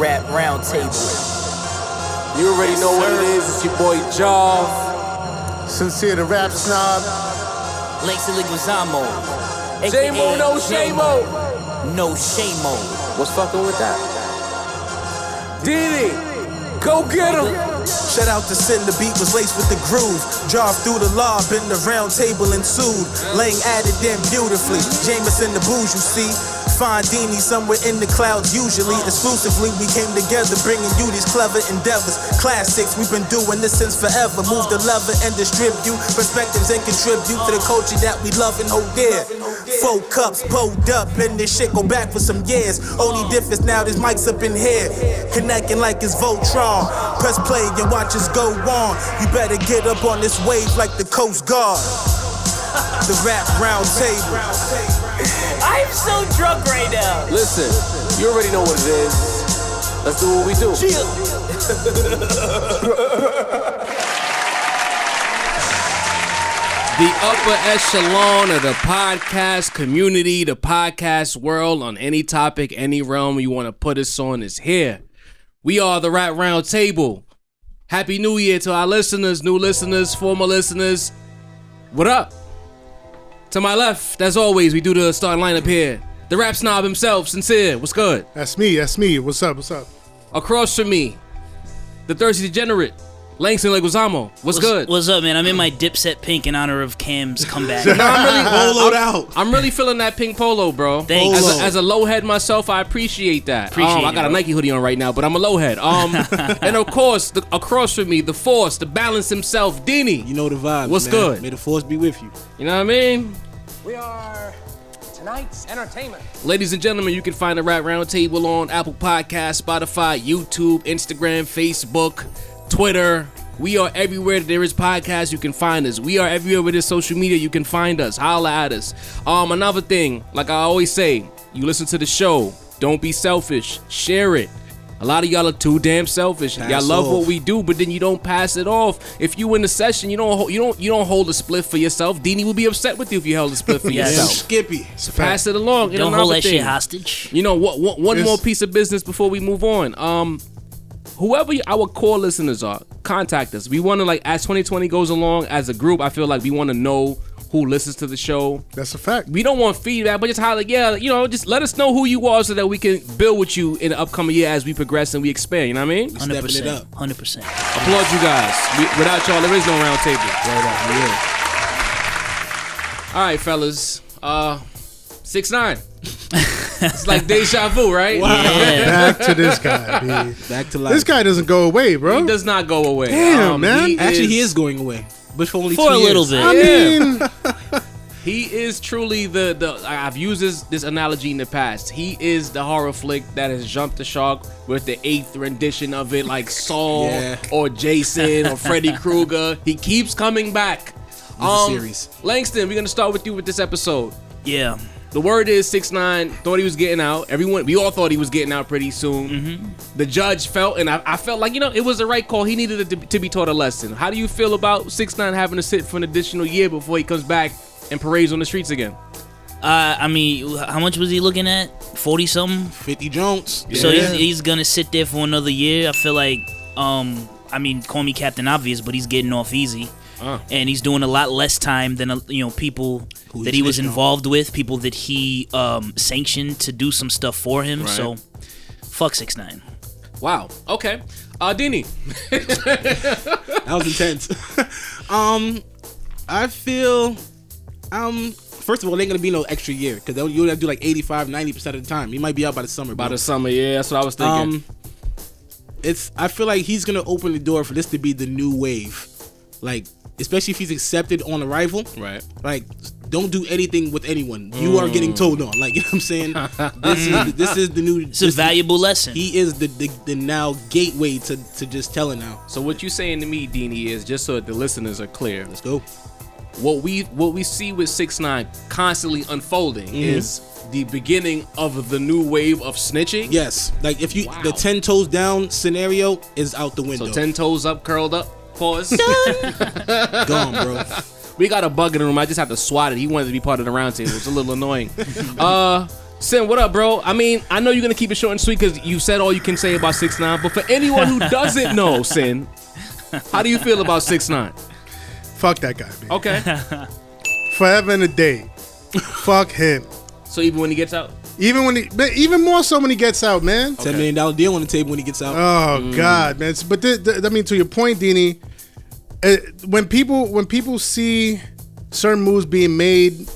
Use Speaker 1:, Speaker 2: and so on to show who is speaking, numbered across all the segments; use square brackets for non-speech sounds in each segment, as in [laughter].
Speaker 1: Rap Roundtable.
Speaker 2: You already know what it is. It's your boy Jaw.
Speaker 3: Sincere the rap snob.
Speaker 1: Lexi Liguizamo. aka
Speaker 2: J-Mo, no shame-o.
Speaker 1: No shame-o.
Speaker 2: What's fucking with that? Diddy, go get him.
Speaker 4: Shout out to Sin, the beat was laced with the groove. Drive through the law, been the round table ensued. Lang added in beautifully. Jameson the booze, you see. Fondini somewhere in the clouds, usually. Exclusively, we came together, bringing you these clever endeavors. Classics, we've been doing this since forever. Move the lever and distribute perspectives and contribute to the culture that we love and hold dear. Four cups pulled up, and this shit go back for some years. Only difference now, this mic's up in here. Connecting like it's Voltron. Press play and watch us go on. You better get up on this wave like the Coast Guard. The rap round table.
Speaker 1: I'm so drunk right now.
Speaker 2: Listen, you already know what it is. Let's do what we do.
Speaker 5: The upper echelon of the podcast community, the podcast world, on any topic, any realm you want to put us on is here. We are the Rat Round Table. Happy New Year to our listeners, new listeners, former listeners. What up? To my left, as always, we do the starting lineup here. The rap snob himself, sincere. What's good?
Speaker 3: That's me. That's me. What's up? What's up?
Speaker 5: Across from me, the thirsty degenerate, Langston Leguizamo. What's good?
Speaker 6: What's up, man? I'm in my Dipset pink in honor of Cam's comeback.
Speaker 7: [laughs]
Speaker 4: Poloed out.
Speaker 5: I'm really feeling that pink polo, bro.
Speaker 6: Thanks.
Speaker 5: As a, as a low head myself, I appreciate that.
Speaker 6: Appreciate
Speaker 5: Um, I
Speaker 6: it,
Speaker 5: got a
Speaker 6: bro.
Speaker 5: Nike hoodie on right now, but I'm a low head.
Speaker 7: [laughs]
Speaker 5: Um, and of course, the, across from me, the force, the balance himself, Dini.
Speaker 7: You know the vibes.
Speaker 5: What's
Speaker 7: man.
Speaker 5: good?
Speaker 7: May the force be with you.
Speaker 5: You know what I mean?
Speaker 8: We are tonight's entertainment.
Speaker 5: Ladies and gentlemen, you can find the Rap Roundtable on Apple Podcasts, Spotify, YouTube, Instagram, Facebook, Twitter. We are everywhere that there is podcasts. You can find us. We are everywhere with this social media. You can find us. Holla at us. Um, another thing, like I always say, you listen to the show. Don't be selfish. Share it. A lot of y'all are too damn selfish.
Speaker 7: Pass
Speaker 5: y'all love what
Speaker 7: off.
Speaker 5: we do, but then you don't pass it off. If you in the session, you don't hold, you don't you don't hold a split for yourself. Deanie will be upset with you if you held a split for
Speaker 6: [laughs] Yes.
Speaker 7: Damn
Speaker 5: yourself.
Speaker 7: Skippy.
Speaker 5: Pass it along. And
Speaker 6: Don't
Speaker 5: another
Speaker 6: hold that
Speaker 5: thing.
Speaker 6: shit hostage.
Speaker 5: You know what? One, one
Speaker 3: It's-
Speaker 5: more piece of business before we move on. Um, whoever y- our core listeners are, contact us. We want to like as 2020 goes along as a group. I feel like we want to know who listens to the show.
Speaker 3: That's a fact.
Speaker 5: We don't want feedback, but just holler, yeah, you know, just let us know who you are so that we can build with you in the upcoming year as we progress and we expand. You know what I mean?
Speaker 7: Stepping it
Speaker 6: 100%.
Speaker 7: up.
Speaker 6: 100%.
Speaker 5: Applaud you guys. We, without y'all, there is no round table. All right, fellas. Uh, six nine. [laughs] it's like deja vu, right?
Speaker 6: Yeah.
Speaker 3: Back to this
Speaker 7: [laughs]
Speaker 3: guy, B.
Speaker 7: Back to life.
Speaker 3: This guy doesn't go away, bro.
Speaker 5: He does not go away. Um,
Speaker 3: Damn, man.
Speaker 7: Actually, he is going away, but for only
Speaker 6: For
Speaker 7: two
Speaker 6: a
Speaker 7: years.
Speaker 6: little bit.
Speaker 3: I
Speaker 5: Yeah.
Speaker 7: [laughs]
Speaker 3: mean,
Speaker 5: He is truly the the. I- I've used this this analogy in the past. He is the horror flick that has jumped the shark with the eighth rendition of it, like Saul
Speaker 7: Yeah.
Speaker 5: or Jason or Freddy
Speaker 7: [laughs]
Speaker 5: Krueger. He keeps coming back. Um,
Speaker 7: series.
Speaker 5: Langston, we're gonna start with you with this episode.
Speaker 6: Yeah.
Speaker 5: The word is six nine. Thought he was getting out. Everyone, we all thought he was getting out pretty soon. The judge felt, and I, I felt like you know it was the right call. He needed to, to be taught a lesson. How do you feel about six nine having to sit for an additional year before he comes back and parades on the streets again?
Speaker 6: Uh, I mean, how much was he looking at? 40 something?
Speaker 7: Fifty Jones.
Speaker 6: So he's,
Speaker 3: Yeah.
Speaker 6: he's going to sit there for another year. I feel like, um, I mean, call me Captain Obvious, but he's getting off easy.
Speaker 5: Uh.
Speaker 6: And he's doing a lot less time than, uh, you know, people
Speaker 7: Who
Speaker 6: that
Speaker 7: he
Speaker 6: he was
Speaker 7: snitched on.
Speaker 6: involved with, people that he um, sanctioned to do some stuff for him.
Speaker 5: Right.
Speaker 6: So, fuck 6 9
Speaker 5: Wow. Okay. Uh, Dini.
Speaker 7: That was intense. [laughs] um, I feel um. First of all, it ain't gonna be no extra year because you would have to do like 85, 90 percent of the time. He might be out by the summer.
Speaker 5: By
Speaker 7: bro.
Speaker 5: the summer, yeah, that's what I was thinking.
Speaker 7: Um, it's. I feel like he's gonna open the door for this to be the new wave, like especially if he's accepted on arrival.
Speaker 5: right.
Speaker 7: Like, don't do anything with anyone. You are getting told on. Like, [laughs] you know what I'm saying? this is this is the new.
Speaker 6: It's a
Speaker 7: this-
Speaker 6: valuable lesson. [laughs]
Speaker 7: He is the, the the now gateway to to just telling now.
Speaker 5: So what you saying to me, Dini, is just so that the listeners are clear.
Speaker 7: Let's go.
Speaker 5: what we what we see with six nine constantly unfolding is the beginning of the new wave of snitching.
Speaker 7: Yes, like if you
Speaker 5: Wow.
Speaker 7: the ten toes down scenario is out the window.
Speaker 5: So ten toes up, curled up. Pause.
Speaker 7: gone,
Speaker 5: [laughs]
Speaker 7: bro.
Speaker 5: we got a bug in the room. I just have to swat it. He wanted to be part of the roundtable. It's a little annoying. uh, Sin, what up, bro? I mean, I know you're gonna keep it short and sweet because you said all you can say about six nine. But for anyone who doesn't know, Sin, how do you feel about six nine?
Speaker 3: Fuck that guy,
Speaker 7: Oh.
Speaker 3: B.
Speaker 5: Okay,
Speaker 3: Forever and a day. Fuck him.
Speaker 5: so even when he gets out,
Speaker 3: Even when he, but even more so when he gets out, man.
Speaker 7: Ten million dollar deal on the table when he gets out.
Speaker 3: Oh God, man! But th- th- I mean, to your point, Dini, uh, when people when people see certain moves being made,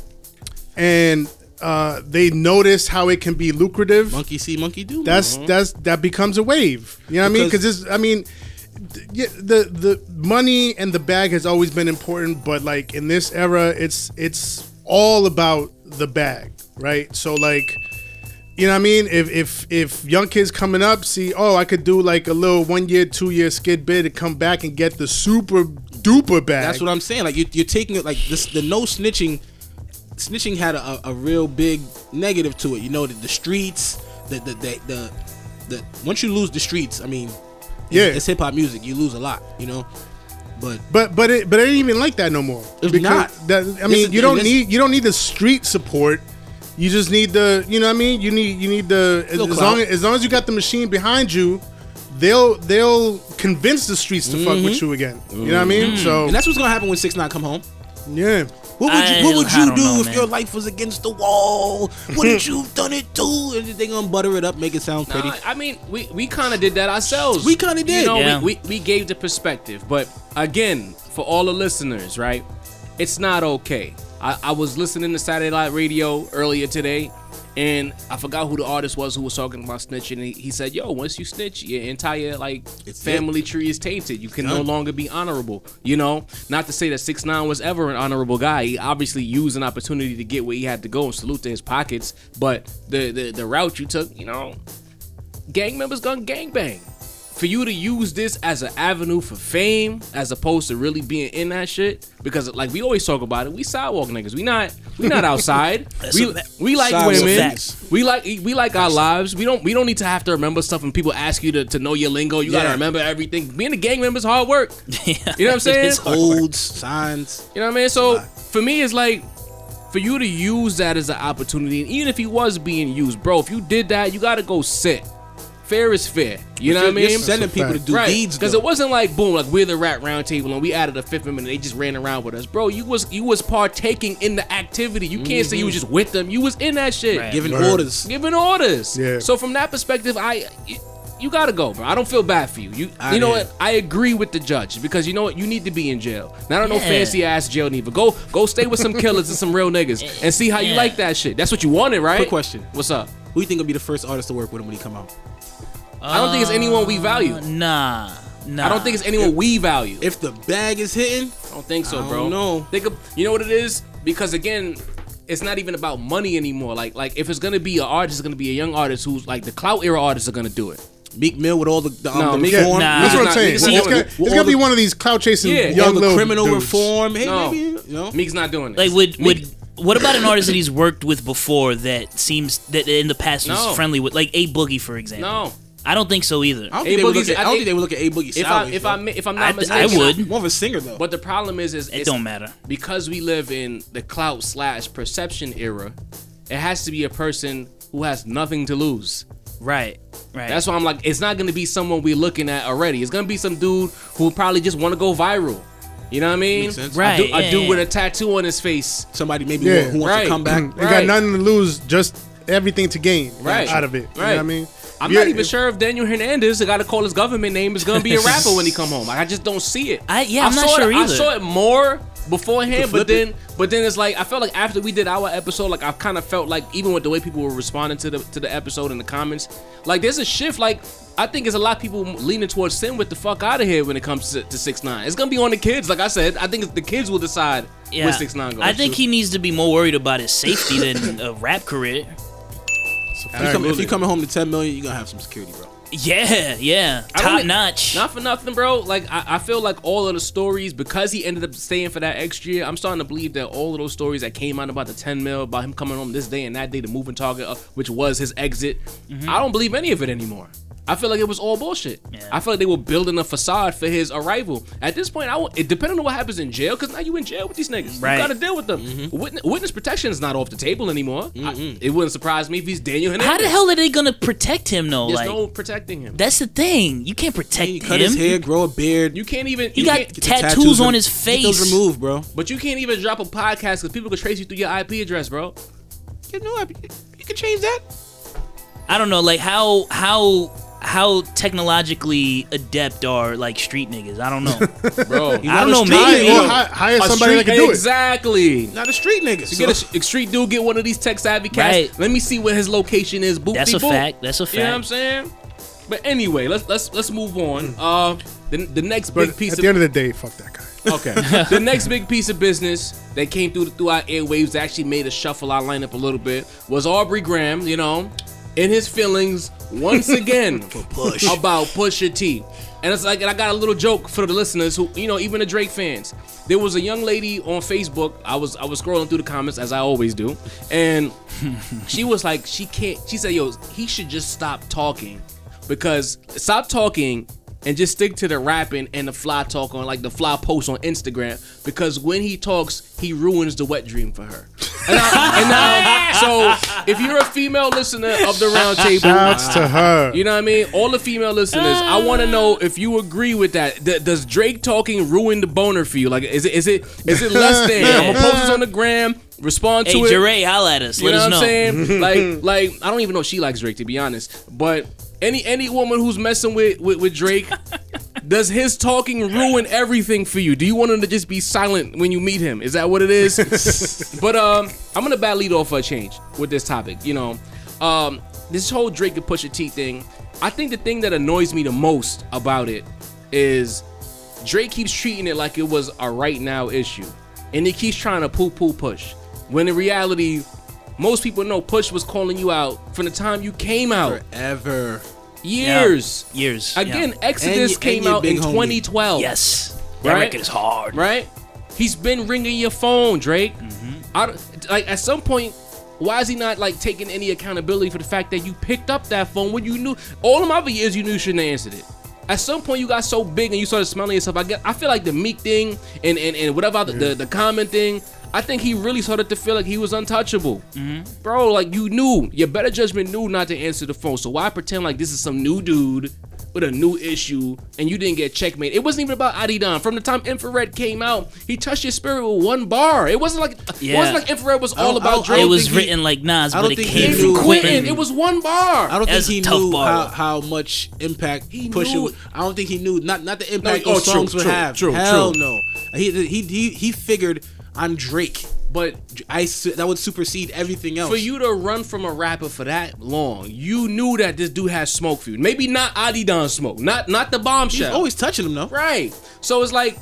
Speaker 3: and uh, they notice how it can be lucrative,
Speaker 7: monkey see, monkey do.
Speaker 3: that's that's that becomes a wave. You know what I mean?
Speaker 7: Mm-hmm. Because-
Speaker 3: Because I mean, th- yeah, the the money and the bag has always been important, but like in this era, it's it's all about the bag, right? So like. You know what I mean? If if if young kids coming up see, oh, I could do like a little one year, two year skid bid and come back and get the super duper bag.
Speaker 7: That's what I'm saying. Like you, you're taking it like this. The no snitching, snitching had a, a, a real big negative to it. You know, the, the streets, the the, the the the once you lose the streets, I mean, it's-
Speaker 3: Yeah.
Speaker 7: it's hip hop music. You lose a lot, you know. But
Speaker 3: But but it but it ain't even like that no more.
Speaker 7: It's not.
Speaker 3: That, I mean,
Speaker 7: This-
Speaker 3: you don't
Speaker 7: this-
Speaker 3: need you don't need the street support. You just need the you know what I mean. You need you need the as,
Speaker 7: Little
Speaker 3: as
Speaker 7: clout.
Speaker 3: long as long as you got the machine behind you, they'll they'll convince the streets to fuck with you again. You know what I mean? So
Speaker 7: and that's what's gonna happen when Six Nine come home.
Speaker 3: yeah.
Speaker 7: What would you,
Speaker 6: I-
Speaker 7: what would
Speaker 6: I
Speaker 7: you
Speaker 6: don't
Speaker 7: do
Speaker 6: know,
Speaker 7: if
Speaker 6: man.
Speaker 7: your life was against the wall?
Speaker 5: [laughs]
Speaker 7: Wouldn't you have done it too? And they gonna butter it up, make it sound pretty.
Speaker 5: Nah, I mean, we, we kind of did that ourselves.
Speaker 7: We kinda did.
Speaker 5: You know,
Speaker 6: Yeah.
Speaker 5: we, we, we gave the perspective. But again, for all the listeners, right? It's not okay. I, I was listening to Saturday Night Radio earlier today, and I forgot who the artist was who was talking about snitching. and He, he said, "Yo, once you snitch, your entire like
Speaker 7: It's
Speaker 5: family tree is tainted. You can no
Speaker 7: Done.
Speaker 5: longer be honorable." You know, not to say that Six Nine was ever an honorable guy. He obviously used an opportunity to get where he had to go, and salute to his pockets. But the the, the route you took, you know, gang members gonna gangbang. For you to use this as an avenue for fame, as opposed to really being in that shit, because like we always talk about it, we sidewalk niggas. We not we
Speaker 6: [laughs]
Speaker 5: not outside. we,
Speaker 6: a fact.
Speaker 5: we like
Speaker 7: Sidewalk
Speaker 5: women.
Speaker 6: facts.
Speaker 5: We like we like our lives. We don't we don't need to have to remember stuff when people ask you to, to know your lingo. You gotta
Speaker 7: Yeah.
Speaker 5: remember everything. Being a gang member is hard work. You know what I'm saying?
Speaker 6: [laughs] It's hard.
Speaker 7: Old signs.
Speaker 5: You know what I mean? So for me, it's like for you to use that as an opportunity, and even if he was being used, bro, if you did that, you gotta go sit. Fair is fair. You know what I mean?
Speaker 7: You're sending
Speaker 3: That's a
Speaker 7: people to
Speaker 3: fact.
Speaker 7: do deeds
Speaker 5: Because
Speaker 7: though.
Speaker 5: it wasn't like boom, like we're the rat round table and we added a fifth member and they just ran around with us. Bro, you was you was partaking in the activity. You can't
Speaker 7: Mm-hmm.
Speaker 5: say you was just with them. You was in that shit.
Speaker 6: Right.
Speaker 7: giving
Speaker 3: Word.
Speaker 7: orders.
Speaker 5: Giving orders.
Speaker 3: Yeah.
Speaker 5: So from that perspective, I you, you gotta go, bro. I don't feel bad for you. You
Speaker 7: I
Speaker 5: you know
Speaker 7: did.
Speaker 5: what? I agree with the judge because you know what? You need to be in jail. Not no
Speaker 6: Yeah.
Speaker 5: fancy ass jail neither. Go go stay with
Speaker 7: [laughs]
Speaker 5: some killers and some real niggas and see how you
Speaker 6: Yeah.
Speaker 5: like that shit. That's what you wanted, right?
Speaker 7: Quick question.
Speaker 5: What's up?
Speaker 7: Who you think will be the first artist to work with him when he come out?
Speaker 5: I don't think it's anyone we value.
Speaker 6: Nah, Uh, nah.
Speaker 5: I don't think it's anyone we value.
Speaker 7: If the bag is hitting,
Speaker 5: I don't think so,
Speaker 7: I don't
Speaker 5: bro.
Speaker 7: know.
Speaker 5: Think of you know what it is because again, it's not even about money anymore. Like like if it's gonna be an artist, it's gonna be a young artist who's like the clout era artists are gonna do it.
Speaker 7: Meek Mill with all the, the, um,
Speaker 5: No,
Speaker 7: the
Speaker 5: Meek-
Speaker 7: reform,
Speaker 6: Nah.
Speaker 3: That's what I'm
Speaker 5: Nah,
Speaker 3: saying.
Speaker 5: niggas
Speaker 3: It's
Speaker 5: see,
Speaker 3: gonna,
Speaker 5: all
Speaker 3: it's
Speaker 7: the-
Speaker 3: gonna be
Speaker 7: all the-
Speaker 3: one of these clout chasing
Speaker 5: Yeah.
Speaker 7: all
Speaker 3: young
Speaker 7: the
Speaker 3: little
Speaker 7: criminal
Speaker 3: dudes.
Speaker 7: reform. Hey,
Speaker 5: No.
Speaker 7: maybe you know.
Speaker 5: Meek's not doing it.
Speaker 6: like would
Speaker 5: Meek-
Speaker 6: would. What about an artist that he's worked with before that seems that in the past was
Speaker 5: No.
Speaker 6: friendly with, like a boogie, for example?
Speaker 5: no.
Speaker 6: I don't think so either.
Speaker 7: I don't,
Speaker 5: A
Speaker 7: think they, would
Speaker 5: Boogie's-
Speaker 7: look at,
Speaker 5: I
Speaker 7: I don't
Speaker 5: think-
Speaker 7: think they would look at A Boogie.
Speaker 5: If I
Speaker 7: sideways,
Speaker 5: if
Speaker 7: though.
Speaker 5: I'm if I'm
Speaker 6: I- I
Speaker 5: not mistaken,
Speaker 6: would.
Speaker 7: more of a singer though.
Speaker 5: But the problem is, is
Speaker 6: It
Speaker 5: it's-
Speaker 6: don't matter.
Speaker 5: because we live in the clout slash perception era. It has to be a person who has nothing to lose.
Speaker 6: Right, right.
Speaker 5: That's why I'm like, it's not gonna be someone we're looking at already. It's gonna be some dude who probably just want to go viral. You know what I mean?
Speaker 7: Makes sense.
Speaker 5: A, du-
Speaker 6: Right,
Speaker 5: a
Speaker 6: yeah,
Speaker 5: dude
Speaker 6: yeah.
Speaker 5: with a tattoo on his face.
Speaker 7: Somebody maybe
Speaker 3: Yeah,
Speaker 7: who wants
Speaker 5: right.
Speaker 7: to come back.
Speaker 3: They
Speaker 5: [laughs] Right.
Speaker 3: got nothing to lose, just everything to gain
Speaker 5: Right.
Speaker 3: out of it. You know
Speaker 5: Right.
Speaker 3: what I mean?
Speaker 5: I'm
Speaker 3: Yeah,
Speaker 5: not even
Speaker 3: if-
Speaker 5: sure if Daniel Hernandez, I gotta call his government name, is gonna be a rapper when he come home. Like, I just don't see it.
Speaker 6: I- yeah, I'm
Speaker 5: saw
Speaker 6: not sure
Speaker 5: it, I
Speaker 6: either.
Speaker 5: saw it more beforehand, but
Speaker 7: flip
Speaker 5: then but then it's like I felt like after we did our episode, like I kind of felt like even with the way people were responding to the to the episode in the comments, like there's a shift. Like I think there's a lot of people leaning towards sin with the fuck out of here when it comes to, to six nine. It's gonna be on the kids. Like I said, I think it's the kids will decide
Speaker 6: yeah.
Speaker 5: where six nine goes.
Speaker 6: I think he needs to be more worried about his safety than a rap career.
Speaker 7: If you come- if
Speaker 5: Absolutely.
Speaker 7: you coming home to ten million, you're gonna have some security, bro.
Speaker 6: Yeah, yeah.
Speaker 5: I don't
Speaker 6: Top
Speaker 5: e-
Speaker 6: notch.
Speaker 5: Not for nothing, bro. Like I, I feel like all of the stories because he ended up staying for that extra year. I'm starting to believe that all of those stories that came out about the 10 mil, about him coming home this day and that day, the moving target, uh, which was his exit. I don't believe any of it anymore. I feel like it was all bullshit.
Speaker 6: Mm-hmm. Yeah.
Speaker 5: I feel like they were building a facade for his arrival. At this point, I will, it depending on what happens in jail, because now you in jail with these niggas.
Speaker 6: Right.
Speaker 5: You
Speaker 6: Mm-hmm.
Speaker 5: gotta deal with them. Witness, witness protection is not off the table anymore. I- it wouldn't surprise me if he's Daniel Hernandez.
Speaker 6: How the hell are they gonna protect him though?
Speaker 5: There's
Speaker 6: like
Speaker 5: no protecting him.
Speaker 6: that's the thing. You can't protect
Speaker 7: He
Speaker 6: him.
Speaker 7: cut his hair, grow a beard.
Speaker 5: You can't even.
Speaker 6: He
Speaker 5: you
Speaker 6: got
Speaker 5: can't-
Speaker 7: get the
Speaker 6: tattoos, on
Speaker 7: and-
Speaker 6: his
Speaker 7: Get those
Speaker 6: face.
Speaker 7: removed, bro.
Speaker 5: But you can't even drop a podcast because people can trace you through your IP address, bro.
Speaker 7: You know, I- you can change that.
Speaker 6: I don't know, like how how how technologically adept are like street niggas? I don't know.
Speaker 5: Bro,
Speaker 7: He's not
Speaker 6: don't
Speaker 7: a
Speaker 6: know,
Speaker 7: street
Speaker 6: maybe.
Speaker 7: nigga.
Speaker 3: Or hi- hire somebody that can do it.
Speaker 5: exactly.
Speaker 7: Not a street nigga.
Speaker 5: You
Speaker 7: So
Speaker 5: get a, sh- a street dude, get one of these tech savvy cats.
Speaker 6: Right.
Speaker 5: Let me see where his location is. Boop,
Speaker 6: That's a
Speaker 5: boop.
Speaker 6: fact. That's a
Speaker 5: You know what I'm
Speaker 6: fact.
Speaker 5: saying? But anyway, let's let's let's move on. Uh, the, the next big
Speaker 3: But
Speaker 5: piece
Speaker 3: at
Speaker 5: of
Speaker 3: the end of the day, fuck that guy.
Speaker 5: Okay. the next big piece of business that came through through our airwaves that actually made us shuffle our lineup a little bit was Aubrey Graham, you know, in his feelings once again about Pusha T. And it's like, and I got a little joke for the listeners who, you know, even the Drake fans. There was a young lady on Facebook. I was I was scrolling through the comments as I always do, and she was like, she can't. She said, yo, he should just stop talking because stop talking and just stick to the rapping and the fly talk on like the fly post on Instagram because when he talks, he ruins the wet dream for her. And now, and now- so if you're a female listener of the round table,
Speaker 3: Shouts to her.
Speaker 5: you know what I mean? All the female listeners, I want to know if you agree with that. Th- does Drake talking ruin the boner for you? Like, is it is it is it less than? I'm gonna post this on the gram. Respond to
Speaker 6: hey,
Speaker 5: it.
Speaker 6: Jeray, holla at us.
Speaker 5: You
Speaker 6: Let
Speaker 5: know
Speaker 6: us
Speaker 5: what I'm
Speaker 6: know. [laughs]
Speaker 5: saying? like, like I don't even know if she likes Drake to be honest. But any any woman who's messing with with, with Drake,
Speaker 6: [laughs]
Speaker 5: does his talking ruin everything for you? Do you want him to just be silent when you meet him? Is that what it
Speaker 6: [laughs]
Speaker 5: is? but um, I'm gonna bat lead off for a change with this topic. You know, um, this whole Drake and Pusha T thing. I think the thing that annoys me the most about it is Drake keeps treating it like it was a right now issue. And he keeps trying to poo poo push. When in reality, most people know Push was calling you out from the time you came out.
Speaker 7: forever.
Speaker 6: Yeah.
Speaker 5: Years.
Speaker 6: Years. yeah.
Speaker 5: Again, Exodus
Speaker 7: and
Speaker 5: came
Speaker 7: your
Speaker 5: out in
Speaker 7: big homie.
Speaker 5: 2012.
Speaker 6: Yes. That
Speaker 5: Right?
Speaker 6: record is hard.
Speaker 5: Right? He's been ringing your phone, Drake. I don't- like at some point, why is he not like taking any accountability for the fact that you picked up that phone when you knew all of my other years you knew you shouldn't have answered it. At some point, you got so big and you started smelling yourself. I get, I feel like the Meek thing and and, and whatever other, the the common thing. I think he really started to feel like he was untouchable, bro. Like you knew your better judgment knew not to answer the phone. So why pretend like this is some new dude with a new issue and you didn't get checkmate? It wasn't even about Adidon. From the time Infrared came out, he touched your spirit with one bar. It wasn't like it
Speaker 6: Yeah.
Speaker 5: wasn't like Infrared was all
Speaker 7: don't- I
Speaker 5: about
Speaker 7: don't- I
Speaker 5: Drake.
Speaker 6: It
Speaker 7: don't
Speaker 6: was
Speaker 7: think he-
Speaker 6: written like Nas,
Speaker 7: I
Speaker 6: but
Speaker 7: don't
Speaker 6: it
Speaker 7: think
Speaker 6: came
Speaker 7: he
Speaker 6: from
Speaker 7: knew
Speaker 5: Quentin.
Speaker 6: Quentin.
Speaker 5: It was one bar.
Speaker 7: I don't
Speaker 6: That's
Speaker 7: think
Speaker 6: a
Speaker 7: he
Speaker 6: tough
Speaker 7: knew
Speaker 6: bar.
Speaker 7: how, how much impact
Speaker 5: He
Speaker 7: Pusha.
Speaker 5: knew-
Speaker 7: would- I don't think he knew not not the
Speaker 5: No,
Speaker 7: impact
Speaker 5: oh,
Speaker 7: those
Speaker 5: true,
Speaker 7: songs would
Speaker 5: true,
Speaker 7: have.
Speaker 5: true,
Speaker 7: Hell
Speaker 5: true.
Speaker 7: no. He, he he he figured I'm Drake, but I su- that would supersede everything else.
Speaker 5: for you to run from a rapper for that long, you knew that this dude had smoke for you. Maybe not Adidon smoke, not not the
Speaker 7: he's
Speaker 5: bombshell.
Speaker 7: always touching him though.
Speaker 5: right. So it's like,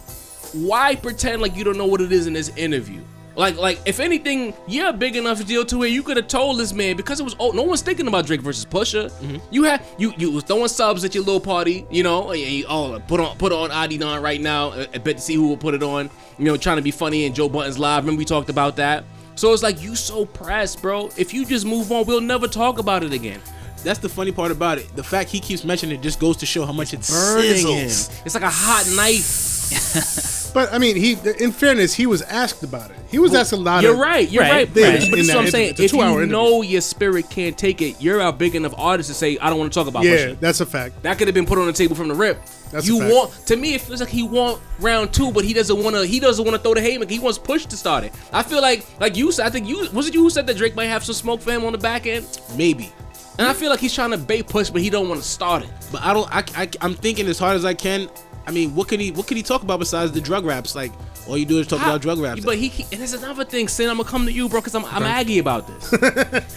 Speaker 5: why pretend like you don't know what it is in this interview? Like, like if anything, you're a big enough deal to where you could have told this man because it was old. No one's thinking about Drake versus Pusha. You had you you was throwing subs at your little party, you know. And you, oh, put on put on Adidon right now. uh, I I bet to see who will put it on. You know, trying to be funny and Joe Button's live. Remember we talked about that. So it's like you so pressed, bro. If you just move on, we'll never talk about it again.
Speaker 7: That's the funny part about it. The fact he keeps mentioning it just goes to show how much it
Speaker 5: Burning him.
Speaker 7: sizzles.
Speaker 5: It's like a hot knife.
Speaker 3: But I mean, he. In fairness, he was asked about it. He was asked a lot.
Speaker 5: You're
Speaker 3: of
Speaker 5: right. You're right.
Speaker 6: Right,
Speaker 3: right.
Speaker 5: But, but this
Speaker 3: In
Speaker 5: is what I'm
Speaker 3: that
Speaker 5: saying.
Speaker 3: interview.
Speaker 5: If
Speaker 3: It's a
Speaker 5: you
Speaker 3: two-hour
Speaker 5: know your spirit can't take it, you're a big enough artist to say, I don't want to talk about
Speaker 3: Yeah,
Speaker 5: Pusha.
Speaker 3: that's a fact.
Speaker 5: That could have been put on the table from the rip.
Speaker 3: That's
Speaker 5: you
Speaker 3: a fact.
Speaker 5: want to me. It feels like he want round two, but he doesn't want to. He doesn't want to throw the haymaker. He wants push to start it. I feel like, like you said. I think you was it you who said that Drake might have some smoke for him on the back end,
Speaker 7: Maybe.
Speaker 5: and I feel like he's trying to bait push, but he don't want to start it.
Speaker 7: But I don't. I, I I'm thinking as hard as I can. I mean, what could he what could he talk about besides the drug raps? Like all you do is talk
Speaker 5: How-
Speaker 7: about drug raps.
Speaker 5: But he, he and there's another thing, Sin. I'm gonna come to you, bro, because I'm I'm aggy about this.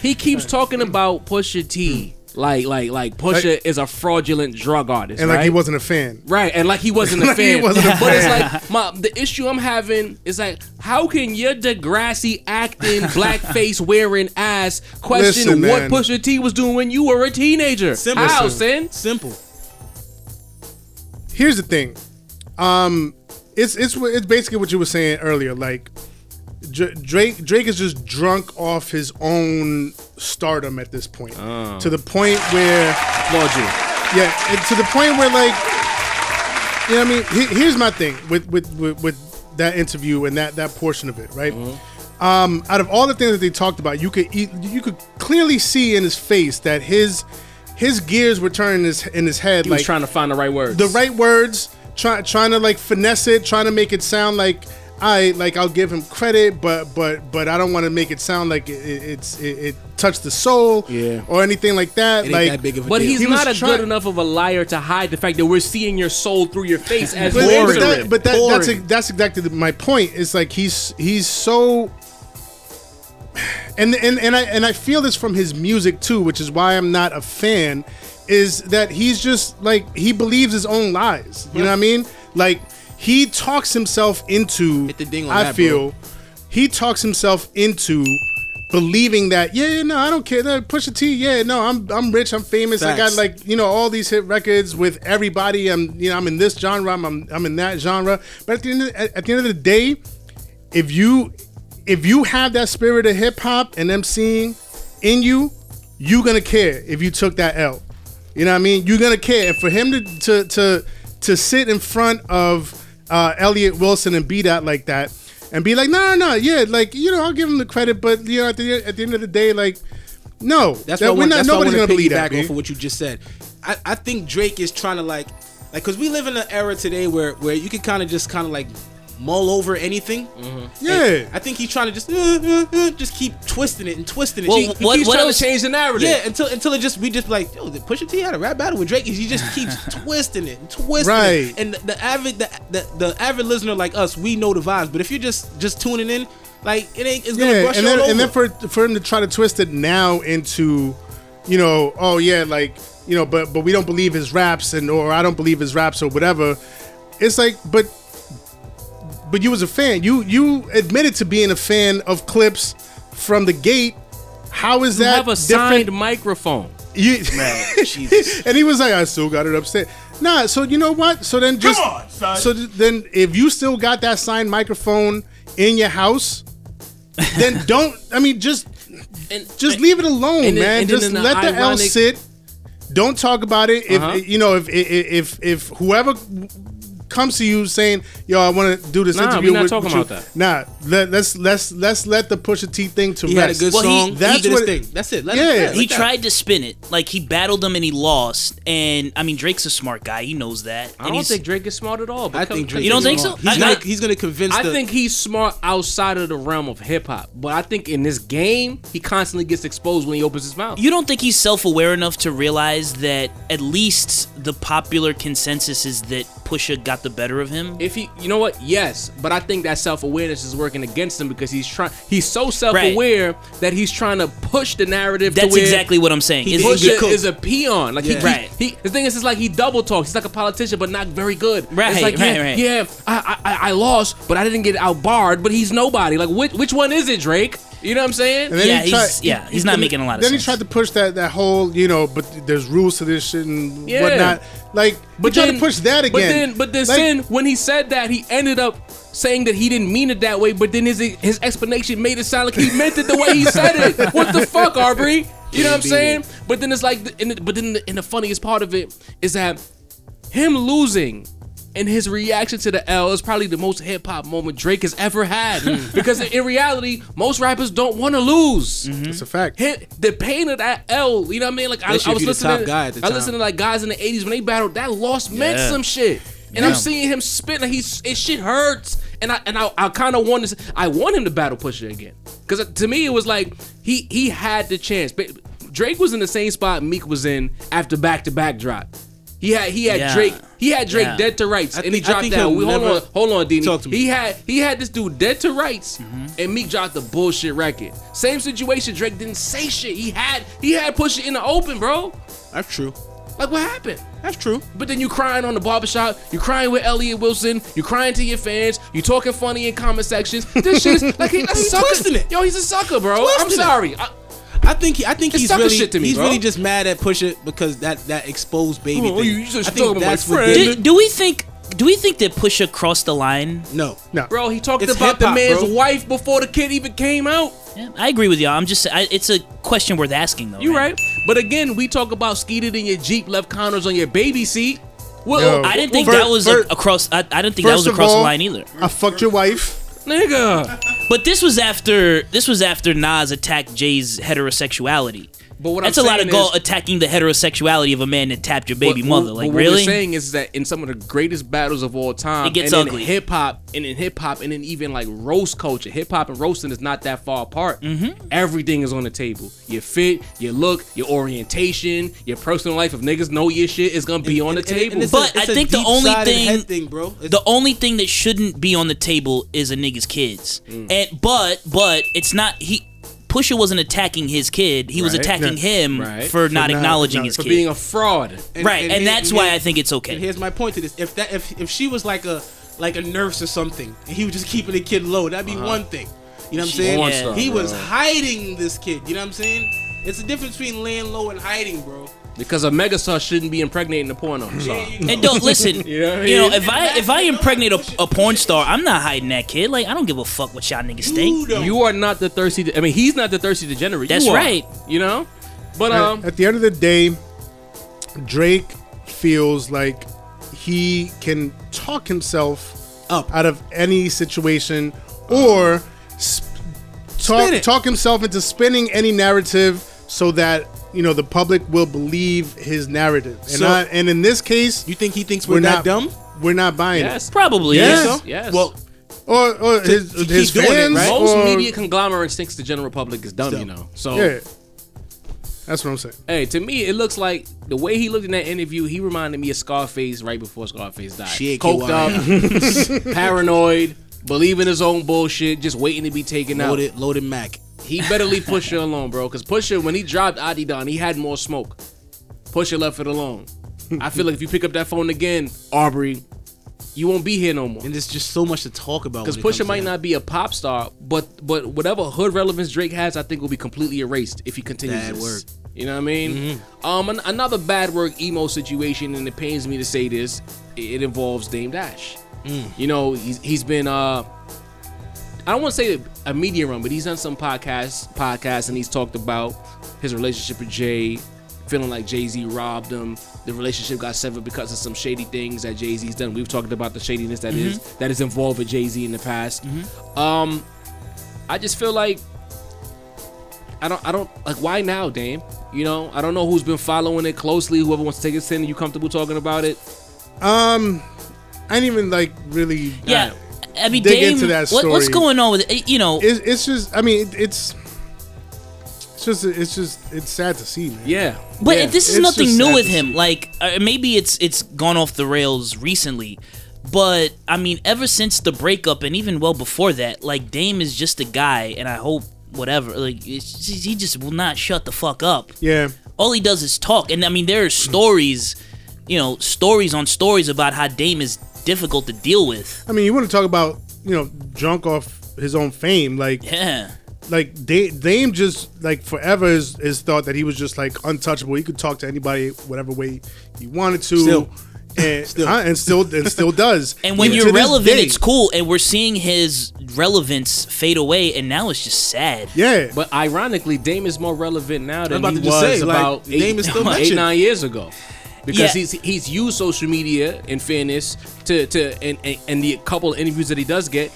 Speaker 3: [laughs]
Speaker 5: he keeps talking about Pusha T, like like like Pusha
Speaker 3: Like-
Speaker 5: is a fraudulent drug artist,
Speaker 3: And like he
Speaker 5: right?
Speaker 3: wasn't a fan.
Speaker 5: Right, and like he wasn't
Speaker 3: [laughs]
Speaker 5: a
Speaker 3: Like he
Speaker 5: fan.
Speaker 3: wasn't a
Speaker 5: but it's
Speaker 3: fan.
Speaker 5: like my the issue I'm having is like, how can your Degrassi
Speaker 3: [laughs]
Speaker 5: acting, blackface wearing ass question
Speaker 3: Listen,
Speaker 5: what
Speaker 3: man.
Speaker 5: Pusha T was doing when you were a teenager?
Speaker 7: Simple.
Speaker 5: How, Sin?
Speaker 7: Simple.
Speaker 3: Here's the thing. Um, it's it's wha- it's basically what you were saying earlier. Like Dr- Drake Drake is just drunk off his own stardom at this point, to the point where
Speaker 5: Ah. Applaud you.
Speaker 3: Yeah, and to the point where like, you know, what I mean, He- here's my thing with with with, with that interview and that that portion of it, right?
Speaker 5: Uh-huh.
Speaker 3: Um, out of all the things that they talked about, you could eat, you could clearly see in his face that his his gears were turning in his in his head
Speaker 5: He
Speaker 3: like
Speaker 5: was trying to find the right words.
Speaker 3: the right words, trying trying to like finesse it, trying to make it sound like I like I'll give him credit, but but but I don't want to make it sound like it, it, it's it, it touched the soul,
Speaker 7: Yeah.
Speaker 3: or anything like that.
Speaker 7: It ain't
Speaker 3: like,
Speaker 7: that big of a
Speaker 5: But
Speaker 7: deal.
Speaker 5: he's
Speaker 3: He was
Speaker 5: not a
Speaker 3: trying-
Speaker 5: good enough of a liar to hide the fact that we're seeing your soul through your face as
Speaker 3: but,
Speaker 5: boring.
Speaker 3: but that, but that, that's
Speaker 5: Boring.
Speaker 3: that's exactly the- my point. It's like he's he's so. And, and and I and I feel this from his music too, which is why I'm not a fan. Is that he's just like he believes his own lies. You know what I mean? Like he talks himself into.
Speaker 7: Hit the ding on
Speaker 3: I
Speaker 7: that,
Speaker 3: feel he talks himself into believing that yeah, yeah no I don't care that Pusha T yeah no I'm I'm rich I'm famous I got
Speaker 7: Facts.
Speaker 3: like like you know all these hit records with everybody. I'm you know I'm in this genre. I'm I'm, I'm in that genre. But at the end of, at, at the end of the day, if you if you have that spirit of hip hop and emceeing in you, you gonna care if you took that L. You know what I mean? You're gonna care. And for him to to to to sit in front of uh, Elliot Wilson and be that like that, and be like, no, no, no, yeah, like you know, I'll give him the credit, but you know, at the at the end of the day, like, no,
Speaker 7: That's
Speaker 3: that
Speaker 7: why
Speaker 3: we're
Speaker 7: we're
Speaker 3: not. Nobody's
Speaker 7: that's nobody's why
Speaker 3: gonna
Speaker 7: gonna
Speaker 3: believe that.
Speaker 7: back
Speaker 3: B.
Speaker 7: off of what you just said. I, I think Drake is trying to like, like, cause we live in an era today where where you can kind of just kind of like mull over anything.
Speaker 3: Mm-hmm. Yeah.
Speaker 7: I think he's trying to just uh, uh, uh, just keep twisting it and twisting it.
Speaker 6: Well,
Speaker 7: He-
Speaker 6: what-
Speaker 7: he
Speaker 5: He's trying
Speaker 6: else-
Speaker 5: to change the narrative.
Speaker 7: Yeah, until until it just we just like yo, did Pusha T had a rap battle with Drake. He just keeps
Speaker 3: [laughs]
Speaker 7: twisting it, and twisting
Speaker 3: Right.
Speaker 7: it. And the, the avid the, the the avid listener like us, we know the vibes. But if you're just just tuning in, like it ain't it's gonna brush
Speaker 3: and
Speaker 7: you
Speaker 3: then,
Speaker 7: all over.
Speaker 3: and then for for him to try to twist it now into, you know, oh yeah, like you know, but but we don't believe his raps and or I don't believe his raps or whatever. It's like, but but you was a fan. You you admitted to being a fan of clips from the gate. How is
Speaker 5: You
Speaker 3: that
Speaker 5: have a signed microphone.
Speaker 3: You, [laughs] and he was like, I still got it upstairs. Nah, so you know what? So then just so th- then if you still got that signed microphone in your house,
Speaker 5: [laughs]
Speaker 3: then don't. I mean, just
Speaker 5: And,
Speaker 3: just leave it alone,
Speaker 5: and then-
Speaker 3: man.
Speaker 5: and then
Speaker 3: just
Speaker 5: in the
Speaker 3: let the L
Speaker 5: ironic-
Speaker 3: sit. Don't talk about it. If
Speaker 5: Uh-huh.
Speaker 3: you know, if if if, if whoever comes to you saying, "Yo, I want to do this
Speaker 5: Nah,
Speaker 3: interview,"
Speaker 5: we not
Speaker 3: with,
Speaker 5: talking
Speaker 3: with you,"
Speaker 5: about
Speaker 3: Nah,
Speaker 5: that.
Speaker 3: let, let's let's let's let the Pusha T thing to
Speaker 7: he had a
Speaker 3: rest.
Speaker 7: good
Speaker 6: Well, he-
Speaker 7: song.
Speaker 3: that's
Speaker 7: he did
Speaker 3: what-
Speaker 7: his thing. That's it. Let
Speaker 3: Yeah.
Speaker 7: him, yeah,
Speaker 6: He
Speaker 7: like that.
Speaker 6: tried to spin it. Like he battled him and he lost. And I mean, Drake's a smart guy. He knows that.
Speaker 5: I
Speaker 6: and
Speaker 5: don't
Speaker 6: he's,
Speaker 5: think Drake is smart at all. but
Speaker 7: I
Speaker 5: come-
Speaker 7: think
Speaker 5: come-
Speaker 7: Drake
Speaker 6: You don't
Speaker 7: is
Speaker 6: think so?
Speaker 7: wrong. He's
Speaker 6: I-
Speaker 7: gonna,
Speaker 6: I-
Speaker 7: he's gonna convince.
Speaker 5: I
Speaker 7: the,
Speaker 5: think he's smart outside of the realm of hip hop, but I think in this game he constantly gets exposed when he opens his mouth.
Speaker 6: you don't think he's self-aware enough to realize that at least the popular consensus is that Pusha got the better of him.
Speaker 5: if he, you know what? Yes, but I think that self awareness is working against him because he's trying. He's so self aware that he's trying to push the narrative. to
Speaker 6: That's
Speaker 5: where
Speaker 6: exactly what I'm saying. Is
Speaker 5: Pusha
Speaker 6: he
Speaker 7: get cooked.
Speaker 5: is a peon. Like he,
Speaker 7: Yeah.
Speaker 5: he,
Speaker 6: Right.
Speaker 5: he, the thing is, it's like he double talks. He's like a politician, but not very good.
Speaker 6: Right,
Speaker 5: It's like,
Speaker 6: right,
Speaker 5: yeah,
Speaker 6: right.
Speaker 5: Yeah, I, I, I lost, but I didn't get outbarred. But he's nobody. Like which, which one is it, Drake? You know what I'm saying?
Speaker 3: And then
Speaker 6: Yeah,
Speaker 3: he
Speaker 6: he's-
Speaker 3: tried-
Speaker 6: yeah, he's not
Speaker 3: and
Speaker 6: making a lot of
Speaker 3: Then
Speaker 6: sense.
Speaker 3: he tried to push that that whole, you know, but there's rules to this shit and
Speaker 5: Yeah.
Speaker 3: whatnot. Like, but trying to push that again.
Speaker 5: But then, but then,
Speaker 3: Like,
Speaker 5: Sin, when he said that, he ended up saying that he didn't mean it that way. But then his his explanation made it sound like he meant it the way he said
Speaker 3: [laughs]
Speaker 5: it. What the fuck, Aubrey? You know what I'm saying? But then it's like, and the, but then, the, and the funniest part of it is that him losing. And his reaction to the L is probably the most hip hop moment Drake has ever
Speaker 3: Hmm.
Speaker 5: had. because in reality, most rappers don't want to lose
Speaker 3: it's a fact.
Speaker 5: hit the pain of that L. You know what I mean? Like I,
Speaker 7: That shit
Speaker 5: I was
Speaker 7: be the
Speaker 5: listening.
Speaker 7: top
Speaker 5: to,
Speaker 7: guy at the
Speaker 5: I
Speaker 7: time.
Speaker 5: listened to like guys in the '80s when they battled. That loss meant
Speaker 6: Yeah.
Speaker 5: some shit. And I'm
Speaker 6: Yeah.
Speaker 5: seeing him spit like he's it shit hurts. And I and I, I kind of want to I want him to battle Pusha again because to me it was like he he had the chance. But Drake was in the same spot Meek was in after back to back drop. He had he had
Speaker 6: Yeah.
Speaker 5: Drake he had Drake
Speaker 6: Yeah.
Speaker 5: dead to rights
Speaker 7: I
Speaker 5: and he
Speaker 7: think- I
Speaker 5: dropped
Speaker 7: think
Speaker 5: down.
Speaker 7: he'll
Speaker 5: We, hold
Speaker 7: never-
Speaker 5: on hold on Dini.
Speaker 7: Talk to me. Mm-hmm.
Speaker 5: He had he had this dude dead to rights, and Meek dropped the bullshit record. Same situation. Drake didn't say shit. He had he had push it in the open, bro.
Speaker 7: that's true.
Speaker 5: Like what happened?
Speaker 7: That's true.
Speaker 5: But then you crying on the barbershop, you crying with Elliot Wilson, you crying to your fans, you talking funny in comment sections.
Speaker 7: [laughs]
Speaker 5: This shit is like he's a sucker.
Speaker 7: twisting it.
Speaker 5: Yo, he's a sucker, bro. I'm
Speaker 7: Twisting it.
Speaker 5: sorry. Uh, I-
Speaker 7: I think he, I think
Speaker 5: It's
Speaker 7: he's
Speaker 5: sucker
Speaker 7: really
Speaker 5: shit to me,
Speaker 7: he's
Speaker 5: bro.
Speaker 7: really just mad at Pusha because that that exposed baby.
Speaker 5: Oh,
Speaker 7: thing.
Speaker 5: you just
Speaker 7: I think
Speaker 5: talking about
Speaker 7: that's
Speaker 5: my
Speaker 7: what
Speaker 5: friend.
Speaker 7: did
Speaker 6: do,
Speaker 7: it.
Speaker 6: do we think? Do we think that Pusha crossed the line?
Speaker 7: No,
Speaker 3: No.
Speaker 5: bro, he talked
Speaker 7: It's
Speaker 5: about the
Speaker 7: hip-hop,
Speaker 5: man's
Speaker 7: bro.
Speaker 5: wife before the kid even came out.
Speaker 6: Yeah, I agree with y'all. I'm just. I, it's a question worth asking, though.
Speaker 5: You right? But again, we talk about skeeted in your Jeep, left counters on your baby seat. Well,
Speaker 3: Yo.
Speaker 6: I didn't think
Speaker 3: Fir-
Speaker 6: that was
Speaker 3: fir-
Speaker 6: a, across. I, I didn't think that
Speaker 3: first
Speaker 6: was
Speaker 3: of
Speaker 6: across the
Speaker 3: all-
Speaker 6: line either.
Speaker 3: I fucked your wife.
Speaker 5: nigga.
Speaker 6: But this was after this was after Nas attacked Jay's heterosexuality.
Speaker 5: But what
Speaker 6: That's
Speaker 5: I'm
Speaker 6: a lot of
Speaker 5: saying
Speaker 6: goal
Speaker 5: is-
Speaker 6: attacking the heterosexuality of a man that tapped your baby
Speaker 5: But-
Speaker 6: mother.
Speaker 5: but
Speaker 6: Like
Speaker 5: what
Speaker 6: really?
Speaker 5: We're saying is that in some of the greatest battles of all time,
Speaker 6: It gets
Speaker 5: and
Speaker 6: ugly.
Speaker 5: Hip hop and in hip hop and in even like roast culture, hip hop and roasting is not that far apart.
Speaker 6: Mm-hmm.
Speaker 5: Everything is on the table. Your fit, your look, your orientation, your personal life. If niggas know your shit, it's gonna be on the
Speaker 7: And- and-
Speaker 5: table.
Speaker 7: and it's
Speaker 6: But
Speaker 7: a- it's
Speaker 6: I
Speaker 7: a
Speaker 6: think the
Speaker 7: deep-sided
Speaker 6: only thing-
Speaker 7: head thing, bro. It's-
Speaker 6: the only thing that shouldn't be on the table is a nigga's kids.
Speaker 5: Mm.
Speaker 6: And but but it's not he Pusha wasn't attacking his kid. He was
Speaker 5: Right.
Speaker 6: attacking him
Speaker 5: Right.
Speaker 6: for, not
Speaker 3: not-
Speaker 6: acknowledging
Speaker 3: not-
Speaker 6: his
Speaker 5: for
Speaker 6: kid.
Speaker 5: being a fraud.
Speaker 6: right, and,
Speaker 7: he-
Speaker 6: that's
Speaker 7: and
Speaker 6: why
Speaker 7: he-
Speaker 6: I think it's okay.
Speaker 7: And here's my point to this: if that if if she was like a like a nurse or something, and he was just keeping the kid low, that'd be one thing. You know what I'm saying?
Speaker 5: Porn star,
Speaker 7: he was
Speaker 5: bro.
Speaker 7: hiding this kid. You know what I'm saying? It's the difference between laying low and hiding, bro.
Speaker 5: Because a megastar shouldn't be impregnating the porno.
Speaker 7: There
Speaker 5: Sorry.
Speaker 7: you go.
Speaker 6: And don't listen.
Speaker 5: [laughs]
Speaker 6: you,
Speaker 5: You know
Speaker 6: know
Speaker 5: what I mean?
Speaker 6: if I if I impregnate a, a porn star, I'm not hiding that kid. Like I don't give a fuck what y'all niggas
Speaker 7: You
Speaker 6: think.
Speaker 7: don't.
Speaker 5: You are not the thirsty. I mean, he's not the thirsty degenerate. You
Speaker 6: That's
Speaker 5: are,
Speaker 6: right.
Speaker 5: You know, but
Speaker 3: At-
Speaker 5: um,
Speaker 3: at the end of the day, Drake feels like he can talk himself
Speaker 7: Up.
Speaker 3: out of any situation or sp- talk
Speaker 7: it.
Speaker 3: talk himself into spinning any narrative so that you know the public will believe his narrative. And
Speaker 7: So-
Speaker 3: I, and in this case,
Speaker 7: You think he thinks we're, that
Speaker 3: not
Speaker 7: dumb?
Speaker 3: We're not buying
Speaker 5: yes,
Speaker 6: Probably.
Speaker 3: Yes.
Speaker 6: yeah.
Speaker 3: So?
Speaker 5: yes.
Speaker 7: Well,
Speaker 3: it. Or, or his,
Speaker 7: to keep
Speaker 3: his
Speaker 7: doing it,
Speaker 3: fans.
Speaker 7: right?
Speaker 5: Most
Speaker 3: or-
Speaker 5: media conglomerates thinks the general public is dumb,
Speaker 7: Dumb.
Speaker 5: you know. So
Speaker 3: Yeah. That's what I'm saying.
Speaker 5: hey, to me it looks like the way he looked in that interview, he reminded me of Scarface right before Scarface died.
Speaker 7: Shit,
Speaker 5: Coked up, [laughs] paranoid, believing his own bullshit, just waiting to be taken out.
Speaker 7: Loaded, loaded Mac.
Speaker 5: He better leave Pusha alone, bro. Cause Pusha, when he dropped Adidon, he had more smoke. Pusha left it alone. I feel like if you pick up that phone again, Aubrey, you won't be here no
Speaker 7: [laughs]
Speaker 5: more.
Speaker 7: And there's just so much to talk about.
Speaker 5: Because
Speaker 7: when it comes
Speaker 5: Pusha
Speaker 7: to
Speaker 5: might
Speaker 7: that.
Speaker 5: not be a pop star, but but whatever hood relevance Drake has, I think will be completely erased if he continues.
Speaker 7: Bad
Speaker 5: this.
Speaker 7: work. Mm-hmm.
Speaker 5: You know what I mean? Um, an- another bad work emo situation, and it pains me to say this. It involves Dame Dash.
Speaker 7: Mm.
Speaker 5: You know, he's he's been uh. I don't want to say a media run, but he's done some podcasts, podcasts, and he's talked about his relationship with Jay, feeling like Jay Z robbed him. The relationship got severed because of some shady things that Jay Z's done. We've talked about the shadiness that is
Speaker 7: Mm-hmm.
Speaker 5: that is involved with Jay Z in the past. Um, I just feel like I don't, I don't like why now, Dame. You know, I don't know who's been following it closely. Whoever wants to take it in, you comfortable talking about it?
Speaker 3: I didn't even like really.
Speaker 6: Yeah. I mean,
Speaker 3: Dig
Speaker 6: Dame,
Speaker 3: into that
Speaker 6: what- what's
Speaker 3: story.
Speaker 6: going on with it? You know,
Speaker 3: it's, it's just I mean it, it's it's just it's just it's sad to see man.
Speaker 5: Yeah,
Speaker 6: But
Speaker 5: yeah.
Speaker 6: this is
Speaker 3: It's
Speaker 6: nothing
Speaker 3: just
Speaker 6: new
Speaker 3: sad
Speaker 6: with
Speaker 3: to
Speaker 6: him. Like uh, maybe it's it's gone off the rails recently, but I mean, ever since the breakup and even well before that, like Dame is just a guy, and I hope whatever. Like it's just, he just will not shut the fuck up.
Speaker 3: Yeah.
Speaker 6: All he does is talk, and I mean, there are stories, you know, stories on stories about how Dame is difficult to deal with. [laughs]
Speaker 3: I mean you want to talk about you know drunk off his own fame like
Speaker 6: Yeah.
Speaker 3: like Da- Dame just like forever is is thought that he was just like untouchable. He could talk to anybody whatever way he wanted to.
Speaker 7: Still.
Speaker 3: And
Speaker 7: Still.
Speaker 3: still, and still, and still does.
Speaker 6: [laughs] And when
Speaker 3: Even to
Speaker 6: you're
Speaker 3: this
Speaker 6: relevant,
Speaker 3: day.
Speaker 6: it's cool. And we're seeing his relevance fade away, and now it's just sad.
Speaker 3: Yeah, but
Speaker 5: But ironically, Dame is more relevant now than
Speaker 7: about
Speaker 5: he
Speaker 7: to just
Speaker 5: was
Speaker 7: say, like,
Speaker 5: about eight,
Speaker 7: Dame is still
Speaker 5: [laughs] eight
Speaker 7: mentioned.
Speaker 5: nine years ago,
Speaker 6: Yeah.
Speaker 5: because he's he's used social media in fairness to to and, and, and the couple of interviews that he does get,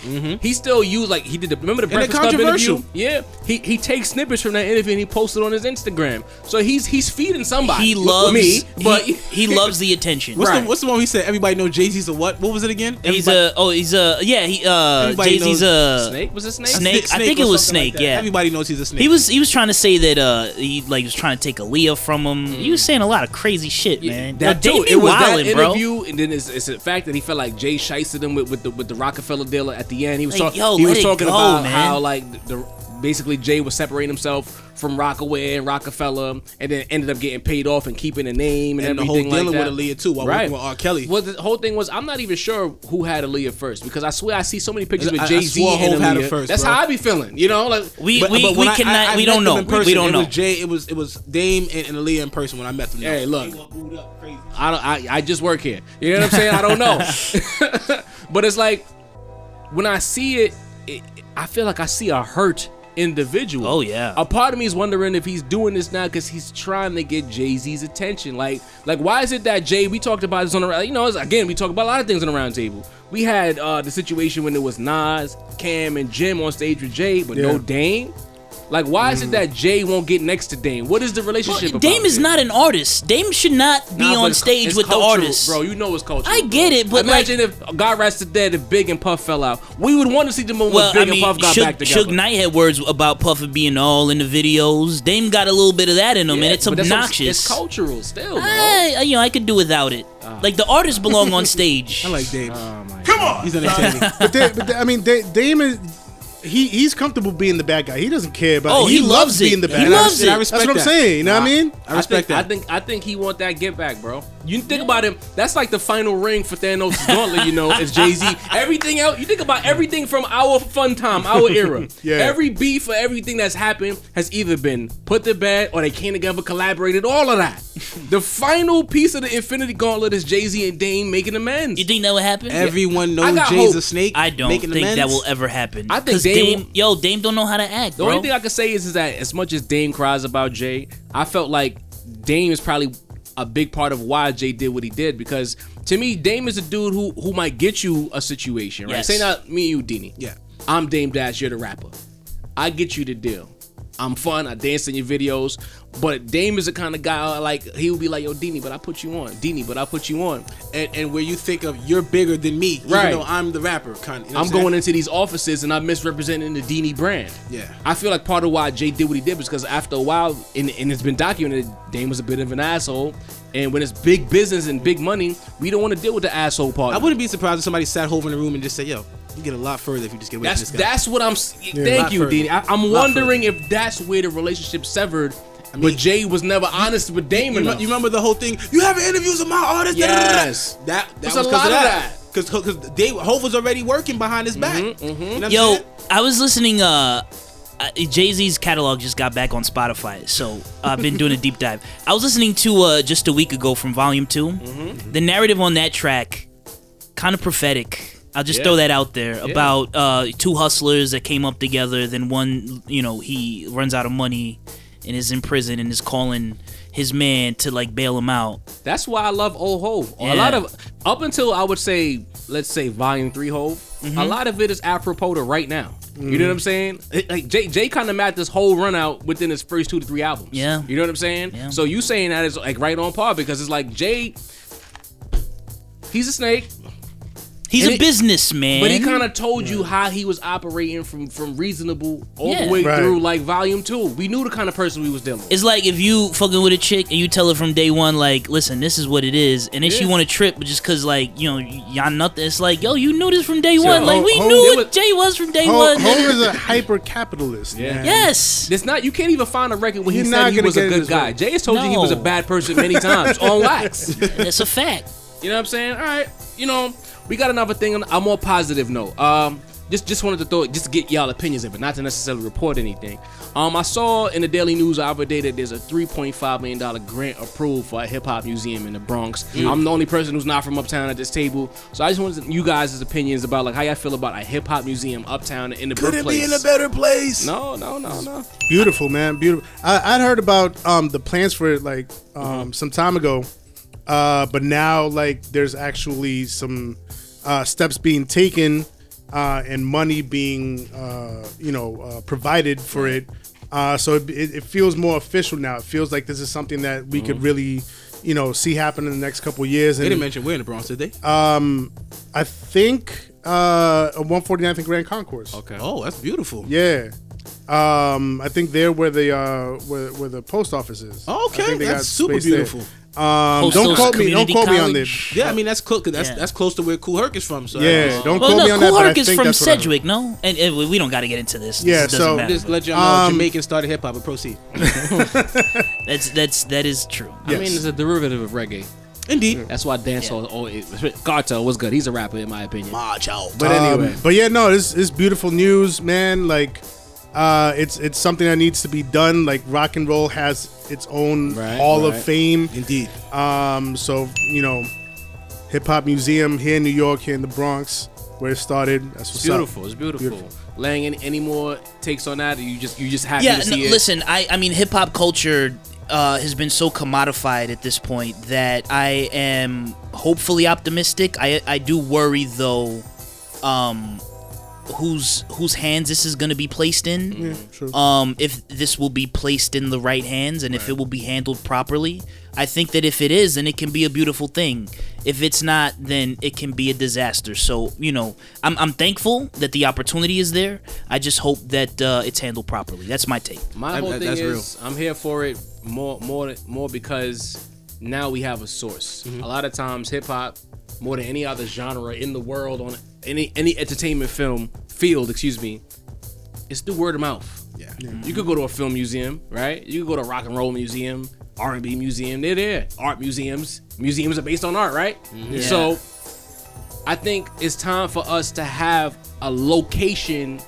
Speaker 5: he still used like he did the remember the
Speaker 7: Mm-hmm. And they're
Speaker 5: Breakfast Club interview.
Speaker 7: controversial.
Speaker 5: Yeah, he he takes snippets from that interview and he posted on his Instagram. So he's he's feeding somebody.
Speaker 6: He
Speaker 5: Well,
Speaker 6: loves
Speaker 5: me, but
Speaker 6: he, he loves the attention.
Speaker 7: What's,
Speaker 5: Right.
Speaker 7: the, what's the one we said? Everybody know Jay Z's a what? What was it again?
Speaker 6: He's
Speaker 7: Everybody-
Speaker 6: a oh he's a yeah he uh
Speaker 7: Everybody
Speaker 6: Jay Z's
Speaker 7: knows
Speaker 6: a
Speaker 5: Snake was it Snake?
Speaker 6: Snake. I think
Speaker 7: or
Speaker 6: it was
Speaker 7: something
Speaker 6: Snake,
Speaker 7: that.
Speaker 6: yeah.
Speaker 7: Everybody knows he's a snake.
Speaker 6: He was he was trying to say that uh he like was trying to take Aaliyah from him. You was saying a lot of crazy shit, man.
Speaker 5: Mm. That
Speaker 6: Yo, Dame
Speaker 5: dude,
Speaker 6: be
Speaker 5: it was that
Speaker 6: wildin', bro.
Speaker 5: interview, and then it's, it's the fact that he felt like Jay shysted him with, with the with the Rockefeller deal at the end. He was
Speaker 6: Like,
Speaker 5: talking,
Speaker 6: yo,
Speaker 5: he
Speaker 6: let
Speaker 5: was
Speaker 6: it
Speaker 5: talking
Speaker 6: go,
Speaker 5: about
Speaker 6: man.
Speaker 5: how like the, the basically Jay was separating himself from Rockaway and Rockefeller, and then ended up getting paid off and keeping the name and,
Speaker 7: And the whole
Speaker 5: everything like
Speaker 7: dealing
Speaker 5: that.
Speaker 7: with Aaliyah, too, while working with R. Kelly.
Speaker 5: Well, the whole thing was I'm not even sure who had Aaliyah first because I swear I see so many pictures
Speaker 7: I-
Speaker 5: with
Speaker 7: I
Speaker 5: Jay Z
Speaker 7: swore
Speaker 5: and
Speaker 7: Hov had her
Speaker 5: Aaliyah.
Speaker 7: first,
Speaker 5: That's
Speaker 7: bro.
Speaker 5: how I be feeling, you know. Like
Speaker 6: We
Speaker 7: But-
Speaker 6: we,
Speaker 7: but
Speaker 6: we
Speaker 7: when I-
Speaker 6: cannot
Speaker 7: I- I
Speaker 6: we
Speaker 7: met
Speaker 6: don't
Speaker 7: them
Speaker 6: know
Speaker 7: in person,
Speaker 6: we don't
Speaker 7: it
Speaker 6: know.
Speaker 7: Was Jay, it was it was Dame and, and Aaliyah in person when I met them.
Speaker 5: Hey, look.
Speaker 7: They were booed up crazy.
Speaker 5: I don't. I, I just work here. You know what I'm saying? I don't [laughs] know. but it's like when I see it, it, I feel like I see a hurt individual.
Speaker 6: Oh, yeah.
Speaker 5: A part of me is wondering if he's doing this now because he's trying to get Jay Z's attention. Like, like why is it that Jay? We talked about this on the round- you know it's- again we talked about a lot of things on the roundtable. We had uh, the situation when it was Nas, Cam, and Jim on stage with Jay, but
Speaker 3: Yeah.
Speaker 5: no Dame. Like, why is it that Jay won't get next to Dame? What is the
Speaker 6: Mm. Well,
Speaker 5: relationship? about
Speaker 6: Dame is
Speaker 5: there?
Speaker 6: not an artist. Dame should not be
Speaker 5: Nah, but
Speaker 6: on
Speaker 5: it's-
Speaker 6: stage
Speaker 5: it's
Speaker 6: with the
Speaker 5: cultural,
Speaker 6: artists.
Speaker 5: bro. You know it's cultural.
Speaker 6: I get it, but, like-
Speaker 5: imagine if God rest the dead, if Big and Puff fell out, we would want to see the moment
Speaker 6: Well,
Speaker 5: when
Speaker 6: I
Speaker 5: Big
Speaker 6: mean,
Speaker 5: and Puff got back
Speaker 6: Suge,
Speaker 5: together.
Speaker 6: Suge Knight had words about Puffer being all in the videos. Dame got a little bit of that in him,
Speaker 5: Yeah,
Speaker 6: and it's
Speaker 5: but that's what I'm-
Speaker 6: obnoxious. Ah,
Speaker 5: It's cultural still, bro. Ah.
Speaker 6: I, you know, I could do without it. like the artists
Speaker 5: [laughs]
Speaker 6: belong on stage.
Speaker 7: I like Dave.
Speaker 5: Oh
Speaker 7: Come on, he's [laughs] entertaining.
Speaker 3: But, they, but they- I mean, they, Damon, he he's comfortable being the bad guy. He doesn't care about.
Speaker 6: Oh,
Speaker 3: it.
Speaker 6: he loves it.
Speaker 3: being the
Speaker 6: He
Speaker 3: bad. guy.
Speaker 6: loves it. I
Speaker 7: respect
Speaker 3: That's what I'm
Speaker 7: that.
Speaker 3: saying. You know what I mean?
Speaker 7: I respect
Speaker 5: I
Speaker 7: that.
Speaker 5: think, I think I think he want that get back, bro. You think about him. That's like the final ring for Thanos' gauntlet. You know, is Jay
Speaker 7: [laughs]
Speaker 5: Z. Everything else. You think about everything from our fun time,
Speaker 7: [laughs]
Speaker 5: our era.
Speaker 3: Yeah.
Speaker 5: Every beef for everything that's happened has either been put to bed or they came together, collaborated. All of
Speaker 7: [laughs]
Speaker 5: that. the final piece of the Infinity Gauntlet is Jay Z and Dame making amends.
Speaker 6: you think that would happen?
Speaker 7: Everyone
Speaker 5: I
Speaker 7: knows
Speaker 5: got
Speaker 7: Jay's
Speaker 5: hope.
Speaker 7: a snake.
Speaker 6: I don't
Speaker 7: making
Speaker 6: think that
Speaker 7: amends.
Speaker 6: will ever happen.
Speaker 5: I think
Speaker 6: 'Cause
Speaker 5: Dame-
Speaker 6: Dame, yo, Dame don't know how to act,
Speaker 5: The
Speaker 6: bro.
Speaker 5: only thing I can say is, is that as much as Dame cries about Jay, I felt like Dame is probably a big part of why Jay did what he did because to me, Dame is a dude who who might get you a situation, right?
Speaker 6: Yes.
Speaker 5: Say not me and you, Dini.
Speaker 7: Yeah.
Speaker 5: I'm Dame Dash, you're the rapper. I get you the deal. I'm fun. I dance in your videos, but Dame is the kind of guy like he would be like, "Yo, Dini, but I put you on, Dini, but I put you on."
Speaker 7: and, and where you think of you're bigger than me,
Speaker 5: Right.
Speaker 7: even though I'm the rapper. Kind of, you know
Speaker 5: I'm
Speaker 7: what saying?
Speaker 5: going into these offices and I'm misrepresenting the Dini brand.
Speaker 7: Yeah.
Speaker 5: I feel like part of why Jay did what he did was because after a while, and, and it's been documented, Dame was a bit of an asshole. And when it's big business and big money, we don't want to deal with the asshole part.
Speaker 7: I wouldn't be surprised if somebody sat over in the room and just said, "Yo, you get a lot further if you just get away from
Speaker 5: That's
Speaker 7: this guy."
Speaker 5: that's what I'm. s
Speaker 7: Not
Speaker 5: Thank you,
Speaker 7: further.
Speaker 5: Dini. I, I'm
Speaker 7: Not
Speaker 5: wondering if that's where the relationship severed. but Jay was never honest with Dame
Speaker 7: you,
Speaker 5: enough.
Speaker 7: rem- you remember the whole thing? You have interviews with my artists. da- da- da- da- da."
Speaker 5: Yes.
Speaker 7: that that
Speaker 5: There's
Speaker 7: was
Speaker 5: a
Speaker 7: because of
Speaker 5: lot of
Speaker 7: that. Because they Hope was already working behind his back.
Speaker 5: Mm-hmm,
Speaker 7: You know what I'm
Speaker 6: Yo,
Speaker 7: saying?
Speaker 6: I was listening. Uh, Jay Z's catalog just got back on Spotify, so I've been doing a deep dive. I was listening to uh, just a week ago from Volume 2
Speaker 5: Mm-hmm.
Speaker 6: The narrative on that track, kind of prophetic. I'll just throw that out there about uh, two hustlers that came up together. Then one, you know, he runs out of money and is in prison and is calling his man to like bail him out.
Speaker 5: That's why I love old Hove.
Speaker 6: Yeah.
Speaker 5: A lot of up until I would say, let's say volume three Hove,
Speaker 6: Mm-hmm.
Speaker 5: a lot of it is apropos to right now. You know
Speaker 6: Mm.
Speaker 5: what I'm saying? It- Like Jay, Jay kind of mapped this whole run out within his first two to three albums.
Speaker 6: Yeah.
Speaker 5: You know what I'm saying?
Speaker 6: Yeah.
Speaker 5: So you saying that is like right on par because it's like Jay, he's a snake,
Speaker 6: He's
Speaker 5: And
Speaker 6: a
Speaker 5: it-
Speaker 6: businessman,
Speaker 5: but he kind of told you how he was operating from from reasonable all
Speaker 6: Yeah.
Speaker 5: the way
Speaker 3: Right.
Speaker 5: through like volume two. We knew the kind of person we was dealing. with.
Speaker 6: It's like if you fucking with a chick and you tell her from day one, like, listen, this is what it is, and then she
Speaker 5: Yeah.
Speaker 6: want to trip just cause, like, you know, y'all nothing. It's like, yo, you knew this from day one. Like,
Speaker 3: Ho-
Speaker 6: we
Speaker 3: Ho-
Speaker 6: knew
Speaker 5: there
Speaker 6: what
Speaker 5: was-
Speaker 6: Jay was from day
Speaker 3: Home,
Speaker 6: one.
Speaker 3: Home is a hyper capitalist.
Speaker 5: Yeah.
Speaker 3: Yeah. [laughs]
Speaker 6: yes.
Speaker 5: It's not you can't even find a record where he
Speaker 3: You're
Speaker 5: said
Speaker 3: not
Speaker 5: he
Speaker 3: gonna
Speaker 5: was a
Speaker 3: get it
Speaker 5: good
Speaker 3: this
Speaker 5: guy.
Speaker 3: way.
Speaker 5: Jay has told you he was a
Speaker 6: No.
Speaker 5: bad person
Speaker 3: [laughs]
Speaker 5: many times on wax. You
Speaker 6: That's a fact.
Speaker 5: know what I'm saying? All right, you know we got another thing. On a more positive note. Um, just just wanted to throw just to get y'all opinions of it, not to necessarily report anything. Um, I saw in the Daily News the other day that there's a 3.5 million dollar grant approved for a hip hop museum in the Bronx.
Speaker 3: Mm.
Speaker 5: I'm the only person who's not from uptown at this table, so I just wanted you guys' opinions about like how y'all feel about a hip hop museum uptown in the
Speaker 7: couldn't
Speaker 5: birthplace.
Speaker 7: be in a better place.
Speaker 5: no, no, no, no.
Speaker 3: Beautiful, man. Beautiful. I, I'd heard about um, the plans for it like um,
Speaker 5: Mm-hmm.
Speaker 3: some time ago, uh, but now like there's actually some uh, steps being taken uh, and money being uh, you know uh, provided for it. Uh, so it, it, it feels more official now. It feels like this is something that we
Speaker 5: Mm-hmm.
Speaker 3: could really you know see happen in the next couple years.
Speaker 7: They
Speaker 3: And
Speaker 7: didn't mention we're in the Bronx, did they?
Speaker 3: I think uh, 149th and Grand Concourse.
Speaker 5: Okay.
Speaker 7: oh, that's beautiful.
Speaker 3: Yeah. Um, I think they're where the uh, where, where the post office is. I
Speaker 7: Oh, Okay,
Speaker 3: think they got
Speaker 7: that's super
Speaker 3: space there.
Speaker 7: beautiful.
Speaker 3: Um,
Speaker 6: Postal
Speaker 3: don't quote me. Don't
Speaker 6: Community
Speaker 3: quote me on
Speaker 6: College.
Speaker 3: this.
Speaker 7: Yeah, I mean that's cool. 'cause that's
Speaker 6: Yeah.
Speaker 7: that's close to where Cool Herc is from. So
Speaker 3: Yeah, don't quote
Speaker 6: Well,
Speaker 3: me
Speaker 6: no,
Speaker 3: on that.
Speaker 6: Cool
Speaker 3: but I
Speaker 6: Herc is
Speaker 3: think
Speaker 6: from
Speaker 3: that's what I heard.
Speaker 6: Sedgwick, no? And, and we we don't got to get into this.
Speaker 3: Yeah,
Speaker 6: this doesn't
Speaker 3: so
Speaker 6: matter,
Speaker 7: just
Speaker 6: but
Speaker 7: let y'all know
Speaker 3: Um,
Speaker 7: Jamaican started hip hop. But proceed.
Speaker 6: that's that's that is true.
Speaker 5: I mean, it's a derivative of reggae.
Speaker 7: Indeed.
Speaker 5: That's why dancehall. Oh, [laughs] it, Cartel was good. He's a rapper, in my opinion.
Speaker 7: Watch out.
Speaker 3: But anyway, but yeah, no, this is beautiful news, man. Like, uh, it's it's something that needs to be done. Like, rock and roll has its own
Speaker 5: Right,
Speaker 3: Hall
Speaker 5: right.
Speaker 3: of Fame.
Speaker 7: Indeed.
Speaker 3: Um, so you know, hip hop museum here in New York, here in the Bronx. where it started. That's what's
Speaker 5: It's beautiful.
Speaker 3: up.
Speaker 5: It's beautiful. Lang, any, any more takes on that? Or you just you just happy
Speaker 6: yeah
Speaker 5: to
Speaker 6: no,
Speaker 5: see it?
Speaker 6: listen i i mean hip-hop culture uh, has been so commodified at this point that i am hopefully optimistic i i do worry though um whose whose hands this is going to be placed in
Speaker 5: Mm.
Speaker 3: true.
Speaker 6: um if this will be placed in the right hands and if it will be handled properly i think that if it is then it can be a beautiful thing if it's not then it can be a disaster so you know i'm, I'm thankful that the opportunity is there i just hope that uh, it's handled properly that's my take
Speaker 5: My
Speaker 7: That-
Speaker 5: whole
Speaker 7: that-
Speaker 5: thing
Speaker 7: that's
Speaker 5: is I'm here for it more more more because now we have a source. A lot of times hip hop more than any other genre in the world on any any entertainment film field, excuse me, it's through word of mouth.
Speaker 7: Yeah.
Speaker 5: You could go to a film museum, right? You could go to a rock and roll museum, R and B museum. They're there. Art museums. Museums are based on art, right? So, I think it's time for us to have a location,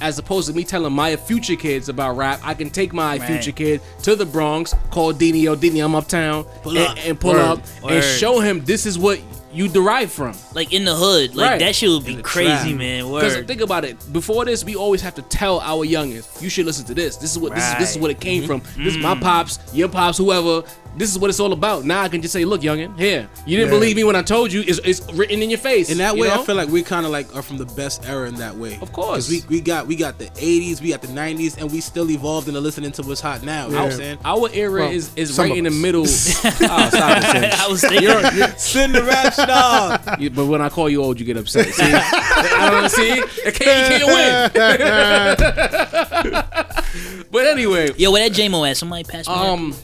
Speaker 5: as opposed to me telling my future kids about rap. I can take my future kid to the Bronx, call Dino, Dino, I'm uptown, and,
Speaker 6: up.
Speaker 5: and pull
Speaker 6: Word.
Speaker 5: up and
Speaker 6: Word.
Speaker 5: show him this is what you derive from.
Speaker 6: like in the hood. Like
Speaker 5: Right.
Speaker 6: that shit would
Speaker 7: In
Speaker 6: be
Speaker 7: the
Speaker 6: crazy,
Speaker 7: trap.
Speaker 6: man.
Speaker 5: Because
Speaker 6: Word.
Speaker 5: think about it. Before this, we always have to tell our youngins, you should listen to this. This is what this, is, this is
Speaker 6: Right.
Speaker 5: what it came from. This is my pops, your pops, whoever. This is what it's all about. Now I can just say, look, youngin, here. You didn't
Speaker 3: Yeah.
Speaker 5: believe me when I told you. It's, it's written in your face.
Speaker 7: In that
Speaker 5: you
Speaker 7: way,
Speaker 5: know?
Speaker 7: I feel like we kind of like are from the best era in that way.
Speaker 5: Of course.
Speaker 7: 'Cause we, we got we got the '80s, we got the '90s, and we still evolved into listening to what's hot now. You know what I'm saying?
Speaker 5: our era
Speaker 3: Well,
Speaker 5: is, is
Speaker 3: some
Speaker 5: right
Speaker 3: of
Speaker 5: in the
Speaker 3: us.
Speaker 5: middle. Oh,
Speaker 6: I was thinking. [laughs]
Speaker 7: Send the rap star.
Speaker 5: You- but when I call you old, you get upset. See, I don't know, see, I can't, you can't win. [laughs] but anyway,
Speaker 6: Yo, where that J Mo at? Somebody pass me. Um,
Speaker 5: Um,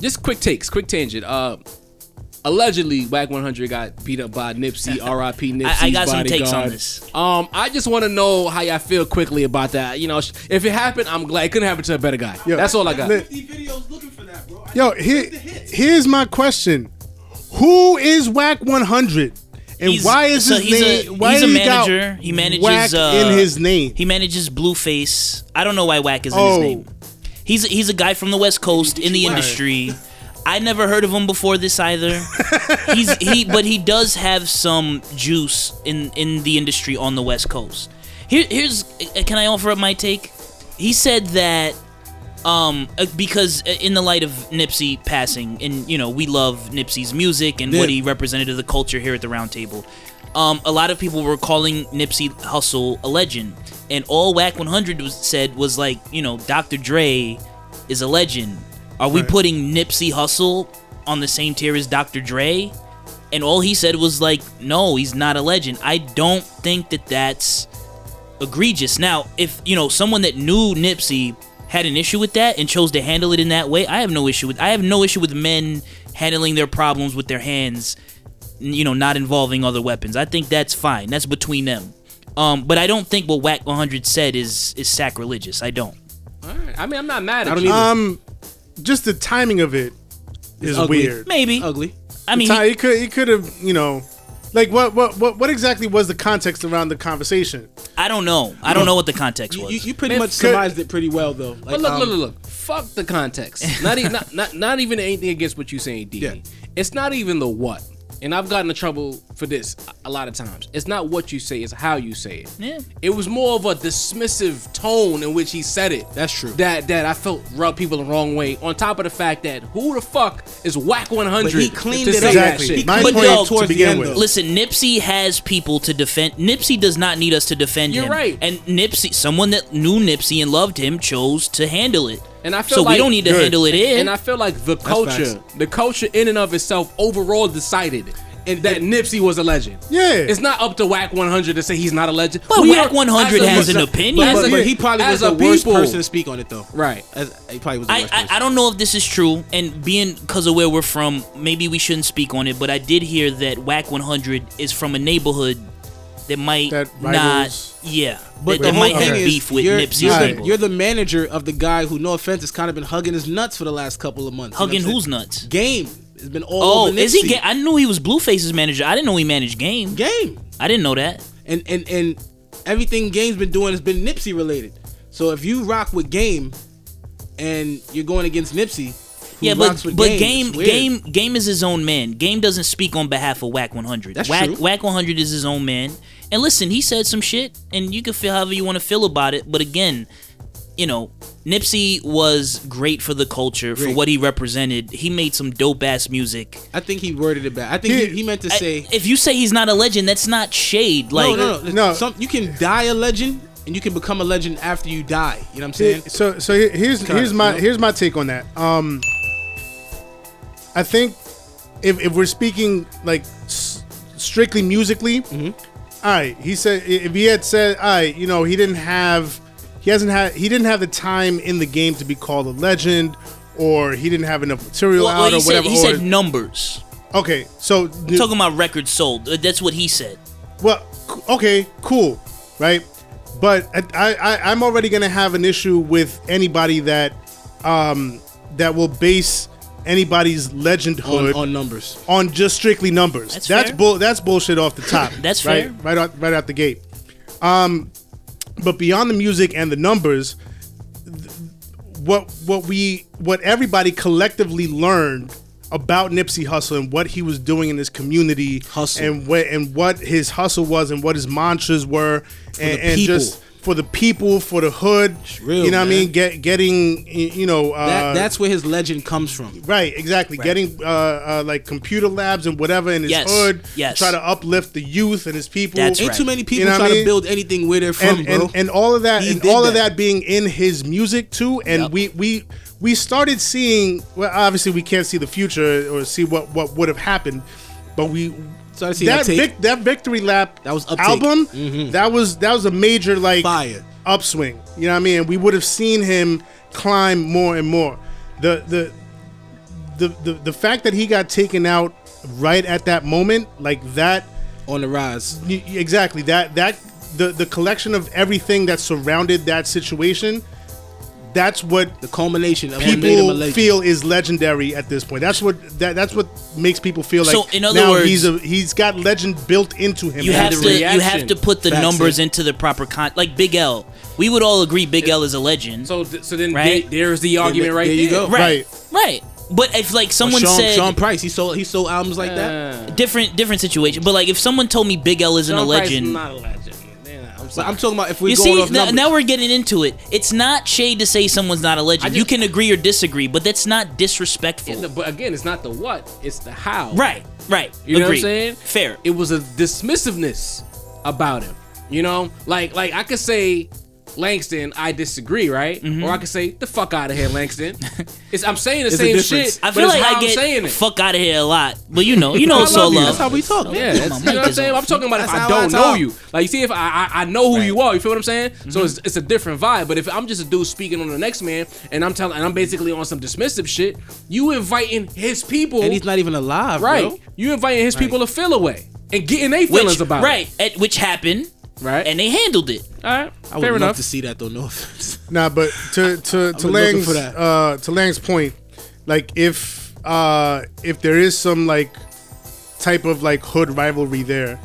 Speaker 5: just quick takes, quick tangent. Uh, allegedly, Whack 100 got beat up by Nipsey, R.I.P. Nipsey.
Speaker 6: [laughs] I got some takes on this.
Speaker 5: Um, I just want to know how y'all feel quickly about that. You know, sh- if it happened, I'm glad it couldn't happen to a better guy.
Speaker 3: Yeah.
Speaker 5: That's all I got.
Speaker 3: Li-
Speaker 7: videos looking for that, bro.
Speaker 3: Yo, here, here's my question: Who is Whack 100, and
Speaker 6: He's-
Speaker 3: why is
Speaker 6: so
Speaker 3: his
Speaker 6: he's a-
Speaker 3: name? why
Speaker 6: he's a
Speaker 3: do you got
Speaker 6: manager. He manages,
Speaker 3: Whack
Speaker 6: uh,
Speaker 3: in his name.
Speaker 6: he manages Blueface. I don't know why Wack is in his
Speaker 3: Oh.
Speaker 6: name. He's a, he's a guy from the West Coast in the industry. I never heard of him before
Speaker 3: [laughs]
Speaker 6: this either. He's he, but he does have some juice in in the industry on the West Coast. Here, here's uh, can I offer up my take? He said that um uh, because uh, in the light of Nipsey passing, and you know we love Nipsey's music and what he represented to the culture here at the Round Table. Um, a lot of people were calling Nipsey Hussle a legend, and all Whack 100 was, said was like, you know, Dr. Dre is a legend. Are we putting Nipsey Hussle on the same tier as Dr. Dre? And all he said was like, no, he's not a legend. I don't think that that's egregious. Now, if you know someone that knew Nipsey had an issue with that and chose to handle it in that way, I have no issue with. I have no issue with men handling their problems with their hands, n- you know, not involving other weapons. I think that's fine. That's between them. Um, but I don't think what Whack 100 said is is sacrilegious. I don't.
Speaker 5: I mean, I'm not mad at
Speaker 7: I don't
Speaker 5: you.
Speaker 7: even.
Speaker 3: um, just the timing of it is
Speaker 7: ugly.
Speaker 3: weird.
Speaker 6: Maybe.
Speaker 7: ugly.
Speaker 6: I mean,
Speaker 3: Ty, he could he could have you know, like what what what what exactly was the context around the conversation?
Speaker 6: I don't know. I don't know what the context
Speaker 7: You,
Speaker 6: was.
Speaker 7: you, you pretty
Speaker 5: Man,
Speaker 7: much
Speaker 3: could-
Speaker 7: surmised it pretty well though. Like,
Speaker 5: But look,
Speaker 7: um,
Speaker 5: look, look, look. Fuck the context. Not,
Speaker 7: [laughs]
Speaker 5: e- not, not, not even anything against what you saying, D.
Speaker 7: Yeah.
Speaker 5: It's not even the what. And I've gotten in trouble for this a- a lot of times. It's not what you say, it's how you say it.
Speaker 6: Yeah.
Speaker 5: It was more of a dismissive tone in which he said it.
Speaker 7: That's true.
Speaker 5: That that I felt rubbed people the wrong way. On top of the fact that who the fuck is whack 100?
Speaker 7: But he
Speaker 5: to
Speaker 7: cleaned it
Speaker 5: say
Speaker 7: up.
Speaker 5: that
Speaker 3: Exactly.
Speaker 5: shit?
Speaker 3: My
Speaker 6: But
Speaker 3: point
Speaker 6: yo,
Speaker 3: to
Speaker 7: towards the
Speaker 3: begin
Speaker 7: end,
Speaker 3: with.
Speaker 7: though.
Speaker 6: Listen, Nipsey has people to defend. Nipsey does not need us to defend
Speaker 5: You're
Speaker 6: him.
Speaker 5: right.
Speaker 6: And Nipsey, someone that knew Nipsey and loved him, chose to handle it.
Speaker 5: And I feel
Speaker 6: so
Speaker 5: like-
Speaker 6: we don't need to
Speaker 5: Good.
Speaker 6: handle it in.
Speaker 5: And I feel like the culture,
Speaker 7: facts.
Speaker 5: the culture in and of itself, overall decided
Speaker 7: And-
Speaker 5: that Nipsey was a legend.
Speaker 3: Yeah.
Speaker 5: it's not up to Whack 100 to say he's not a legend.
Speaker 6: But
Speaker 5: We
Speaker 6: Whack
Speaker 5: are-
Speaker 6: 100
Speaker 5: as a-
Speaker 6: has an
Speaker 5: as a-
Speaker 6: opinion.
Speaker 5: as
Speaker 7: But,
Speaker 5: a-
Speaker 7: but he probably
Speaker 5: as
Speaker 7: was
Speaker 5: a
Speaker 7: the worst
Speaker 5: people-
Speaker 7: person to speak on it though.
Speaker 5: Right.
Speaker 7: As, he probably was the
Speaker 6: I,
Speaker 7: worst person.
Speaker 6: I, I don't know if this is true, and being because of where we're from, maybe we shouldn't speak on it. But I did hear that Whack 100 is from a neighborhood that might
Speaker 3: That
Speaker 6: not,
Speaker 3: rivals-
Speaker 6: yeah,
Speaker 7: But
Speaker 6: that,
Speaker 7: the
Speaker 6: that
Speaker 7: whole
Speaker 6: might have
Speaker 7: thing is,
Speaker 6: beef with
Speaker 7: you're,
Speaker 6: Nipsey's
Speaker 7: you're, the,
Speaker 6: neighborhood.
Speaker 7: you're the manager of the guy who, no offense, has kind of been hugging his nuts for the last couple of months. You know
Speaker 6: hugging
Speaker 7: what I'm
Speaker 6: who's
Speaker 7: saying?
Speaker 6: nuts.
Speaker 7: Game has been all
Speaker 6: Oh,
Speaker 7: over
Speaker 6: is he?
Speaker 7: Nipsey.
Speaker 6: Ga- I knew he was Blueface's manager. I didn't know he managed Game.
Speaker 7: Game
Speaker 6: I didn't know that.
Speaker 7: and and and everything Game's been doing has been Nipsey related. So if you rock with Game and you're going against Nipsey,
Speaker 6: yeah,
Speaker 7: rocks
Speaker 6: but
Speaker 7: with
Speaker 6: but
Speaker 7: Game.
Speaker 6: game
Speaker 7: It's weird.
Speaker 6: game game is his own man. Game doesn't speak on behalf of Whack 100.
Speaker 7: That's
Speaker 6: Whack
Speaker 7: true.
Speaker 6: Whack 100 is his own man. And listen, he said some shit, and you can feel however you want to feel about it. But again, you know, Nipsey was great for the culture for
Speaker 7: Great.
Speaker 6: what he represented. He made some dope ass music.
Speaker 7: I think he worded it bad. I think he,
Speaker 3: He-
Speaker 7: he meant to
Speaker 6: I-
Speaker 7: say
Speaker 6: if you say he's not a legend, that's not shade. Like,
Speaker 7: no, no, no.
Speaker 3: No.
Speaker 7: Some, you can die a legend and you can become a legend after you die. You know what I'm saying?
Speaker 3: So so here- here's
Speaker 7: Kinda,
Speaker 3: here's
Speaker 7: you
Speaker 3: my
Speaker 7: know?
Speaker 3: here's my take on that. Um, I think if if we're speaking like s- strictly musically,
Speaker 6: Mm-hmm.
Speaker 3: all right. He said i- if he had said all right, you know, he didn't have he hasn't had he didn't have the time in the game to be called a legend. Or he didn't have enough material
Speaker 6: well, well,
Speaker 3: out,
Speaker 6: he
Speaker 3: or
Speaker 6: said,
Speaker 3: whatever.
Speaker 6: he
Speaker 3: or-
Speaker 6: said numbers.
Speaker 3: okay, so
Speaker 6: Talking about records sold. Uh, That's what he said.
Speaker 3: Well, c- okay, cool, right? But I, I, I'm already gonna have an issue with anybody that, um, that will base anybody's
Speaker 7: on,
Speaker 3: legendhood on,
Speaker 7: on numbers.
Speaker 3: just strictly numbers.
Speaker 6: That's
Speaker 3: That's
Speaker 6: fair.
Speaker 3: bull. That's bullshit off the top.
Speaker 6: [laughs] That's
Speaker 3: right,
Speaker 6: fair.
Speaker 3: Right out, right out the gate. Um, but beyond the music and the numbers, th- what what we what everybody collectively learned about Nipsey Hussle and what he was doing in his community
Speaker 7: Hustle.
Speaker 3: and what and what his hustle was and what his mantras were and,
Speaker 7: the
Speaker 3: and
Speaker 7: people.
Speaker 3: just for the people for the hood
Speaker 7: real,
Speaker 3: you know what I
Speaker 7: man.
Speaker 3: mean get getting y- you know uh,
Speaker 7: That, that's where his legend comes from.
Speaker 3: Right, exactly. Getting uh, uh, like computer labs and whatever in his
Speaker 6: Yes,
Speaker 3: hood,
Speaker 6: yes.
Speaker 3: try to uplift the youth and his people.
Speaker 6: That's
Speaker 7: Ain't
Speaker 6: right.
Speaker 7: too many people
Speaker 3: You know what I
Speaker 7: trying
Speaker 3: mean?
Speaker 7: to build anything where they're from,
Speaker 3: and,
Speaker 7: bro.
Speaker 3: and and all of that
Speaker 7: He
Speaker 3: and
Speaker 7: did
Speaker 3: all of
Speaker 7: that.
Speaker 3: that being in his music too and
Speaker 6: Yep.
Speaker 3: we we we started seeing well obviously we can't see the future or see what what would have happened but we
Speaker 7: Started seeing
Speaker 3: that
Speaker 7: uptake.
Speaker 3: vic, that victory lap
Speaker 7: That was uptake. Mm-hmm.
Speaker 3: album that was that was a major like
Speaker 7: Fire.
Speaker 3: upswing you know what I mean we would have seen him climb more and more the the the, the, the fact that he got taken out right at that moment like that
Speaker 7: on the rise.
Speaker 3: Y- y- exactly that that the the collection of everything that surrounded that situation that's what
Speaker 7: The culmination of what made him a
Speaker 3: people
Speaker 7: legend.
Speaker 3: feel is legendary at this point that's what that, that's what makes people feel like
Speaker 6: So, in other
Speaker 3: now
Speaker 6: words-
Speaker 3: he's a he's got legend built into him
Speaker 6: You
Speaker 3: now.
Speaker 6: have
Speaker 5: the
Speaker 6: to you have
Speaker 5: reaction.
Speaker 6: to put the
Speaker 7: Facts,
Speaker 6: numbers
Speaker 7: yeah.
Speaker 6: into the proper con. Like Big L, we would all agree Big L is a legend.
Speaker 5: So th- so then
Speaker 6: Right?
Speaker 5: there- there's the argument right
Speaker 7: there you go.
Speaker 6: right, right. But if like someone
Speaker 7: Sean,
Speaker 6: said
Speaker 7: Sean Price, he sold he sold albums like that.
Speaker 5: Uh,
Speaker 6: different different situation, but like if someone told me Big L isn't
Speaker 5: Sean
Speaker 6: a
Speaker 5: Price
Speaker 6: legend,
Speaker 5: is not a legend. Yeah, I'm
Speaker 7: But
Speaker 5: sorry.
Speaker 7: I'm talking about if we're
Speaker 6: you
Speaker 7: going
Speaker 6: see
Speaker 7: off
Speaker 6: now,
Speaker 7: numbers.
Speaker 6: now we're getting into it. It's not shade to say someone's not a legend.
Speaker 5: I
Speaker 6: you
Speaker 5: just-
Speaker 6: can agree or disagree, but that's not disrespectful.
Speaker 5: It's the- but again, it's not the what, it's the how.
Speaker 6: right, right.
Speaker 5: You know what I'm
Speaker 6: Agree.
Speaker 5: saying?
Speaker 6: Fair.
Speaker 5: It was a dismissiveness about him. You know, like like I could say, Langston, I disagree, right? Or I could say, the fuck out of here, Langston. it's, I'm saying the
Speaker 7: a
Speaker 5: same
Speaker 7: difference.
Speaker 5: shit.
Speaker 6: I
Speaker 5: but
Speaker 6: feel
Speaker 5: it's
Speaker 6: like
Speaker 5: how
Speaker 6: I
Speaker 5: I'm saying
Speaker 6: get
Speaker 5: it.
Speaker 6: fuck out of here a lot, but
Speaker 5: [laughs]
Speaker 6: you know, you know, it's
Speaker 5: love
Speaker 6: all
Speaker 5: you.
Speaker 6: love.
Speaker 7: That's how we talk.
Speaker 5: Yeah, that's,
Speaker 6: My
Speaker 5: you
Speaker 6: mic
Speaker 5: know what I'm
Speaker 6: is
Speaker 5: saying.
Speaker 6: on.
Speaker 5: I'm talking about if
Speaker 7: That's
Speaker 5: I
Speaker 7: how I
Speaker 5: don't know
Speaker 7: talk.
Speaker 5: you. Like, you see, if I I, I know who you are, you feel what I'm saying? So it's, it's a different vibe. But if I'm just a dude speaking on the next man, and I'm telling, and I'm basically on some dismissive shit, you inviting his people,
Speaker 7: and he's not even alive,
Speaker 5: right?
Speaker 7: Bro.
Speaker 5: You inviting his people to feel away and getting their feelings
Speaker 6: Which,
Speaker 5: about
Speaker 6: right,
Speaker 5: it,
Speaker 6: at, which happened,
Speaker 5: right?
Speaker 6: and they handled it.
Speaker 5: All right,
Speaker 7: I would
Speaker 5: fair
Speaker 7: love
Speaker 5: enough.
Speaker 7: to see that though. No offense.
Speaker 3: Nah, but to to to
Speaker 7: been looking
Speaker 3: Lang's
Speaker 7: for that.
Speaker 3: uh, to Lang's point, like if uh, if there is some like type of like hood rivalry there,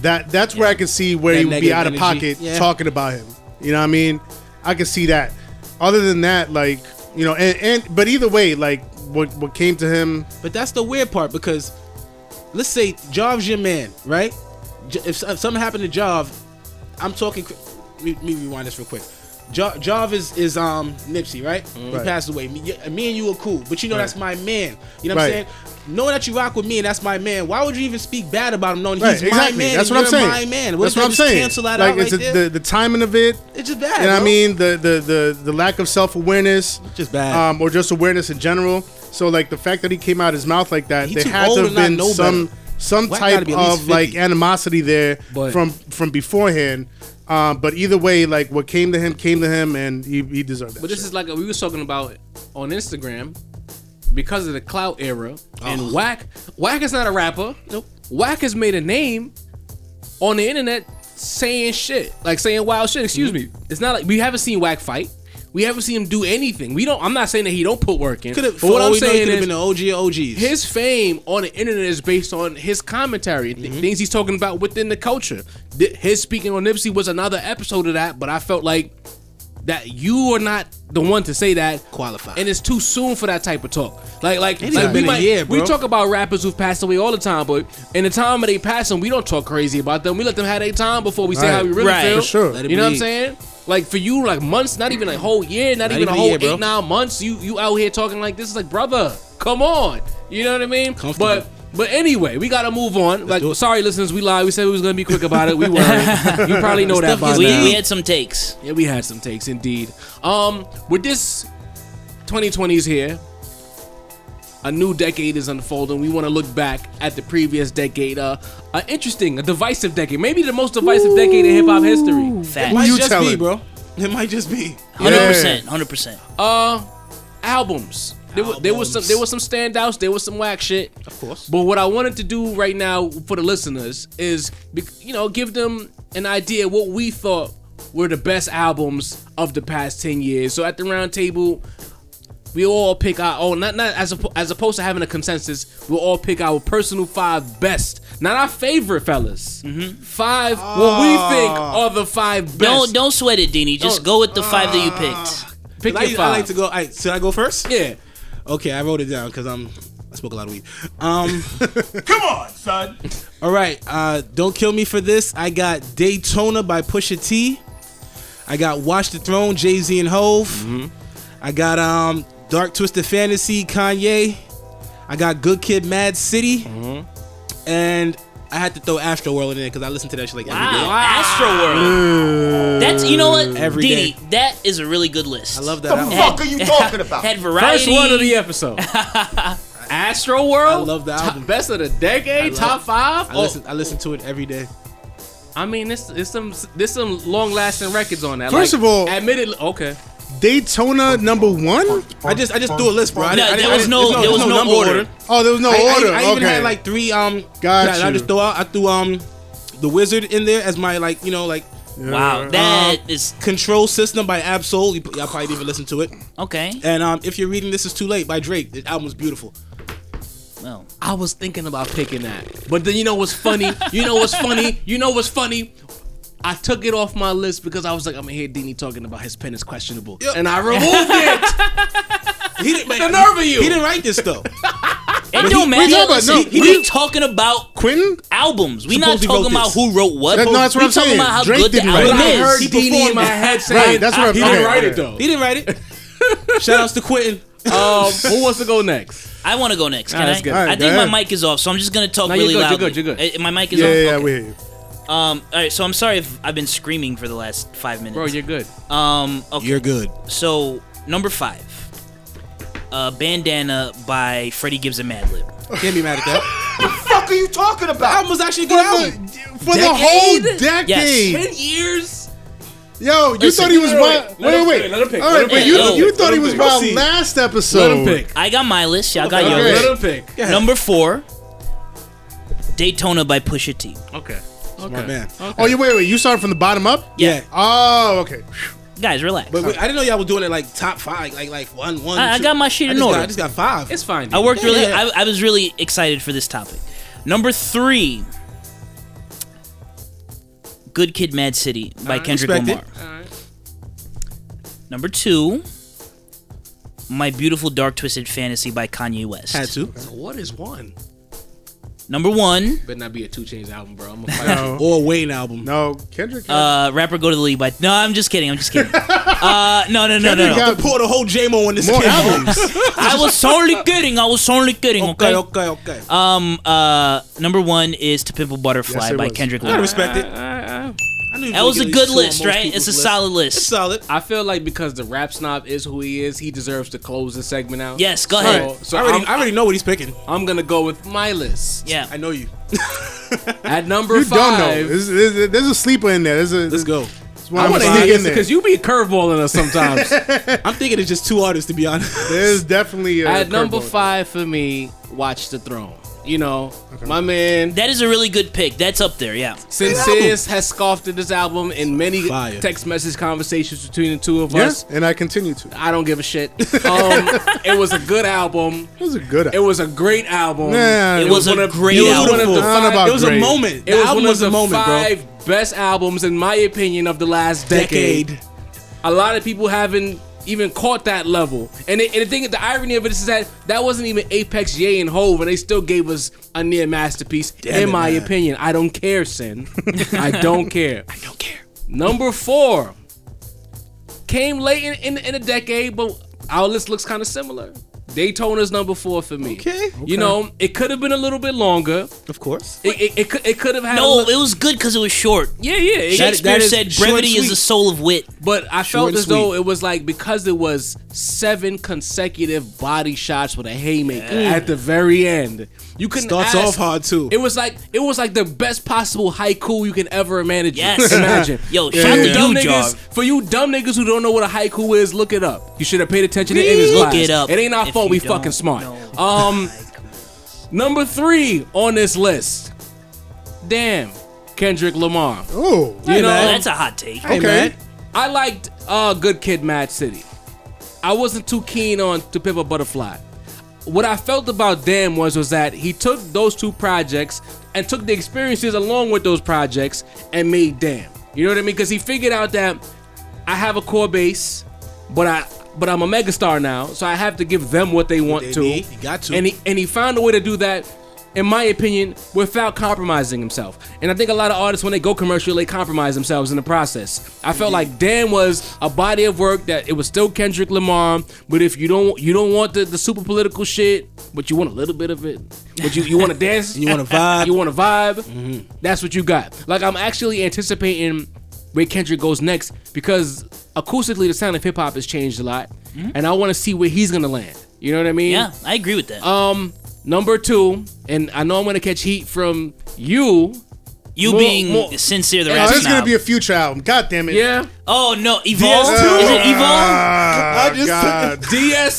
Speaker 3: that that's where I can see where
Speaker 7: That
Speaker 3: he would be
Speaker 7: negative
Speaker 3: out of
Speaker 7: energy.
Speaker 3: pocket
Speaker 7: Yeah.
Speaker 3: talking about him. You know what I mean? I can see that. Other than that, like you know, and, and but either way, like what what came to him,
Speaker 7: But that's the weird part because let's say Job's your man, right? J- If so- if something happened to Job, I'm talking. cr- Let me, let me rewind this real quick. Jo- Jov is is um Nipsey, right? He
Speaker 3: Mm-hmm. Right.
Speaker 7: passed away. Me, y- me and you are cool, but you know that's my man. You know what I'm
Speaker 3: Right.
Speaker 7: saying? Knowing that you rock with me and that's my man, why would you even speak bad about him? Knowing
Speaker 3: right?
Speaker 7: he's
Speaker 3: exactly.
Speaker 7: my man,
Speaker 3: that's
Speaker 7: and
Speaker 3: what I'm
Speaker 7: you're
Speaker 3: saying.
Speaker 7: My man.
Speaker 3: that's
Speaker 7: if
Speaker 3: what
Speaker 7: they
Speaker 3: I'm
Speaker 7: just
Speaker 3: saying.
Speaker 7: Cancel that
Speaker 3: like
Speaker 7: out right
Speaker 3: it's a,
Speaker 7: there?
Speaker 3: the the timing of it.
Speaker 7: it's just bad.
Speaker 3: You know what I
Speaker 7: bro.
Speaker 3: mean? The the the the lack of self awareness,
Speaker 7: Just bad.
Speaker 3: um, or just awareness in general. So like the fact that he came out his mouth like that,
Speaker 7: He
Speaker 3: there
Speaker 7: too
Speaker 3: had
Speaker 7: old
Speaker 3: to
Speaker 7: to
Speaker 3: have
Speaker 7: not
Speaker 3: been
Speaker 7: know
Speaker 3: some
Speaker 7: better.
Speaker 3: some
Speaker 7: Whack gotta
Speaker 3: type
Speaker 7: be at least
Speaker 3: of like
Speaker 7: 50.
Speaker 3: animosity there
Speaker 5: But-
Speaker 3: from from beforehand. Um, but either way, like what came to him came to him, and he, he deserved that.
Speaker 5: But this
Speaker 3: shit.
Speaker 5: is like we was talking about on Instagram because of the clout era and Whack. Whack is not a rapper.
Speaker 7: Oh. Nope.
Speaker 5: Whack has made a name on the internet saying shit, like saying wild shit. Excuse
Speaker 7: Mm-hmm.
Speaker 5: me. It's not like we haven't seen Whack fight. We haven't seen him do anything. We don't. I'm not saying that he don't put work in.
Speaker 7: Could've-
Speaker 5: But
Speaker 7: for
Speaker 5: what
Speaker 7: all
Speaker 5: I'm
Speaker 7: we know, he
Speaker 5: saying
Speaker 7: could have
Speaker 5: is
Speaker 7: been the OG OGs.
Speaker 5: his fame on the internet is based on his commentary and th- things he's talking about within the culture. Th- his speaking on Nipsey was another episode of that, but I felt like that you are not the one to say that
Speaker 7: Qualified.
Speaker 5: and it's too soon for that type of talk. Like, like,
Speaker 7: It
Speaker 5: like
Speaker 7: ain't been a year,
Speaker 5: we
Speaker 7: bro.
Speaker 5: talk about rappers who've passed away all the time, but in the time of they passing, we don't talk crazy about them. We let them have their time before we say
Speaker 3: Right.
Speaker 5: how we really
Speaker 6: Right.
Speaker 5: feel.
Speaker 6: For
Speaker 3: sure.
Speaker 7: Let
Speaker 5: You
Speaker 7: it
Speaker 5: know what I'm
Speaker 7: bleed.
Speaker 5: saying? Like for you, like months, not even a whole year, not, even,
Speaker 7: even
Speaker 5: a
Speaker 7: a
Speaker 5: whole
Speaker 7: year, bro.
Speaker 5: eight nine months. You you out here talking like this is like brother, come on. You know what I mean?
Speaker 7: Comfortable.
Speaker 5: But but anyway, we gotta move on. Like,
Speaker 7: do it.
Speaker 5: sorry, listeners, we lied. We said we was gonna be quick about it. We
Speaker 7: [laughs]
Speaker 5: were. you probably know that
Speaker 7: Stuff
Speaker 5: by
Speaker 7: gets
Speaker 6: We,
Speaker 5: now.
Speaker 7: deep.
Speaker 6: we had some takes.
Speaker 5: Yeah, we had some takes indeed. Um, with this 2020s here, a new decade is unfolding. We want to look back at the previous decade. Uh, an interesting, a divisive decade. Maybe the most divisive decade in hip hop history.
Speaker 7: It
Speaker 6: Fact.
Speaker 7: might
Speaker 3: you
Speaker 7: just
Speaker 3: telling?
Speaker 7: be, bro. It might just be.
Speaker 6: Hundred percent. Hundred percent.
Speaker 5: Uh, albums. There was, there was some there was some standouts. There was some whack shit. Of
Speaker 7: course.
Speaker 5: But what I wanted to do right now for the listeners is, be- you know, give them an idea what we thought were the best albums of the past ten years. So at the round table, we all pick our own. Not not as oppo- as opposed to having a consensus, we'll all pick our personal five best. Not our favorite, fellas.
Speaker 7: Mm-hmm.
Speaker 5: Five what we think
Speaker 7: Ah.
Speaker 5: are the five best.
Speaker 6: Oh, Don't don't sweat it, Dini. Just
Speaker 5: Don't-
Speaker 6: go with the five that you picked.
Speaker 5: pick your
Speaker 7: I,
Speaker 5: five.
Speaker 7: I like to go. I, should I go first?
Speaker 5: yeah.
Speaker 7: Okay, I wrote it down because I'm. I smoke a lot of weed. Um, [laughs] come on, son. All right. Uh, don't kill me for this. I got Daytona by Pusha T. I got Watch the Throne, Jay Z and Hove.
Speaker 5: Mm-hmm.
Speaker 7: I got um, Dark Twisted Fantasy, Kanye. I got Good Kid, Mad City,
Speaker 5: Mm-hmm.
Speaker 7: and I had to throw Astro World in there because I listen to that shit like every day.
Speaker 6: Wow. Astro World. That's you know what,
Speaker 7: Every
Speaker 6: Dini.
Speaker 7: day.
Speaker 6: That is a really good list.
Speaker 7: I love that. album.
Speaker 6: fuck are you talking about? Had variety.
Speaker 5: First one of the episode. [laughs] Astro World.
Speaker 7: I love the
Speaker 5: Top-
Speaker 7: album.
Speaker 5: best of the decade,
Speaker 7: love-
Speaker 5: top five.
Speaker 7: I
Speaker 5: Oh,
Speaker 7: listen, I listen to it every day.
Speaker 5: I mean, this there's some there's some long lasting records on that.
Speaker 3: First
Speaker 5: Like,
Speaker 3: of all-
Speaker 5: admittedly, okay,
Speaker 3: Daytona number one?
Speaker 7: I just I just do a list, bro.
Speaker 6: No,
Speaker 7: I didn't- I
Speaker 6: there
Speaker 7: didn't-
Speaker 6: was
Speaker 7: I
Speaker 6: no-
Speaker 7: didn't-
Speaker 6: there was no order.
Speaker 3: Oh, there was no
Speaker 7: I, I-
Speaker 3: order.
Speaker 7: I, even
Speaker 3: okay.
Speaker 7: had like three um.
Speaker 3: Got
Speaker 7: that I
Speaker 3: you.
Speaker 7: just throw out. I threw um the wizard in there as my like you know like um,
Speaker 6: Wow, that is
Speaker 7: control system by Absol. You, y'all probably didn't even listen to it.
Speaker 6: okay.
Speaker 7: And um, if you're reading this is too late by Drake. The album's beautiful.
Speaker 6: Well,
Speaker 5: I was thinking about picking that, but then you know what's
Speaker 7: [laughs]
Speaker 5: funny? You know what's funny? You know what's funny? I took it off my list because I was like, I'm gonna hear Dini talking about his pen is questionable, and I removed it.
Speaker 7: He didn't,
Speaker 5: The nerve of you.
Speaker 7: He didn't write this though.
Speaker 6: it don't matter.
Speaker 3: talking about-
Speaker 6: Listen,
Speaker 3: no,
Speaker 6: we talking
Speaker 3: [laughs]
Speaker 6: about
Speaker 3: Quentin?
Speaker 6: albums. We not
Speaker 7: Supposedly wrote
Speaker 6: talking about
Speaker 7: this.
Speaker 6: who wrote what.
Speaker 3: That- no, that's what
Speaker 6: we
Speaker 3: I'm
Speaker 6: talking
Speaker 3: saying.
Speaker 6: about how
Speaker 3: Drake
Speaker 6: good the
Speaker 3: didn't write
Speaker 6: album
Speaker 5: I
Speaker 3: it.
Speaker 5: heard
Speaker 6: is.
Speaker 7: He
Speaker 5: Dini in
Speaker 7: performed
Speaker 5: my
Speaker 7: it.
Speaker 5: head saying,
Speaker 3: that's what
Speaker 5: I-
Speaker 3: I'm-
Speaker 5: he didn't
Speaker 3: okay,
Speaker 5: write it
Speaker 3: okay.
Speaker 5: though.
Speaker 7: He didn't write it. Shout outs to Quentin. [laughs]
Speaker 5: Um, who wants to go next?
Speaker 6: I want to go next. Can
Speaker 5: Alright, let's
Speaker 6: I?
Speaker 5: go.
Speaker 6: I
Speaker 3: Alright,
Speaker 6: think
Speaker 3: go
Speaker 6: my
Speaker 3: ahead.
Speaker 6: mic is off, so I'm just gonna talk
Speaker 5: No, you're
Speaker 6: really
Speaker 5: good, you're
Speaker 6: loudly.
Speaker 5: good, you're good.
Speaker 6: Uh, My mic is
Speaker 3: Yeah,
Speaker 6: off.
Speaker 3: yeah, yeah,
Speaker 6: Okay.
Speaker 3: we hear you.
Speaker 6: Um. All right. So I'm sorry if I've been screaming for the last five minutes.
Speaker 5: Bro, you're good.
Speaker 6: um. Okay.
Speaker 7: You're good.
Speaker 6: So number five, uh, "Bandana" by Freddie Gibbs and Madlib.
Speaker 7: Can't be mad at that.
Speaker 2: fuck are you talking
Speaker 7: The
Speaker 2: about?
Speaker 7: album was actually a good album.
Speaker 3: For the whole decade.
Speaker 5: Ten years.
Speaker 3: Yo, you
Speaker 5: Listen,
Speaker 3: thought he was
Speaker 5: wait, wait,
Speaker 3: wild.
Speaker 5: wait, let
Speaker 3: Wait,
Speaker 5: him
Speaker 3: wait.
Speaker 5: pick, let him pick,
Speaker 3: All
Speaker 5: let
Speaker 3: right,
Speaker 5: him
Speaker 3: but
Speaker 5: pick,
Speaker 3: you
Speaker 6: let him
Speaker 3: you
Speaker 6: pick,
Speaker 3: thought
Speaker 5: let
Speaker 3: he
Speaker 5: him
Speaker 3: was
Speaker 5: pick.
Speaker 3: wild
Speaker 5: Go see.
Speaker 3: last
Speaker 5: Let
Speaker 3: episode.
Speaker 5: him pick.
Speaker 6: I got my list. Y'all got
Speaker 5: Okay,
Speaker 6: your
Speaker 3: Okay.
Speaker 5: Let
Speaker 6: list.
Speaker 5: him pick.
Speaker 6: [laughs] Number four, "Daytona" by Pusha T.
Speaker 5: Okay. Okay.
Speaker 7: My man.
Speaker 3: Oh, you wait, wait. You started from the bottom up?
Speaker 7: Yeah.
Speaker 3: Oh,
Speaker 5: [laughs]
Speaker 3: okay.
Speaker 6: Guys, relax.
Speaker 7: But we, I didn't know y'all were doing it like top five, like like one, one.
Speaker 6: I- I
Speaker 7: two.
Speaker 6: got my shit
Speaker 7: I
Speaker 6: in
Speaker 7: just got-
Speaker 6: order.
Speaker 7: I just got five.
Speaker 5: It's fine.
Speaker 6: I
Speaker 5: dude.
Speaker 6: worked
Speaker 7: Yeah,
Speaker 6: really.
Speaker 7: yeah.
Speaker 6: I, I was really excited for this topic. Number three, "Good Kid, Mad City" by Kendrick
Speaker 7: respect
Speaker 6: Lamar. Number two, "My Beautiful Dark Twisted Fantasy" by Kanye West.
Speaker 7: had to.
Speaker 5: So what is one?
Speaker 6: Number one,
Speaker 5: Better not be a two chains album, bro. [laughs] I'm gonna fight you.
Speaker 7: Or a Wayne album.
Speaker 3: No, Kendrick.
Speaker 6: uh, rapper go to the league by. No, I'm just kidding. I'm just
Speaker 7: [laughs]
Speaker 6: kidding. uh, no, no, no, no,
Speaker 3: Kendrick
Speaker 6: no.
Speaker 3: got-
Speaker 7: I poured a whole J-Mo in this
Speaker 3: more
Speaker 7: kid.
Speaker 3: albums.
Speaker 6: I was only kidding. I was only kidding. Okay.
Speaker 7: Okay, okay, okay.
Speaker 6: Um. Uh. Number one is "To Pimp a Butterfly"
Speaker 3: Yes, it
Speaker 6: by
Speaker 3: was.
Speaker 6: Kendrick
Speaker 7: I
Speaker 6: Lamar.
Speaker 7: respect it. I knew you
Speaker 6: That
Speaker 7: were
Speaker 6: was a
Speaker 7: gonna
Speaker 6: good
Speaker 7: chew on
Speaker 6: list,
Speaker 7: most
Speaker 6: right? It's
Speaker 7: people's
Speaker 6: a
Speaker 7: list.
Speaker 6: solid
Speaker 7: It's
Speaker 6: list.
Speaker 7: solid.
Speaker 5: I feel like because the rap snob is who he is, he deserves to close the segment out.
Speaker 6: Yes, go
Speaker 5: So-
Speaker 6: ahead.
Speaker 5: So
Speaker 7: I already,
Speaker 5: I'm,
Speaker 7: I already know what he's picking.
Speaker 5: I'm gonna go with my list.
Speaker 6: Yeah.
Speaker 7: I
Speaker 6: [laughs]
Speaker 7: know you.
Speaker 5: At number
Speaker 3: You don't know.
Speaker 5: five,
Speaker 3: There's, there's, there's a sleeper in there. There's a,
Speaker 7: Let's go.
Speaker 3: There's
Speaker 5: I
Speaker 3: one
Speaker 5: want to
Speaker 3: five.
Speaker 5: hear this because you be curveballing
Speaker 3: [laughs]
Speaker 5: us sometimes.
Speaker 7: I'm thinking it's just two artists, to be honest.
Speaker 3: There's definitely a
Speaker 5: At number
Speaker 3: curveball.
Speaker 5: five for me, Watch the Throne. You know, my man
Speaker 6: That is a really good pick. That's up there. Yeah.
Speaker 5: Sincere has scoffed at this album in many
Speaker 7: Fire.
Speaker 5: text message conversations between the two of
Speaker 3: Yeah,
Speaker 5: us.
Speaker 3: and I continue to.
Speaker 5: I don't give
Speaker 3: [laughs]
Speaker 5: a shit. Um, it was a good album.
Speaker 3: It was a good.
Speaker 5: It was a great album.
Speaker 3: Nah,
Speaker 6: It
Speaker 3: it
Speaker 6: was
Speaker 5: one
Speaker 6: a
Speaker 5: of-
Speaker 6: great
Speaker 5: it was
Speaker 6: album.
Speaker 5: one of the
Speaker 3: Beautiful.
Speaker 5: five-
Speaker 3: Not about
Speaker 7: [laughs] It was a
Speaker 3: Great.
Speaker 7: moment. The
Speaker 5: It was
Speaker 7: album
Speaker 5: one of
Speaker 7: was
Speaker 5: the
Speaker 7: a moment, bro.
Speaker 5: five best albums in my opinion of the last decade.
Speaker 7: Decade.
Speaker 5: a lot of people haven't even caught that level. And, it, and the thing, the irony of it is that that wasn't even Apex, Yay, and Hove, and they still gave us a near masterpiece. in
Speaker 7: it,
Speaker 5: my
Speaker 7: man.
Speaker 5: opinion, I don't care, Sin. I don't care. I don't care. Number four came late in, in, in a decade, but our list looks kind of similar. Daytona's number four for me.
Speaker 7: Okay.
Speaker 5: You know, it could have been a little bit longer.
Speaker 7: Of course.
Speaker 5: It, it, it could it could have had. a
Speaker 6: No,
Speaker 5: li-
Speaker 6: Oh, it was good because it was short.
Speaker 5: yeah, yeah. it-
Speaker 6: Shakespeare
Speaker 7: is
Speaker 6: said
Speaker 7: short and
Speaker 6: brevity is
Speaker 7: sweet.
Speaker 6: the soul of wit.
Speaker 5: But I
Speaker 7: Short
Speaker 5: felt
Speaker 7: and
Speaker 5: as though
Speaker 7: sweet.
Speaker 5: it was like because it was seven consecutive body shots with a haymaker at the very end. You couldn't
Speaker 7: Starts
Speaker 5: ask-
Speaker 7: off hard, too.
Speaker 5: It was like it was like the best possible haiku you can ever imagine. [laughs]
Speaker 6: Yes.
Speaker 5: imagine.
Speaker 6: [laughs] Yo,
Speaker 5: For
Speaker 6: shout
Speaker 5: you
Speaker 6: out to
Speaker 5: dumb
Speaker 6: you,
Speaker 5: niggas,
Speaker 6: Jarv.
Speaker 5: for you dumb niggas who don't know what a haiku is, look it up. You should have paid attention to English
Speaker 6: Look
Speaker 5: class.
Speaker 6: it up
Speaker 5: ain't our
Speaker 6: if
Speaker 5: fault
Speaker 6: you
Speaker 5: we
Speaker 6: don't
Speaker 5: fucking smart.
Speaker 6: know.
Speaker 5: Um, number three on this list. Damn, Kendrick Lamar.
Speaker 3: Oh,
Speaker 5: You know,
Speaker 6: Well, that's a hot take.
Speaker 7: Hey, man.
Speaker 5: I liked uh, Good Kid, Mad City. I wasn't too keen on To Pimp a Butterfly. What I felt about Damn was was that he took those two projects and took the experiences along with those projects and made Damn. You know what I mean? Because he figured out that I have a core base, but I but I'm a megastar now, so I have to give them what they want
Speaker 7: they
Speaker 5: to.
Speaker 7: need. You got to.
Speaker 5: And he and he found a way to do that, in my opinion, without compromising himself. And I think a lot of artists, when they go commercial, they compromise themselves in the process. I felt like Dan was a body of work that it was still Kendrick Lamar, but if you don't you don't want the, the super political shit, but you want a little bit of it, but you you want to dance,
Speaker 7: You want to
Speaker 5: [laughs]
Speaker 7: vibe?
Speaker 5: you want to vibe, that's what you got. Like I'm actually anticipating where Kendrick goes next because acoustically the sound of hip hop has changed a lot, and I want to see where he's gonna land. You know what I mean?
Speaker 6: Yeah, I agree with that.
Speaker 5: Um, number two, and I know I'm gonna catch heat from you.
Speaker 6: you
Speaker 5: more-
Speaker 6: being
Speaker 5: more-
Speaker 6: sincere, the
Speaker 3: Oh,
Speaker 6: rap
Speaker 3: this is
Speaker 6: snob.
Speaker 3: gonna be a future album. God damn it.
Speaker 5: Yeah,
Speaker 6: oh no, Evolve.
Speaker 7: DS2?
Speaker 6: Is it Evolve?
Speaker 3: Ah,
Speaker 7: I just-
Speaker 3: Oh, God.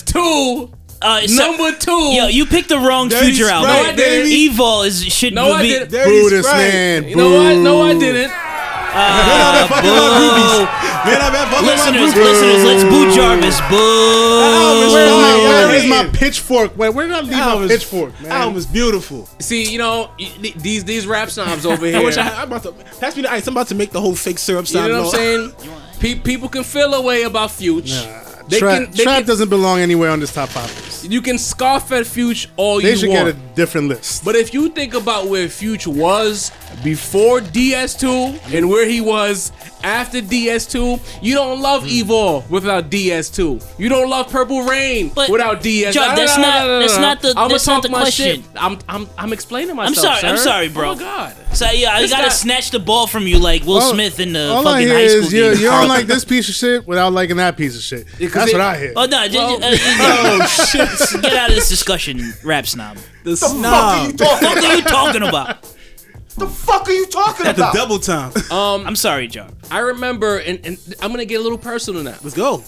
Speaker 5: DS2
Speaker 6: Uh, so-
Speaker 5: number two.
Speaker 6: Yo, you picked the wrong
Speaker 7: Dirty
Speaker 6: future album.
Speaker 7: Sprite, No, I didn't. baby.
Speaker 6: Evil is should
Speaker 5: No, I
Speaker 6: be.
Speaker 5: didn't.
Speaker 7: Dirty
Speaker 3: Boo this
Speaker 7: Sprite.
Speaker 3: man.
Speaker 5: You know what? No, I
Speaker 3: Boo.
Speaker 5: didn't.
Speaker 7: Man, I'm at fucking my groupies. Man, I'm at fucking my
Speaker 6: Listeners,
Speaker 7: groupies.
Speaker 6: listeners, let's boo Jarvis.
Speaker 3: Oh, Where is
Speaker 6: Boo.
Speaker 3: my, where is
Speaker 7: Yeah.
Speaker 3: my pitchfork? Wait, where did I leave
Speaker 7: That
Speaker 3: my
Speaker 7: was-
Speaker 3: pitchfork, man?
Speaker 7: Album is beautiful.
Speaker 5: See, you know y- th- these these rap snobs over here.
Speaker 7: I wish I had. I'm about to pass me the ice. I'm about to make the whole fake syrup
Speaker 5: you
Speaker 7: sound.
Speaker 5: know
Speaker 7: and all.
Speaker 5: what I'm saying? Pe- people can feel a way about Future. They
Speaker 3: Trap,
Speaker 5: can, they
Speaker 3: Trap
Speaker 5: can-
Speaker 3: doesn't belong anywhere on this top five list.
Speaker 5: you can scoff at Future all
Speaker 3: They
Speaker 5: you
Speaker 3: should
Speaker 5: want.
Speaker 3: get a different list.
Speaker 5: But if you think about where Future was before DS2 and where he was after DS2, you don't love Evil without DS2. You don't love Purple Rain
Speaker 6: But,
Speaker 5: without DS.
Speaker 6: Joe, that's not- that's not the-
Speaker 5: I'm
Speaker 6: that's not the
Speaker 5: my
Speaker 6: question.
Speaker 5: Shit. I'm, I'm I'm explaining myself.
Speaker 6: sorry,
Speaker 5: sir.
Speaker 6: I'm sorry, bro.
Speaker 5: Oh my god.
Speaker 6: So yeah, I
Speaker 5: This
Speaker 6: gotta
Speaker 5: guy-
Speaker 6: snatch the ball from you like Will
Speaker 3: All-
Speaker 6: Smith in the
Speaker 3: all I
Speaker 6: fucking
Speaker 3: hear
Speaker 6: high school
Speaker 3: is you,
Speaker 6: game.
Speaker 3: you don't like this piece of shit without liking that piece of shit.
Speaker 5: 'cause
Speaker 3: That's
Speaker 5: it-
Speaker 3: what I hear.
Speaker 6: [laughs] Oh no!
Speaker 5: Well-
Speaker 6: did you- uh, oh shit! [laughs] Get out of this discussion, rap snob.
Speaker 7: The snob.
Speaker 6: What are you talking about?
Speaker 7: At the double time. [laughs]
Speaker 6: I'm sorry, John.
Speaker 5: I remember, and, and I'm gonna get a little personal now.
Speaker 7: Let's go.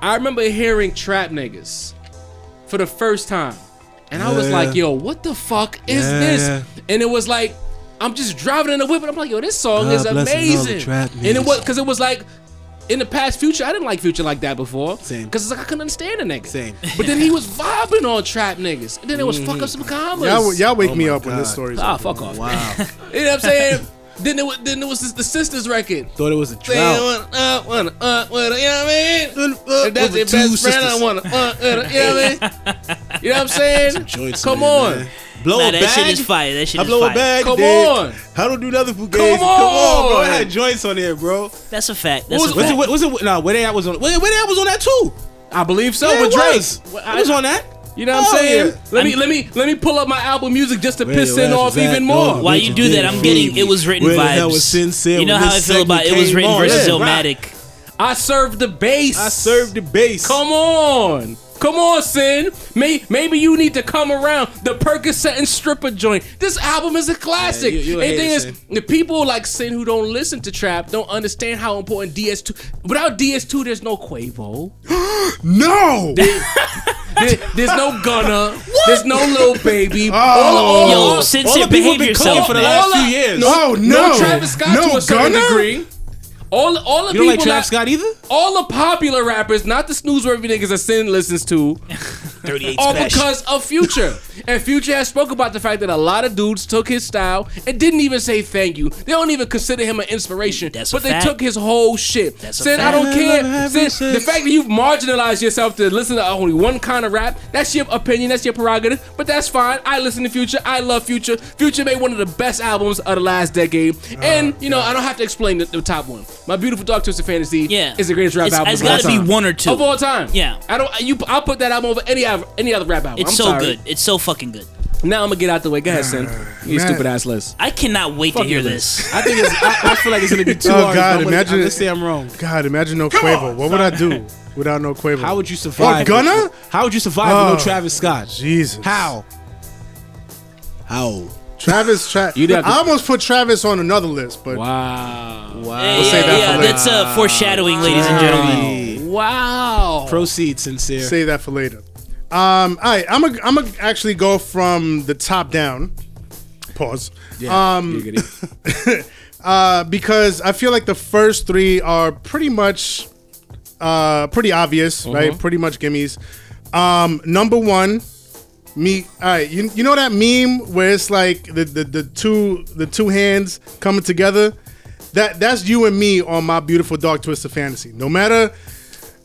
Speaker 5: I remember hearing trap niggas for the first time. And I was
Speaker 7: Yeah.
Speaker 5: like, yo, what the fuck is
Speaker 7: Yeah.
Speaker 5: this? And it was like, I'm just driving in the whip, and I'm like, yo, this song
Speaker 7: God
Speaker 5: is
Speaker 7: bless and love the
Speaker 5: amazing.
Speaker 7: trap
Speaker 5: And it
Speaker 7: niggas.
Speaker 5: was because it was like in the past future, I didn't like future like that before.
Speaker 7: Same.
Speaker 5: Because like I couldn't understand the nigga.
Speaker 7: Same. Mm.
Speaker 5: But then he was vibing on trap niggas. And then it was fuck up some commas.
Speaker 3: Y'all, y'all wake
Speaker 7: Oh
Speaker 3: me
Speaker 7: my
Speaker 3: up when this
Speaker 7: God.
Speaker 3: story's
Speaker 5: ah,
Speaker 3: over.
Speaker 5: fuck off.
Speaker 7: Wow.
Speaker 5: You know what I'm
Speaker 7: [laughs]
Speaker 5: saying? then it was then it was this- the sisters record.
Speaker 7: Thought it was a
Speaker 5: Saying,
Speaker 7: drought.
Speaker 5: uh, uh, uh, you know what I mean? If that's
Speaker 7: That's
Speaker 5: your best friend, I want to. Uh, uh, you know what I
Speaker 6: [laughs]
Speaker 5: mean? You know what I'm saying?
Speaker 7: Joints
Speaker 5: Come
Speaker 7: man,
Speaker 5: on.
Speaker 7: man. Blow
Speaker 6: Nah,
Speaker 7: a
Speaker 6: that
Speaker 7: bag.
Speaker 6: shit is fire. That shit
Speaker 7: I
Speaker 6: is
Speaker 7: blow
Speaker 6: fire.
Speaker 7: a bag.
Speaker 5: Come
Speaker 7: today.
Speaker 5: on.
Speaker 7: I don't do nothing for gays. Come on, bro. I had joints on there, bro.
Speaker 6: That's a fact. That's
Speaker 7: What's
Speaker 6: a
Speaker 7: was,
Speaker 6: fact.
Speaker 7: it? Was it? Nah, where they at was on. Where, where they at was on that too.
Speaker 5: I believe so.
Speaker 7: Yeah,
Speaker 5: with
Speaker 7: it
Speaker 5: Drake,
Speaker 7: was.
Speaker 5: Well,
Speaker 7: It was on that.
Speaker 5: You know what I'm
Speaker 7: Oh,
Speaker 5: saying?
Speaker 7: yeah.
Speaker 5: Let me let me let me pull up my album music just to
Speaker 7: Where
Speaker 5: piss
Speaker 7: your
Speaker 5: in
Speaker 7: ass
Speaker 5: off
Speaker 7: was at,
Speaker 5: even
Speaker 7: dog?
Speaker 5: more.
Speaker 6: Why you do that? I'm getting it was written
Speaker 7: Where the
Speaker 6: vibes.
Speaker 7: hell was sincere
Speaker 6: you know
Speaker 7: when
Speaker 6: how I
Speaker 7: this
Speaker 6: feel about
Speaker 7: segment
Speaker 6: it was
Speaker 7: came
Speaker 6: written
Speaker 7: on?
Speaker 6: versus
Speaker 7: Yeah, right.
Speaker 6: Illmatic.
Speaker 5: I serve the bass.
Speaker 7: I served the base.
Speaker 5: Come on. Come on, Sin. May, maybe you need to come around the Percocet and stripper joint. This album is a classic.
Speaker 7: Yeah, you- you a
Speaker 5: and the thing
Speaker 7: hater,
Speaker 5: is,
Speaker 7: Sin.
Speaker 5: the people like Sin who don't listen to trap don't understand how important DS2. Without DS2, there's no Quavo.
Speaker 3: No!
Speaker 5: There- there's no Gunna. There's no little baby.
Speaker 3: Oh.
Speaker 6: Yo,
Speaker 7: All the
Speaker 6: sincere,
Speaker 7: people
Speaker 6: behave
Speaker 7: been calling
Speaker 6: yourself,
Speaker 7: for the
Speaker 6: man.
Speaker 7: last
Speaker 5: All I-
Speaker 7: few years.
Speaker 3: no, no,
Speaker 5: Travis Scott
Speaker 3: no
Speaker 5: to a certain
Speaker 3: Gunna?
Speaker 5: degree. All all the
Speaker 7: You
Speaker 5: people
Speaker 7: don't like Trav
Speaker 5: that-
Speaker 7: Scott either?
Speaker 5: all the popular rappers, not the snoozeworthy niggas that Sin listens
Speaker 6: [laughs]
Speaker 5: to,
Speaker 6: 38
Speaker 5: all
Speaker 6: special.
Speaker 5: because of Future. and Future has spoke about the fact that a lot of dudes took his style and didn't even say thank you. They don't even consider him an inspiration,
Speaker 6: That's a
Speaker 5: but they
Speaker 6: fact.
Speaker 5: took his whole shit.
Speaker 6: That's a
Speaker 5: Sin, I
Speaker 6: fact.
Speaker 5: don't
Speaker 7: I
Speaker 5: care.
Speaker 7: love
Speaker 5: Sin, the
Speaker 7: everything.
Speaker 5: fact that you've marginalized yourself to listen to only one kind of rap, that's your opinion, that's your prerogative, but that's fine. I listen to Future. I love Future. Future made one of the best albums of the last decade.
Speaker 7: Uh,
Speaker 5: and, you know, I don't have to explain the, the top one. My Beautiful Dark Twisted Fantasy
Speaker 6: Yeah.
Speaker 5: is the greatest rap
Speaker 6: It's-
Speaker 5: album
Speaker 6: it's
Speaker 5: of all
Speaker 6: gotta be
Speaker 5: time.
Speaker 6: one or two.
Speaker 5: Of all time.
Speaker 6: Yeah.
Speaker 5: I don't. You. I'll put that album over any other any other rap album.
Speaker 6: It's
Speaker 5: I'm
Speaker 6: so
Speaker 5: sorry.
Speaker 6: good. It's so fucking good.
Speaker 5: Now I'm gonna get out the way. Go ahead, Sin. You
Speaker 3: Man.
Speaker 5: stupid ass list.
Speaker 6: I cannot wait to hear this.
Speaker 7: I think it's. I, I feel like it's gonna be two
Speaker 3: Oh,
Speaker 7: hours.
Speaker 3: God,
Speaker 7: I'm
Speaker 3: imagine
Speaker 7: Gonna,
Speaker 3: it.
Speaker 7: let's say I'm wrong.
Speaker 3: God, imagine no Quavo. what would I do without no Quavo?
Speaker 7: How would you survive?
Speaker 3: Or Oh, Gunna?
Speaker 7: How would you survive with
Speaker 3: Oh.
Speaker 7: no Travis Scott?
Speaker 3: Jesus.
Speaker 7: How? How?
Speaker 3: Travis. Tra-
Speaker 5: You'd have to-
Speaker 3: I almost put Travis on another list, but
Speaker 5: Wow. Wow.
Speaker 6: Yeah,
Speaker 3: save that
Speaker 6: yeah, yeah,
Speaker 3: for later.
Speaker 6: that's uh, foreshadowing, ladies and gentlemen.
Speaker 5: Wow.
Speaker 7: Proceed, sincere.
Speaker 3: save that for later. Um, all right, I'm gonna I'm gonna actually go from the top down. Pause.
Speaker 5: [laughs]
Speaker 3: Um,
Speaker 5: Giggity.
Speaker 3: uh, because I feel like the first three are pretty much, uh, pretty obvious,
Speaker 5: Mm-hmm.
Speaker 3: right? Pretty much gimmies. Um, number one, me. All right, you you know that meme where it's like the the, the two the two hands coming together. That that's you and me on my beautiful dark twisted fantasy. No matter.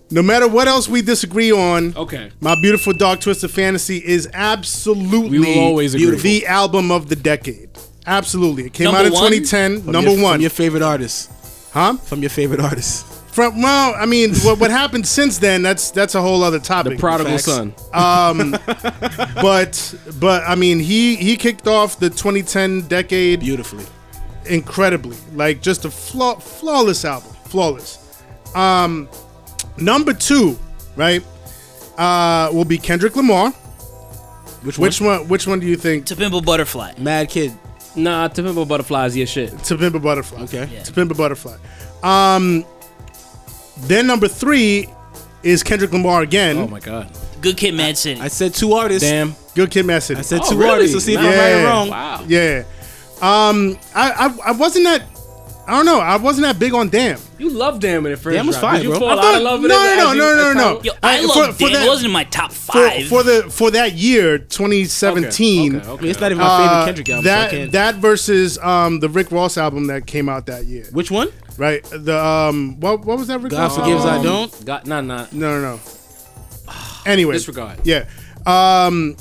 Speaker 3: No matter what else we disagree on,
Speaker 5: Okay.
Speaker 3: my beautiful dark twisted fantasy is absolutely
Speaker 5: We will always agree.
Speaker 3: the album of the decade. Absolutely, it came
Speaker 6: Number
Speaker 3: out in
Speaker 6: one?
Speaker 3: 2010.
Speaker 7: From
Speaker 3: number
Speaker 7: your,
Speaker 3: one,
Speaker 7: From your favorite artist.
Speaker 3: huh?
Speaker 7: From your favorite artist.
Speaker 3: From well, I mean, what, what happened since then? That's that's a whole other topic.
Speaker 5: Prodigal
Speaker 7: Facts.
Speaker 5: son.
Speaker 3: but but I mean, he he kicked off the 2010 decade
Speaker 7: Beautifully.
Speaker 3: incredibly. Like just a flaw, flawless album, flawless. Um, number two, right, uh, will be Kendrick Lamar.
Speaker 7: Which
Speaker 3: Which one? Which one do you think?
Speaker 6: To Pimple Butterfly.
Speaker 7: Mad Kid.
Speaker 5: Nah, to Pimp a Butterflies, your shit.
Speaker 3: To Pimp a Butterfly.
Speaker 7: Okay. Yeah.
Speaker 3: To Pimp a Butterfly. Um, then number three is Kendrick Lamar again.
Speaker 5: Oh my god.
Speaker 6: Good Kid, Mad City.
Speaker 7: I said two artists.
Speaker 5: Damn.
Speaker 3: Good Kid, Mad City.
Speaker 7: I said
Speaker 5: Oh,
Speaker 7: two
Speaker 5: really?
Speaker 7: artists. Let's see if
Speaker 3: Yeah.
Speaker 7: I'm right or wrong.
Speaker 5: Wow.
Speaker 3: yeah. Um, I, I I wasn't that. I don't know. I wasn't that big on Damn.
Speaker 5: You love Damn in the first.
Speaker 7: Damn was
Speaker 5: drop.
Speaker 7: fire,
Speaker 5: Did you
Speaker 7: bro.
Speaker 5: fall
Speaker 3: I
Speaker 5: out
Speaker 3: thought-
Speaker 5: of love with
Speaker 3: no,
Speaker 5: it
Speaker 3: no,
Speaker 5: as
Speaker 3: no,
Speaker 5: you-
Speaker 3: no,
Speaker 5: as
Speaker 3: no,
Speaker 5: how-
Speaker 6: Yo, I,
Speaker 3: I- for-
Speaker 6: love
Speaker 3: for
Speaker 6: Dan.
Speaker 3: that-
Speaker 6: It wasn't in my top
Speaker 3: For,
Speaker 6: five.
Speaker 3: for the for that year, 2017.
Speaker 5: Okay, okay,
Speaker 7: I
Speaker 5: okay.
Speaker 7: mean, it's not even my
Speaker 3: uh,
Speaker 7: favorite Kendrick album. so I
Speaker 3: that
Speaker 7: can't-
Speaker 3: that versus um the Rick Ross album that came out that year,
Speaker 7: Which one?
Speaker 3: right? The um what what was that Rick
Speaker 7: God
Speaker 3: Ross?
Speaker 7: forgives,
Speaker 3: album?
Speaker 7: I don't.
Speaker 5: God, nah, nah.
Speaker 3: No, no, no. Anyway,
Speaker 5: Disregard.
Speaker 3: Yeah. Um,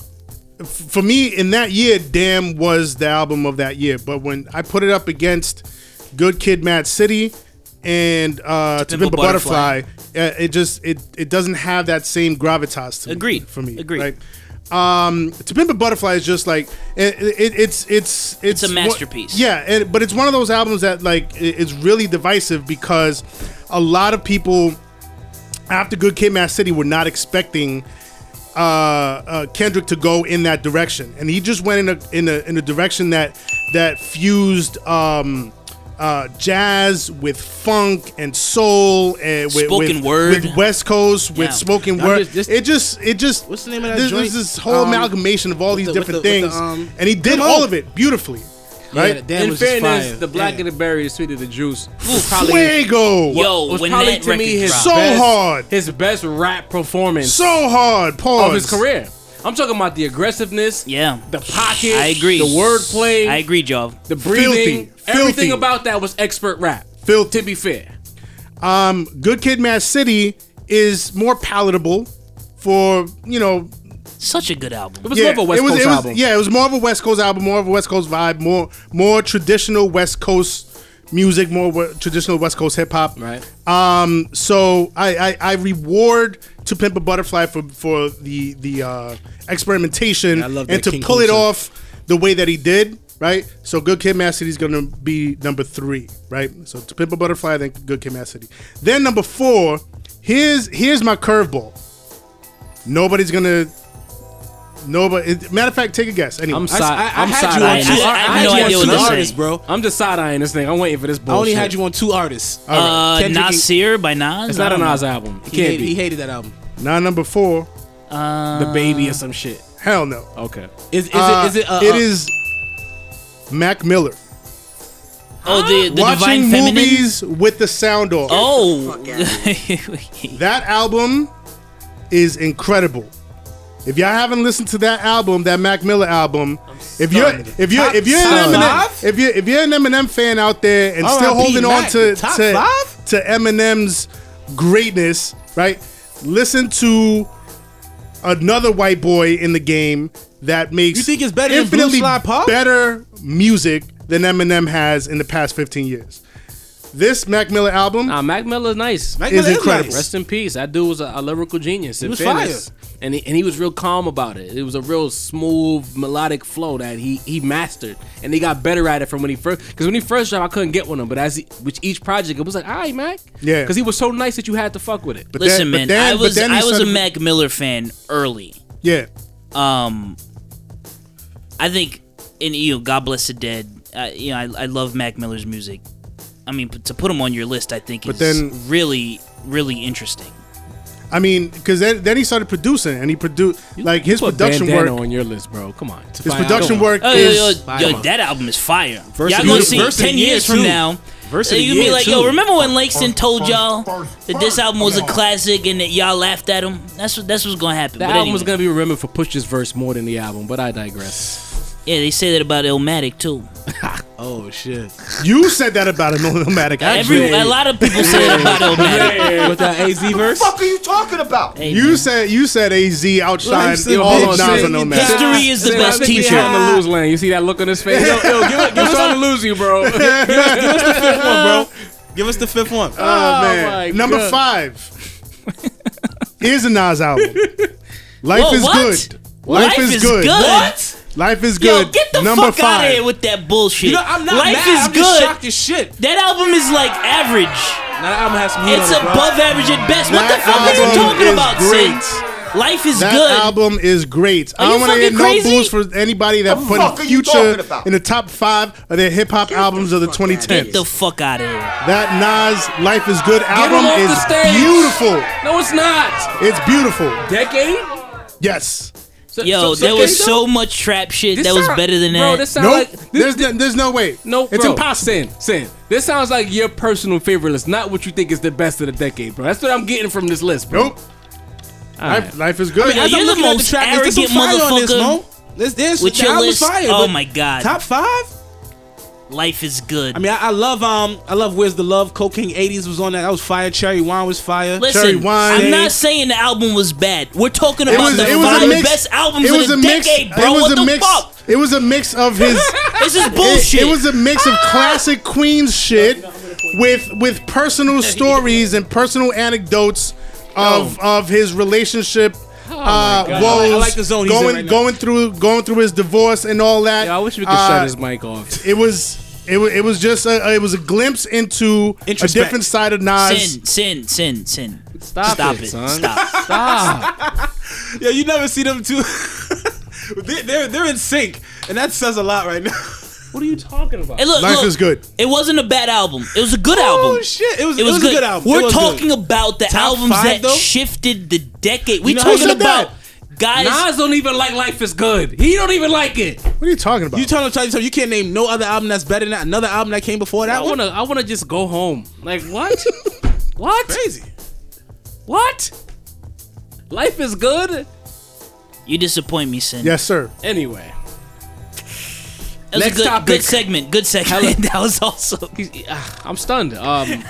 Speaker 3: f- for me, in that year, Damn was the album of that year. But when I put it up against Good Kid, Mad City, and uh, To Pimp a Butterfly, uh, it just it it doesn't have that same gravitas. To me-
Speaker 6: Agreed.
Speaker 3: for me.
Speaker 6: Agreed.
Speaker 3: Right? Um, to Pimp a Butterfly is just like it, it, it's it's it's
Speaker 6: a
Speaker 3: one-
Speaker 6: masterpiece.
Speaker 3: yeah, and, but it's one of those albums that like i- it's really divisive because a lot of people after Good Kid, Mad City were not expecting uh, uh, Kendrick to go in that direction, and he just went in a in a in a direction that that fused um, uh, jazz with funk and soul and with,
Speaker 6: Spoken
Speaker 3: with,
Speaker 6: word.
Speaker 3: with West Coast with
Speaker 6: Yeah.
Speaker 3: spoken
Speaker 7: I'm
Speaker 3: word.
Speaker 7: just- just-
Speaker 3: it just it just
Speaker 7: What's the name of that
Speaker 3: This,
Speaker 7: joint?
Speaker 3: this is whole
Speaker 7: Um,
Speaker 3: amalgamation of all these
Speaker 7: the- with
Speaker 3: different
Speaker 7: the- with
Speaker 3: things,
Speaker 7: the, um,
Speaker 3: and he did
Speaker 7: Come
Speaker 3: all
Speaker 7: on.
Speaker 3: of it beautifully,
Speaker 7: Yeah,
Speaker 3: right?
Speaker 7: Damn
Speaker 5: In
Speaker 7: was just
Speaker 5: fairness,
Speaker 7: fire.
Speaker 5: the black
Speaker 7: Damn.
Speaker 5: of the berry, the sweet of the juice. was probably,
Speaker 3: Fuego,
Speaker 6: Yo,
Speaker 5: was
Speaker 6: when
Speaker 5: probably
Speaker 6: that
Speaker 5: to
Speaker 6: record
Speaker 5: me his
Speaker 6: dropped.
Speaker 3: So
Speaker 5: best-
Speaker 3: hard.
Speaker 5: his best rap performance
Speaker 3: so hard. Pause
Speaker 5: of his career. I'm talking about the aggressiveness.
Speaker 6: yeah.
Speaker 5: The pocket.
Speaker 6: I agree.
Speaker 5: The wordplay.
Speaker 6: I agree, Jov.
Speaker 5: The breathing.
Speaker 3: Filthy. Filthy.
Speaker 5: Everything about that was expert rap.
Speaker 3: Filthy.
Speaker 5: To be fair.
Speaker 3: Um, Good Kid, Mad City is more palatable for you know.
Speaker 6: Such a good album.
Speaker 5: It was more of a West
Speaker 3: it was,
Speaker 5: Coast
Speaker 3: it was-
Speaker 5: album.
Speaker 3: Yeah, it was more of a West Coast album, more of a West Coast vibe, more more traditional West Coast music, more we- traditional West Coast hip hop.
Speaker 5: Right.
Speaker 3: Um, so I, I I reward To Pimp a Butterfly for for the the uh, experimentation
Speaker 7: Yeah, I love
Speaker 3: and to
Speaker 7: that King
Speaker 3: pull it
Speaker 7: Kunta.
Speaker 3: off the way that he did. Right. So Good Kid, Mad City is gonna be number three. Right. So To Pimp a Butterfly, then Good Kid, Mad City. Then number four. Here's here's my curveball. Nobody's gonna. Nobody. it- Matter of fact, take a guess. Anyway,
Speaker 5: I'm
Speaker 7: I,
Speaker 5: side.
Speaker 7: I, I
Speaker 5: am
Speaker 7: had
Speaker 5: side
Speaker 7: you on two.
Speaker 6: I- I- I have
Speaker 7: had
Speaker 6: no
Speaker 7: you on
Speaker 6: idea what
Speaker 7: two
Speaker 6: this is.
Speaker 7: artists, bro.
Speaker 5: I'm just side eyeing this thing. I'm waiting for this
Speaker 7: I
Speaker 5: bullshit.
Speaker 7: only had you on two artists.
Speaker 6: Uh,
Speaker 7: Kendrick-
Speaker 6: Nasir by Nas.
Speaker 5: It's not
Speaker 6: I
Speaker 5: a
Speaker 6: don't
Speaker 5: Nas
Speaker 6: know.
Speaker 5: album. It
Speaker 7: He
Speaker 5: can't
Speaker 7: hated,
Speaker 5: be.
Speaker 7: he hated that album.
Speaker 3: now number four.
Speaker 5: The
Speaker 6: Uh,
Speaker 5: baby or some shit.
Speaker 3: Hell no.
Speaker 5: Okay.
Speaker 7: Is, is
Speaker 3: Uh,
Speaker 7: it? Is it? Uh,
Speaker 3: it
Speaker 7: uh,
Speaker 3: is Mac Miller.
Speaker 6: Oh, the, the
Speaker 3: Watching
Speaker 6: Divine Feminine?
Speaker 3: movies with the sound off.
Speaker 6: Oh.
Speaker 3: That album is incredible. If y'all haven't listened to that album, that Mac Miller album, if you're if you're if you're
Speaker 7: top
Speaker 3: an
Speaker 7: five?
Speaker 3: Eminem, if you if you're an Eminem fan out there and
Speaker 7: R.I.P.
Speaker 3: still holding on
Speaker 7: Mac,
Speaker 3: to
Speaker 7: top
Speaker 3: to,
Speaker 7: five?
Speaker 3: to Eminem's greatness, right? Listen to another white boy in the game that makes
Speaker 7: You think it's better than Blue Sly Pop?
Speaker 3: better music than Eminem has in the past 15 years. This Mac Miller album,
Speaker 6: Uh,
Speaker 5: Nah, Mac Miller's nice.
Speaker 7: Mac
Speaker 3: Is
Speaker 7: Miller
Speaker 3: incredible.
Speaker 5: Rest in peace. That dude was a, a lyrical genius. He
Speaker 7: was
Speaker 5: and he, and he was real calm about it. It was a real smooth melodic flow that he he mastered, and he got better at it from when he first. Because when he first dropped, I couldn't get one of them. But as he, which each project, it was like, all right, Mac.
Speaker 3: Yeah.
Speaker 5: Because he was so nice that you had to fuck with it.
Speaker 3: but then-
Speaker 6: [laughs] Listen,
Speaker 3: but
Speaker 6: man,
Speaker 3: then-
Speaker 6: I
Speaker 3: but
Speaker 6: was
Speaker 3: then he
Speaker 6: I was a
Speaker 3: started-
Speaker 6: Mac Miller fan early.
Speaker 3: Yeah,
Speaker 6: Um, I think, and you know, God bless the dead. I, you know, I, I love Mac Miller's music. I mean, p- to put him on your list, I think is
Speaker 3: then-
Speaker 6: really, really interesting.
Speaker 3: I mean, because then, then he started producing, and he produced like his
Speaker 5: Put
Speaker 3: production
Speaker 5: Bandana
Speaker 3: work.
Speaker 5: on your list, bro. Come on.
Speaker 3: His
Speaker 7: Fire.
Speaker 3: production
Speaker 7: Come on.
Speaker 3: work
Speaker 6: Oh,
Speaker 3: is
Speaker 6: yo, yo, yo,
Speaker 7: fire.
Speaker 6: that album is fire.
Speaker 7: Verse
Speaker 6: y'all
Speaker 7: of
Speaker 6: gonna
Speaker 7: the-
Speaker 6: see
Speaker 7: verse of
Speaker 6: ten
Speaker 7: the
Speaker 6: years
Speaker 7: year,
Speaker 6: from
Speaker 7: too.
Speaker 6: now.
Speaker 7: Verse of
Speaker 6: and
Speaker 7: the
Speaker 6: you be
Speaker 7: year,
Speaker 6: like, yo,
Speaker 7: too.
Speaker 6: remember when Langston told y'all that this album was a classic and that y'all laughed at him? That's what that's what's gonna happen.
Speaker 5: The
Speaker 6: but
Speaker 5: album
Speaker 6: anyway.
Speaker 5: was gonna be remembered for Push's verse more than the album, but I digress.
Speaker 6: yeah, they say that about Illmatic too.
Speaker 7: Oh shit!
Speaker 3: You said that about a nomadic.
Speaker 6: Every, a lot of people say that
Speaker 7: [laughs]
Speaker 6: about Illmatic.
Speaker 7: With that AZ verse,
Speaker 6: Hey, man.
Speaker 3: you said you said AZ outshined
Speaker 7: Life's a
Speaker 3: all
Speaker 7: bitch,
Speaker 3: of
Speaker 7: nigga.
Speaker 3: Nas nomadic.
Speaker 6: History is the
Speaker 5: Sam,
Speaker 6: best
Speaker 5: I think we
Speaker 6: teacher.
Speaker 5: trying to lose lane. You see that look on his face? Yo, yo, give it, give trying to lose you, bro.
Speaker 7: come on, bro. Give us the fifth one.
Speaker 3: Oh
Speaker 5: my
Speaker 3: man, number
Speaker 5: God.
Speaker 3: five is a Nas album. Life
Speaker 6: Whoa,
Speaker 3: is
Speaker 6: what?
Speaker 3: good. Life, is, good.
Speaker 6: What?
Speaker 3: Life is
Speaker 6: Yo,
Speaker 3: good.
Speaker 6: get the
Speaker 3: number
Speaker 6: fuck
Speaker 3: five.
Speaker 6: out of here with that bullshit.
Speaker 7: You know, I'm not
Speaker 6: Life
Speaker 7: mad.
Speaker 6: is
Speaker 7: I'm just
Speaker 6: good.
Speaker 7: shocked as shit.
Speaker 6: that album is like average.
Speaker 7: Now that album has some heat
Speaker 6: It's
Speaker 7: on it, bro.
Speaker 6: above average at best. What the
Speaker 3: That
Speaker 6: fuck are you
Speaker 3: album
Speaker 6: talking
Speaker 3: is
Speaker 6: about,
Speaker 3: great.
Speaker 6: Sid? Life is
Speaker 3: That
Speaker 6: good.
Speaker 3: album is great. I
Speaker 6: Are
Speaker 3: don't
Speaker 6: you
Speaker 3: want to
Speaker 6: fucking
Speaker 3: get no
Speaker 6: crazy?
Speaker 3: boost for anybody that put Future in the top five of their hip hop albums of the 2010s.
Speaker 6: Get the fuck out of here.
Speaker 3: That Nas Life is Good album
Speaker 5: off
Speaker 3: is
Speaker 5: the stage.
Speaker 3: beautiful.
Speaker 5: no, it's not.
Speaker 3: It's beautiful.
Speaker 5: Decade.
Speaker 3: Yes.
Speaker 5: So-
Speaker 6: Yo,
Speaker 5: so- so
Speaker 6: there was
Speaker 5: Decade,
Speaker 6: so
Speaker 5: though?
Speaker 6: much trap shit
Speaker 5: This
Speaker 6: that was
Speaker 5: sound-
Speaker 6: better than
Speaker 5: Bro,
Speaker 6: that.
Speaker 5: this sounds
Speaker 3: Nope.
Speaker 5: like this,
Speaker 3: there's, no, there's no way.
Speaker 5: nope,
Speaker 3: It's
Speaker 5: bro.
Speaker 3: impossible.
Speaker 5: Sin, sin. This sounds like your personal favorite list, not what you think is the best of the decade, bro. That's what I'm getting from this list, bro.
Speaker 3: Nope. Life, life is good.
Speaker 6: mean, I-
Speaker 7: As I'm
Speaker 6: You're the
Speaker 7: looking at
Speaker 6: most
Speaker 7: track, is there some
Speaker 6: arrogant
Speaker 7: fire on this,
Speaker 6: motherfucker
Speaker 7: Mo? This, this,
Speaker 6: With
Speaker 7: the
Speaker 6: your
Speaker 7: album's
Speaker 6: list,
Speaker 7: fire,
Speaker 6: oh
Speaker 7: but
Speaker 6: my god,
Speaker 7: Top five?
Speaker 6: life is good.
Speaker 7: I mean, I, I love um, I love Where's the Love. Cocaine '80s was on that. That was fire. Cherry Wine was fire.
Speaker 3: Cherry
Speaker 6: Listen,
Speaker 3: Wine.
Speaker 6: I'm not saying the album was bad. We're talking
Speaker 3: It
Speaker 6: about
Speaker 3: was,
Speaker 6: the
Speaker 3: it was
Speaker 6: five
Speaker 3: a mix.
Speaker 6: best albums
Speaker 3: it was
Speaker 6: of
Speaker 3: a
Speaker 6: the
Speaker 3: mix.
Speaker 6: decade, bro.
Speaker 3: It was
Speaker 6: what
Speaker 3: a
Speaker 6: the
Speaker 3: mix.
Speaker 6: fuck?
Speaker 3: It was a mix of his.
Speaker 6: [laughs] This is
Speaker 3: it,
Speaker 6: bullshit.
Speaker 3: it was a mix of classic Queens shit with with personal stories and personal anecdotes of of his relationship. uh, woes,
Speaker 7: I like the zone he's in
Speaker 3: going
Speaker 7: right now.
Speaker 3: going through going through his divorce and all that.
Speaker 5: Yeah, I wish we could
Speaker 3: Uh,
Speaker 5: shut his mic off.
Speaker 3: It was it was it was just a, it was a glimpse into a
Speaker 7: Introspect.
Speaker 3: different side of Nas.
Speaker 6: sin, sin, sin, sin.
Speaker 5: Stop,
Speaker 6: Stop
Speaker 5: it,
Speaker 6: it.
Speaker 5: son.
Speaker 6: Stop.
Speaker 5: Stop.
Speaker 7: Yeah, you never see them two. [laughs] they, they're they're in sync, and that says a lot right now.
Speaker 5: what are you talking about?
Speaker 6: Hey, look,
Speaker 3: Life
Speaker 6: look,
Speaker 3: is good.
Speaker 6: It wasn't a bad album. It was a good
Speaker 7: Oh
Speaker 6: album.
Speaker 7: shit! It was
Speaker 6: It was,
Speaker 7: a good album.
Speaker 6: We're
Speaker 7: It was good.
Speaker 6: talking about the albums
Speaker 7: five,
Speaker 6: that
Speaker 7: though?
Speaker 6: shifted the decade. We
Speaker 7: know who
Speaker 6: talking
Speaker 7: said
Speaker 6: about guys.
Speaker 5: Nas don't even like Life is Good. He don't even like it.
Speaker 3: What are you talking about?
Speaker 7: You tell them, tell them, you can't name no other album that's better than that. Another album that came before that
Speaker 5: I
Speaker 7: one.
Speaker 5: wanna, I wanna just go home. Like what? what?
Speaker 7: Crazy.
Speaker 5: What? Life is good.
Speaker 6: you disappoint me, Sin.
Speaker 3: yes, sir.
Speaker 5: Anyway,
Speaker 6: that was
Speaker 5: Next
Speaker 6: a good,
Speaker 5: topic.
Speaker 6: good segment. Good segment. [laughs] that was also. [laughs]
Speaker 5: ah, I'm stunned. [laughs] Um,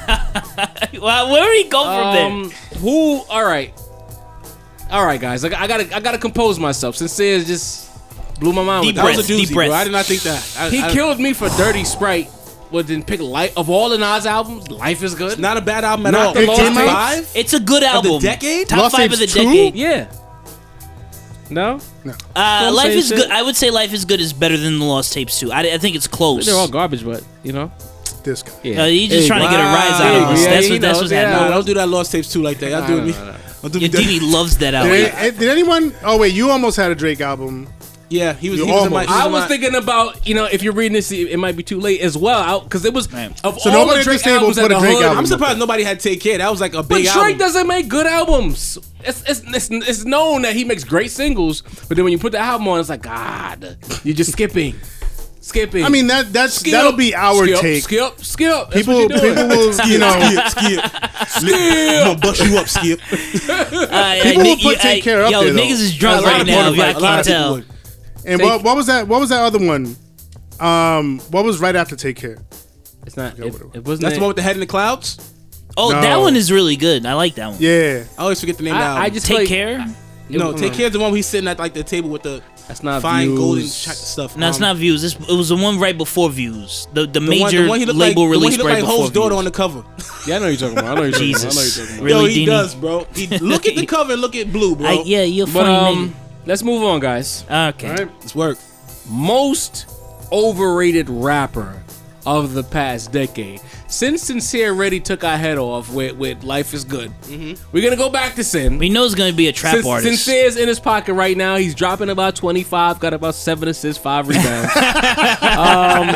Speaker 6: Wow, where we go from
Speaker 5: um, who? All right, all right, guys. I, I gotta, I gotta compose myself. Sincere just blew my mind.
Speaker 6: Deep
Speaker 5: With
Speaker 7: That
Speaker 5: that.
Speaker 7: was a
Speaker 6: Deep
Speaker 7: doozy,
Speaker 6: breath.
Speaker 7: bro. I did not think that. I,
Speaker 5: He
Speaker 7: I-
Speaker 5: killed me for Dirty Sprite. But then pick life of all the Nas albums. Life is good.
Speaker 7: Not a bad album at
Speaker 5: Not
Speaker 7: all.
Speaker 5: the Lost
Speaker 7: Top
Speaker 5: Tapes.
Speaker 7: five.
Speaker 6: there? It's a good album.
Speaker 7: decade?
Speaker 6: Top
Speaker 3: Lost
Speaker 6: five of the
Speaker 3: Tapes two?
Speaker 6: decade.
Speaker 5: yeah. No,
Speaker 6: Uh,
Speaker 5: Don't
Speaker 6: Life
Speaker 5: say
Speaker 6: is
Speaker 5: shit.
Speaker 6: good. I would say Life is good is better than the Lost Tapes too. I, I think it's close.
Speaker 5: they're all garbage, but you know.
Speaker 3: This guy.
Speaker 5: Yeah.
Speaker 6: Uh, he's just trying to get a rise out of us.
Speaker 5: Yeah,
Speaker 6: that's
Speaker 5: he
Speaker 6: what that's what's
Speaker 5: knows. Yeah.
Speaker 7: No,
Speaker 6: happening.
Speaker 7: don't do that Lost Tapes too like that. Y'all do me. Don't do me
Speaker 6: Your DD
Speaker 7: dirty.
Speaker 6: loves that album.
Speaker 3: Did, any- did anyone? Oh wait, you almost had a Drake album.
Speaker 7: Yeah, he was.
Speaker 3: You
Speaker 7: He was in my,
Speaker 3: almost.
Speaker 7: he
Speaker 5: I
Speaker 7: in
Speaker 5: was
Speaker 7: my-
Speaker 5: thinking about you know if you're reading this, it it might be too late as well because it was
Speaker 6: Man.
Speaker 5: of
Speaker 3: So
Speaker 5: all
Speaker 3: nobody
Speaker 5: the
Speaker 3: at this
Speaker 5: Drake
Speaker 3: table
Speaker 5: albums
Speaker 3: put
Speaker 5: at the
Speaker 3: a Drake
Speaker 5: hood.
Speaker 3: album.
Speaker 7: I'm surprised nobody had Take Care. That was like a
Speaker 5: But
Speaker 7: big
Speaker 5: Drake
Speaker 7: album.
Speaker 5: doesn't make good albums. It's, it's, it's, it's known that he makes great singles, but then when you put the album on, it's like God, you're just skipping. Skippy.
Speaker 3: I mean that that's
Speaker 5: Skip,
Speaker 3: that'll be our
Speaker 5: skip,
Speaker 3: take.
Speaker 5: Skip, skip. That's
Speaker 3: People,
Speaker 5: what you doing.
Speaker 3: people
Speaker 5: [laughs]
Speaker 3: will, you know,
Speaker 6: [laughs]
Speaker 7: skip, skip. I'm gonna bust you up, skip.
Speaker 6: Aight,
Speaker 3: People
Speaker 6: aight,
Speaker 3: will put
Speaker 6: nigga, you-
Speaker 3: Take
Speaker 6: aight,
Speaker 3: Care up
Speaker 6: Yo,
Speaker 3: there, though.
Speaker 6: niggas is drunk
Speaker 7: A lot
Speaker 6: right
Speaker 7: of
Speaker 6: now.
Speaker 7: people
Speaker 6: Y'all
Speaker 7: would. A lot
Speaker 6: can't
Speaker 7: of people
Speaker 6: tell.
Speaker 7: would.
Speaker 3: And
Speaker 5: Take-
Speaker 3: what, what was that? What was that other one? Um, what was right after Take Care?
Speaker 5: It's not. It,
Speaker 3: whatever.
Speaker 5: it wasn't.
Speaker 7: That's
Speaker 5: it.
Speaker 7: the one with the head in the clouds.
Speaker 6: Oh,
Speaker 3: No.
Speaker 6: that one is really good. I like that one.
Speaker 3: Yeah,
Speaker 7: I always forget the name. of the
Speaker 5: I, I
Speaker 7: album.
Speaker 5: just feel
Speaker 6: Take
Speaker 5: like-
Speaker 6: care.
Speaker 7: no.
Speaker 5: it-
Speaker 7: Take care of the one where he's sitting at like the table with the
Speaker 5: That's not
Speaker 7: fine
Speaker 5: views.
Speaker 7: golden ch- stuff.
Speaker 6: No, it's
Speaker 7: Um,
Speaker 6: not views. This it was the one right before views. The the,
Speaker 7: the one-
Speaker 6: major
Speaker 7: the one he looked
Speaker 6: label
Speaker 7: like,
Speaker 6: release
Speaker 7: The one
Speaker 6: right
Speaker 7: he looked like
Speaker 6: before
Speaker 7: Hope's daughter
Speaker 6: views.
Speaker 7: on the cover.
Speaker 5: Yeah, I know what you're talking about. I know what you're talking about. I know what
Speaker 6: Jesus.
Speaker 5: you're talking about.
Speaker 6: Really,
Speaker 7: Yo, he
Speaker 6: Dini?
Speaker 7: does, bro.
Speaker 6: [laughs]
Speaker 7: He, look at the cover and look at blue, bro.
Speaker 6: I, yeah, you're a
Speaker 5: But
Speaker 6: funny
Speaker 5: um, let's move on, guys.
Speaker 6: nigga. Okay.
Speaker 3: All right.
Speaker 7: It's work.
Speaker 5: most overrated rapper of the past decade. Since Sincere already took our head off with, with Life is Good, we're going to go back to Sin.
Speaker 6: We know it's gonna be a trap
Speaker 5: Sin-
Speaker 6: artist.
Speaker 5: Sincere's in his pocket right now. He's dropping about 25, got about 7 assists, 5 rebounds. um,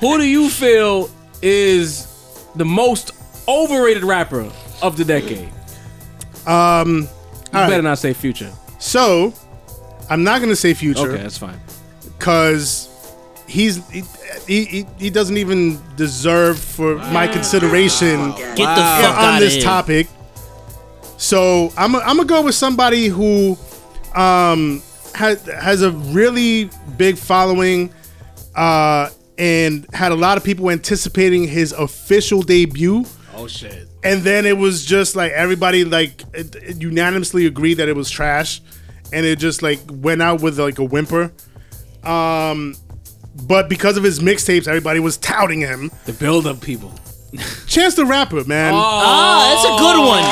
Speaker 5: who do you feel is the most overrated rapper of the decade?
Speaker 3: Um,
Speaker 5: You better not say Future.
Speaker 3: so I'm not gonna say
Speaker 5: Okay,
Speaker 3: Future
Speaker 5: that's fine.
Speaker 3: because he's he, he, he, he doesn't even deserve for my consideration
Speaker 6: Get the
Speaker 7: Wow.
Speaker 6: fuck
Speaker 3: on
Speaker 6: out of
Speaker 3: this
Speaker 6: here.
Speaker 3: topic. So I'm i I'm gonna go with somebody who um has has a really big following uh and had a lot of people anticipating his official debut.
Speaker 5: Oh, shit.
Speaker 3: and then it was just like everybody like it- it unanimously agreed that it was trash and it just like went out with like a whimper um but because of his mixtapes everybody was touting him
Speaker 5: The build up people.
Speaker 3: chance the rapper man
Speaker 5: Oh,
Speaker 6: Ah, that's a good one.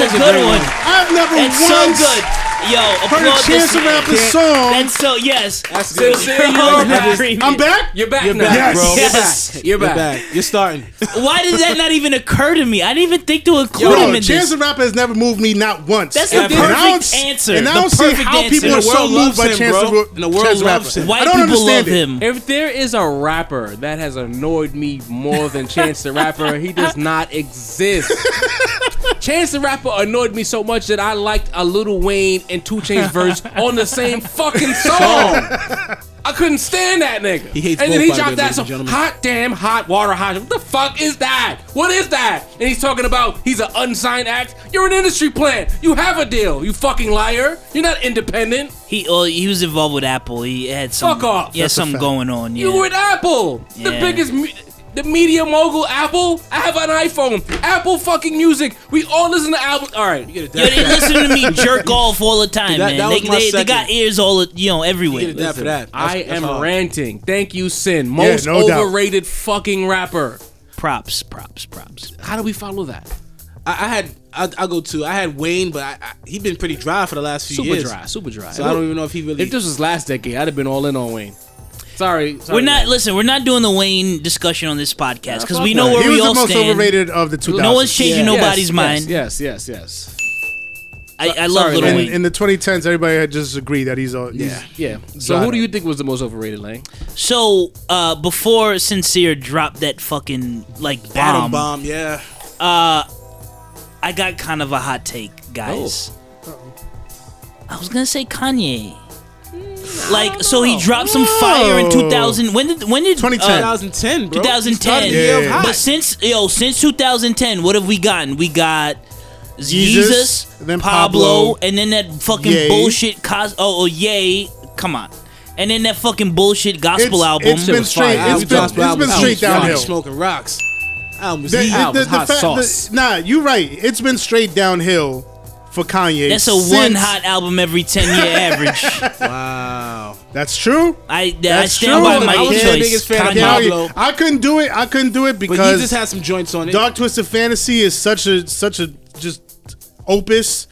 Speaker 5: is
Speaker 6: a
Speaker 5: a
Speaker 6: good
Speaker 5: great
Speaker 6: one.
Speaker 5: one.
Speaker 3: i've never
Speaker 6: That's
Speaker 3: once
Speaker 6: so good. Yo,
Speaker 3: heard
Speaker 6: applaud
Speaker 3: a chance
Speaker 6: this
Speaker 3: the
Speaker 6: man.
Speaker 3: rapper song
Speaker 6: That's so yes. That's
Speaker 5: good. Sincere, you
Speaker 6: [laughs]
Speaker 5: are back.
Speaker 3: i'm back
Speaker 5: You're back
Speaker 7: You're
Speaker 5: now,
Speaker 7: back,
Speaker 5: bro.
Speaker 6: Yes.
Speaker 5: You're back.
Speaker 7: You're back. You're starting.
Speaker 6: [laughs] Why did that not even occur to me? I didn't even think to include him
Speaker 3: Bro,
Speaker 6: in
Speaker 3: Chance
Speaker 6: this.
Speaker 3: the Rapper has never moved me not once.
Speaker 6: That's the
Speaker 3: And I
Speaker 6: perfect
Speaker 3: don't s-
Speaker 6: answer.
Speaker 3: And I
Speaker 6: The
Speaker 3: don't see
Speaker 6: perfect
Speaker 3: how
Speaker 6: answer.
Speaker 3: people are
Speaker 6: The
Speaker 3: so
Speaker 7: world
Speaker 3: moved
Speaker 7: loves
Speaker 3: by
Speaker 7: him,
Speaker 3: Chance
Speaker 7: bro.
Speaker 3: the, Ro-
Speaker 7: And the world
Speaker 3: Chance the
Speaker 7: loves
Speaker 3: Rapper.
Speaker 7: him.
Speaker 3: I
Speaker 6: White
Speaker 3: don't
Speaker 6: people love
Speaker 3: understand it.
Speaker 6: him.
Speaker 5: If there is a rapper that has annoyed me more than Chance the Rapper, he does not
Speaker 7: [laughs]
Speaker 5: exist. Chance the Rapper annoyed me so much that I liked a Little Wayne and Two Chainz verse on the same
Speaker 7: [laughs]
Speaker 5: fucking song. I couldn't stand that nigga.
Speaker 7: He hates
Speaker 5: and then
Speaker 7: both,
Speaker 5: he
Speaker 7: by the
Speaker 5: dropped
Speaker 7: way,
Speaker 5: that
Speaker 7: ladies
Speaker 5: song,
Speaker 7: and gentlemen.
Speaker 5: hot damn hot water hot. What the fuck is that? What is that? And he's talking about he's an unsigned act. You're an industry plant. You have a deal. You fucking liar. You're not independent.
Speaker 6: He oh, he was involved with Apple. He had some
Speaker 5: Fuck off.
Speaker 6: Yeah, something going on. Yeah.
Speaker 5: You with Apple, the
Speaker 6: Yeah.
Speaker 5: biggest, mu- the media mogul. Apple. I have an iPhone. Apple fucking music. We all listen to Apple. All right, you get
Speaker 6: Yo,
Speaker 5: it.
Speaker 6: they listen to me jerk off all the time,
Speaker 7: That-
Speaker 6: man.
Speaker 7: that
Speaker 6: they,
Speaker 7: was my
Speaker 6: they, they got
Speaker 7: second.
Speaker 6: ears all you know everywhere.
Speaker 7: Get it down for that. That's-
Speaker 5: I
Speaker 7: that's
Speaker 5: am
Speaker 7: hard.
Speaker 5: ranting. Thank you, Sin. Most
Speaker 3: no doubt.
Speaker 5: overrated fucking rapper.
Speaker 6: Props, props, props.
Speaker 5: How do we follow that?
Speaker 7: I, I had. I'll, I'll go two. I had Wayne, but I, I, he's been pretty dry for the last few
Speaker 5: Super
Speaker 7: years.
Speaker 5: dry. Super dry.
Speaker 7: So I don't even know if he really.
Speaker 5: If this was last decade, I'd have been all in on Wayne. Sorry, sorry
Speaker 6: We're not
Speaker 5: Wayne.
Speaker 6: listen. We're not doing the Wayne discussion on this podcast because we
Speaker 5: fuck
Speaker 6: know
Speaker 5: that.
Speaker 6: where
Speaker 3: He
Speaker 6: we
Speaker 3: was the
Speaker 6: all
Speaker 3: most
Speaker 6: stand.
Speaker 3: overrated of the 2000s.
Speaker 6: No one's changing
Speaker 5: Yes,
Speaker 6: nobody's
Speaker 5: yes,
Speaker 6: mind.
Speaker 5: Yes, yes, yes.
Speaker 6: I, I love
Speaker 5: Sorry,
Speaker 6: Little
Speaker 5: man.
Speaker 3: in,
Speaker 6: Wayne.
Speaker 3: in the 2010s, everybody had just agreed that he's all. Yeah.
Speaker 5: Yeah. So
Speaker 3: Got
Speaker 5: who do
Speaker 3: it.
Speaker 5: you think was the most overrated, Lang?
Speaker 6: So uh, before Sincere dropped that fucking like bomb,
Speaker 7: Adam bomb, yeah.
Speaker 6: I got kind of a hot take, guys. I was gonna say Kanye. Like so, he dropped some fire in 2000. When did when did
Speaker 3: 2010.
Speaker 7: 2010, bro.
Speaker 6: 2010.
Speaker 7: Yeah.
Speaker 3: Yeah.
Speaker 6: But since yo, since 2010, what have we gotten? We got Jesus,
Speaker 3: Jesus, then
Speaker 6: Pablo,
Speaker 3: Pablo,
Speaker 6: and then that fucking
Speaker 3: Ye.
Speaker 6: bullshit cos oh, oh yay. Come on. And then that fucking bullshit gospel
Speaker 3: It's-
Speaker 6: album.
Speaker 3: it's been straight.
Speaker 5: fire.
Speaker 3: It's
Speaker 5: It
Speaker 3: been,
Speaker 5: was
Speaker 3: it's been straight downhill.
Speaker 7: Smoking rocks. Album was
Speaker 3: The-
Speaker 7: heat.
Speaker 3: the-
Speaker 5: album,
Speaker 3: the- the
Speaker 5: hot
Speaker 3: fact- the-
Speaker 5: sauce.
Speaker 3: Nah, you're right. It's been straight downhill for Kanye.
Speaker 6: That's a
Speaker 3: since-
Speaker 6: one hot album every 10
Speaker 3: [laughs]
Speaker 6: year average.
Speaker 7: Wow.
Speaker 3: That's true.
Speaker 6: I, I
Speaker 3: That's
Speaker 6: stand
Speaker 3: true.
Speaker 6: by my
Speaker 3: I
Speaker 7: was the
Speaker 6: choice.
Speaker 7: biggest fan of
Speaker 6: Kanye.
Speaker 7: Pablo.
Speaker 3: Yeah, I couldn't do it. I couldn't do it
Speaker 7: But he
Speaker 3: because
Speaker 7: just had some joints on it.
Speaker 3: Dark Twisted Fantasy is such a such a just opus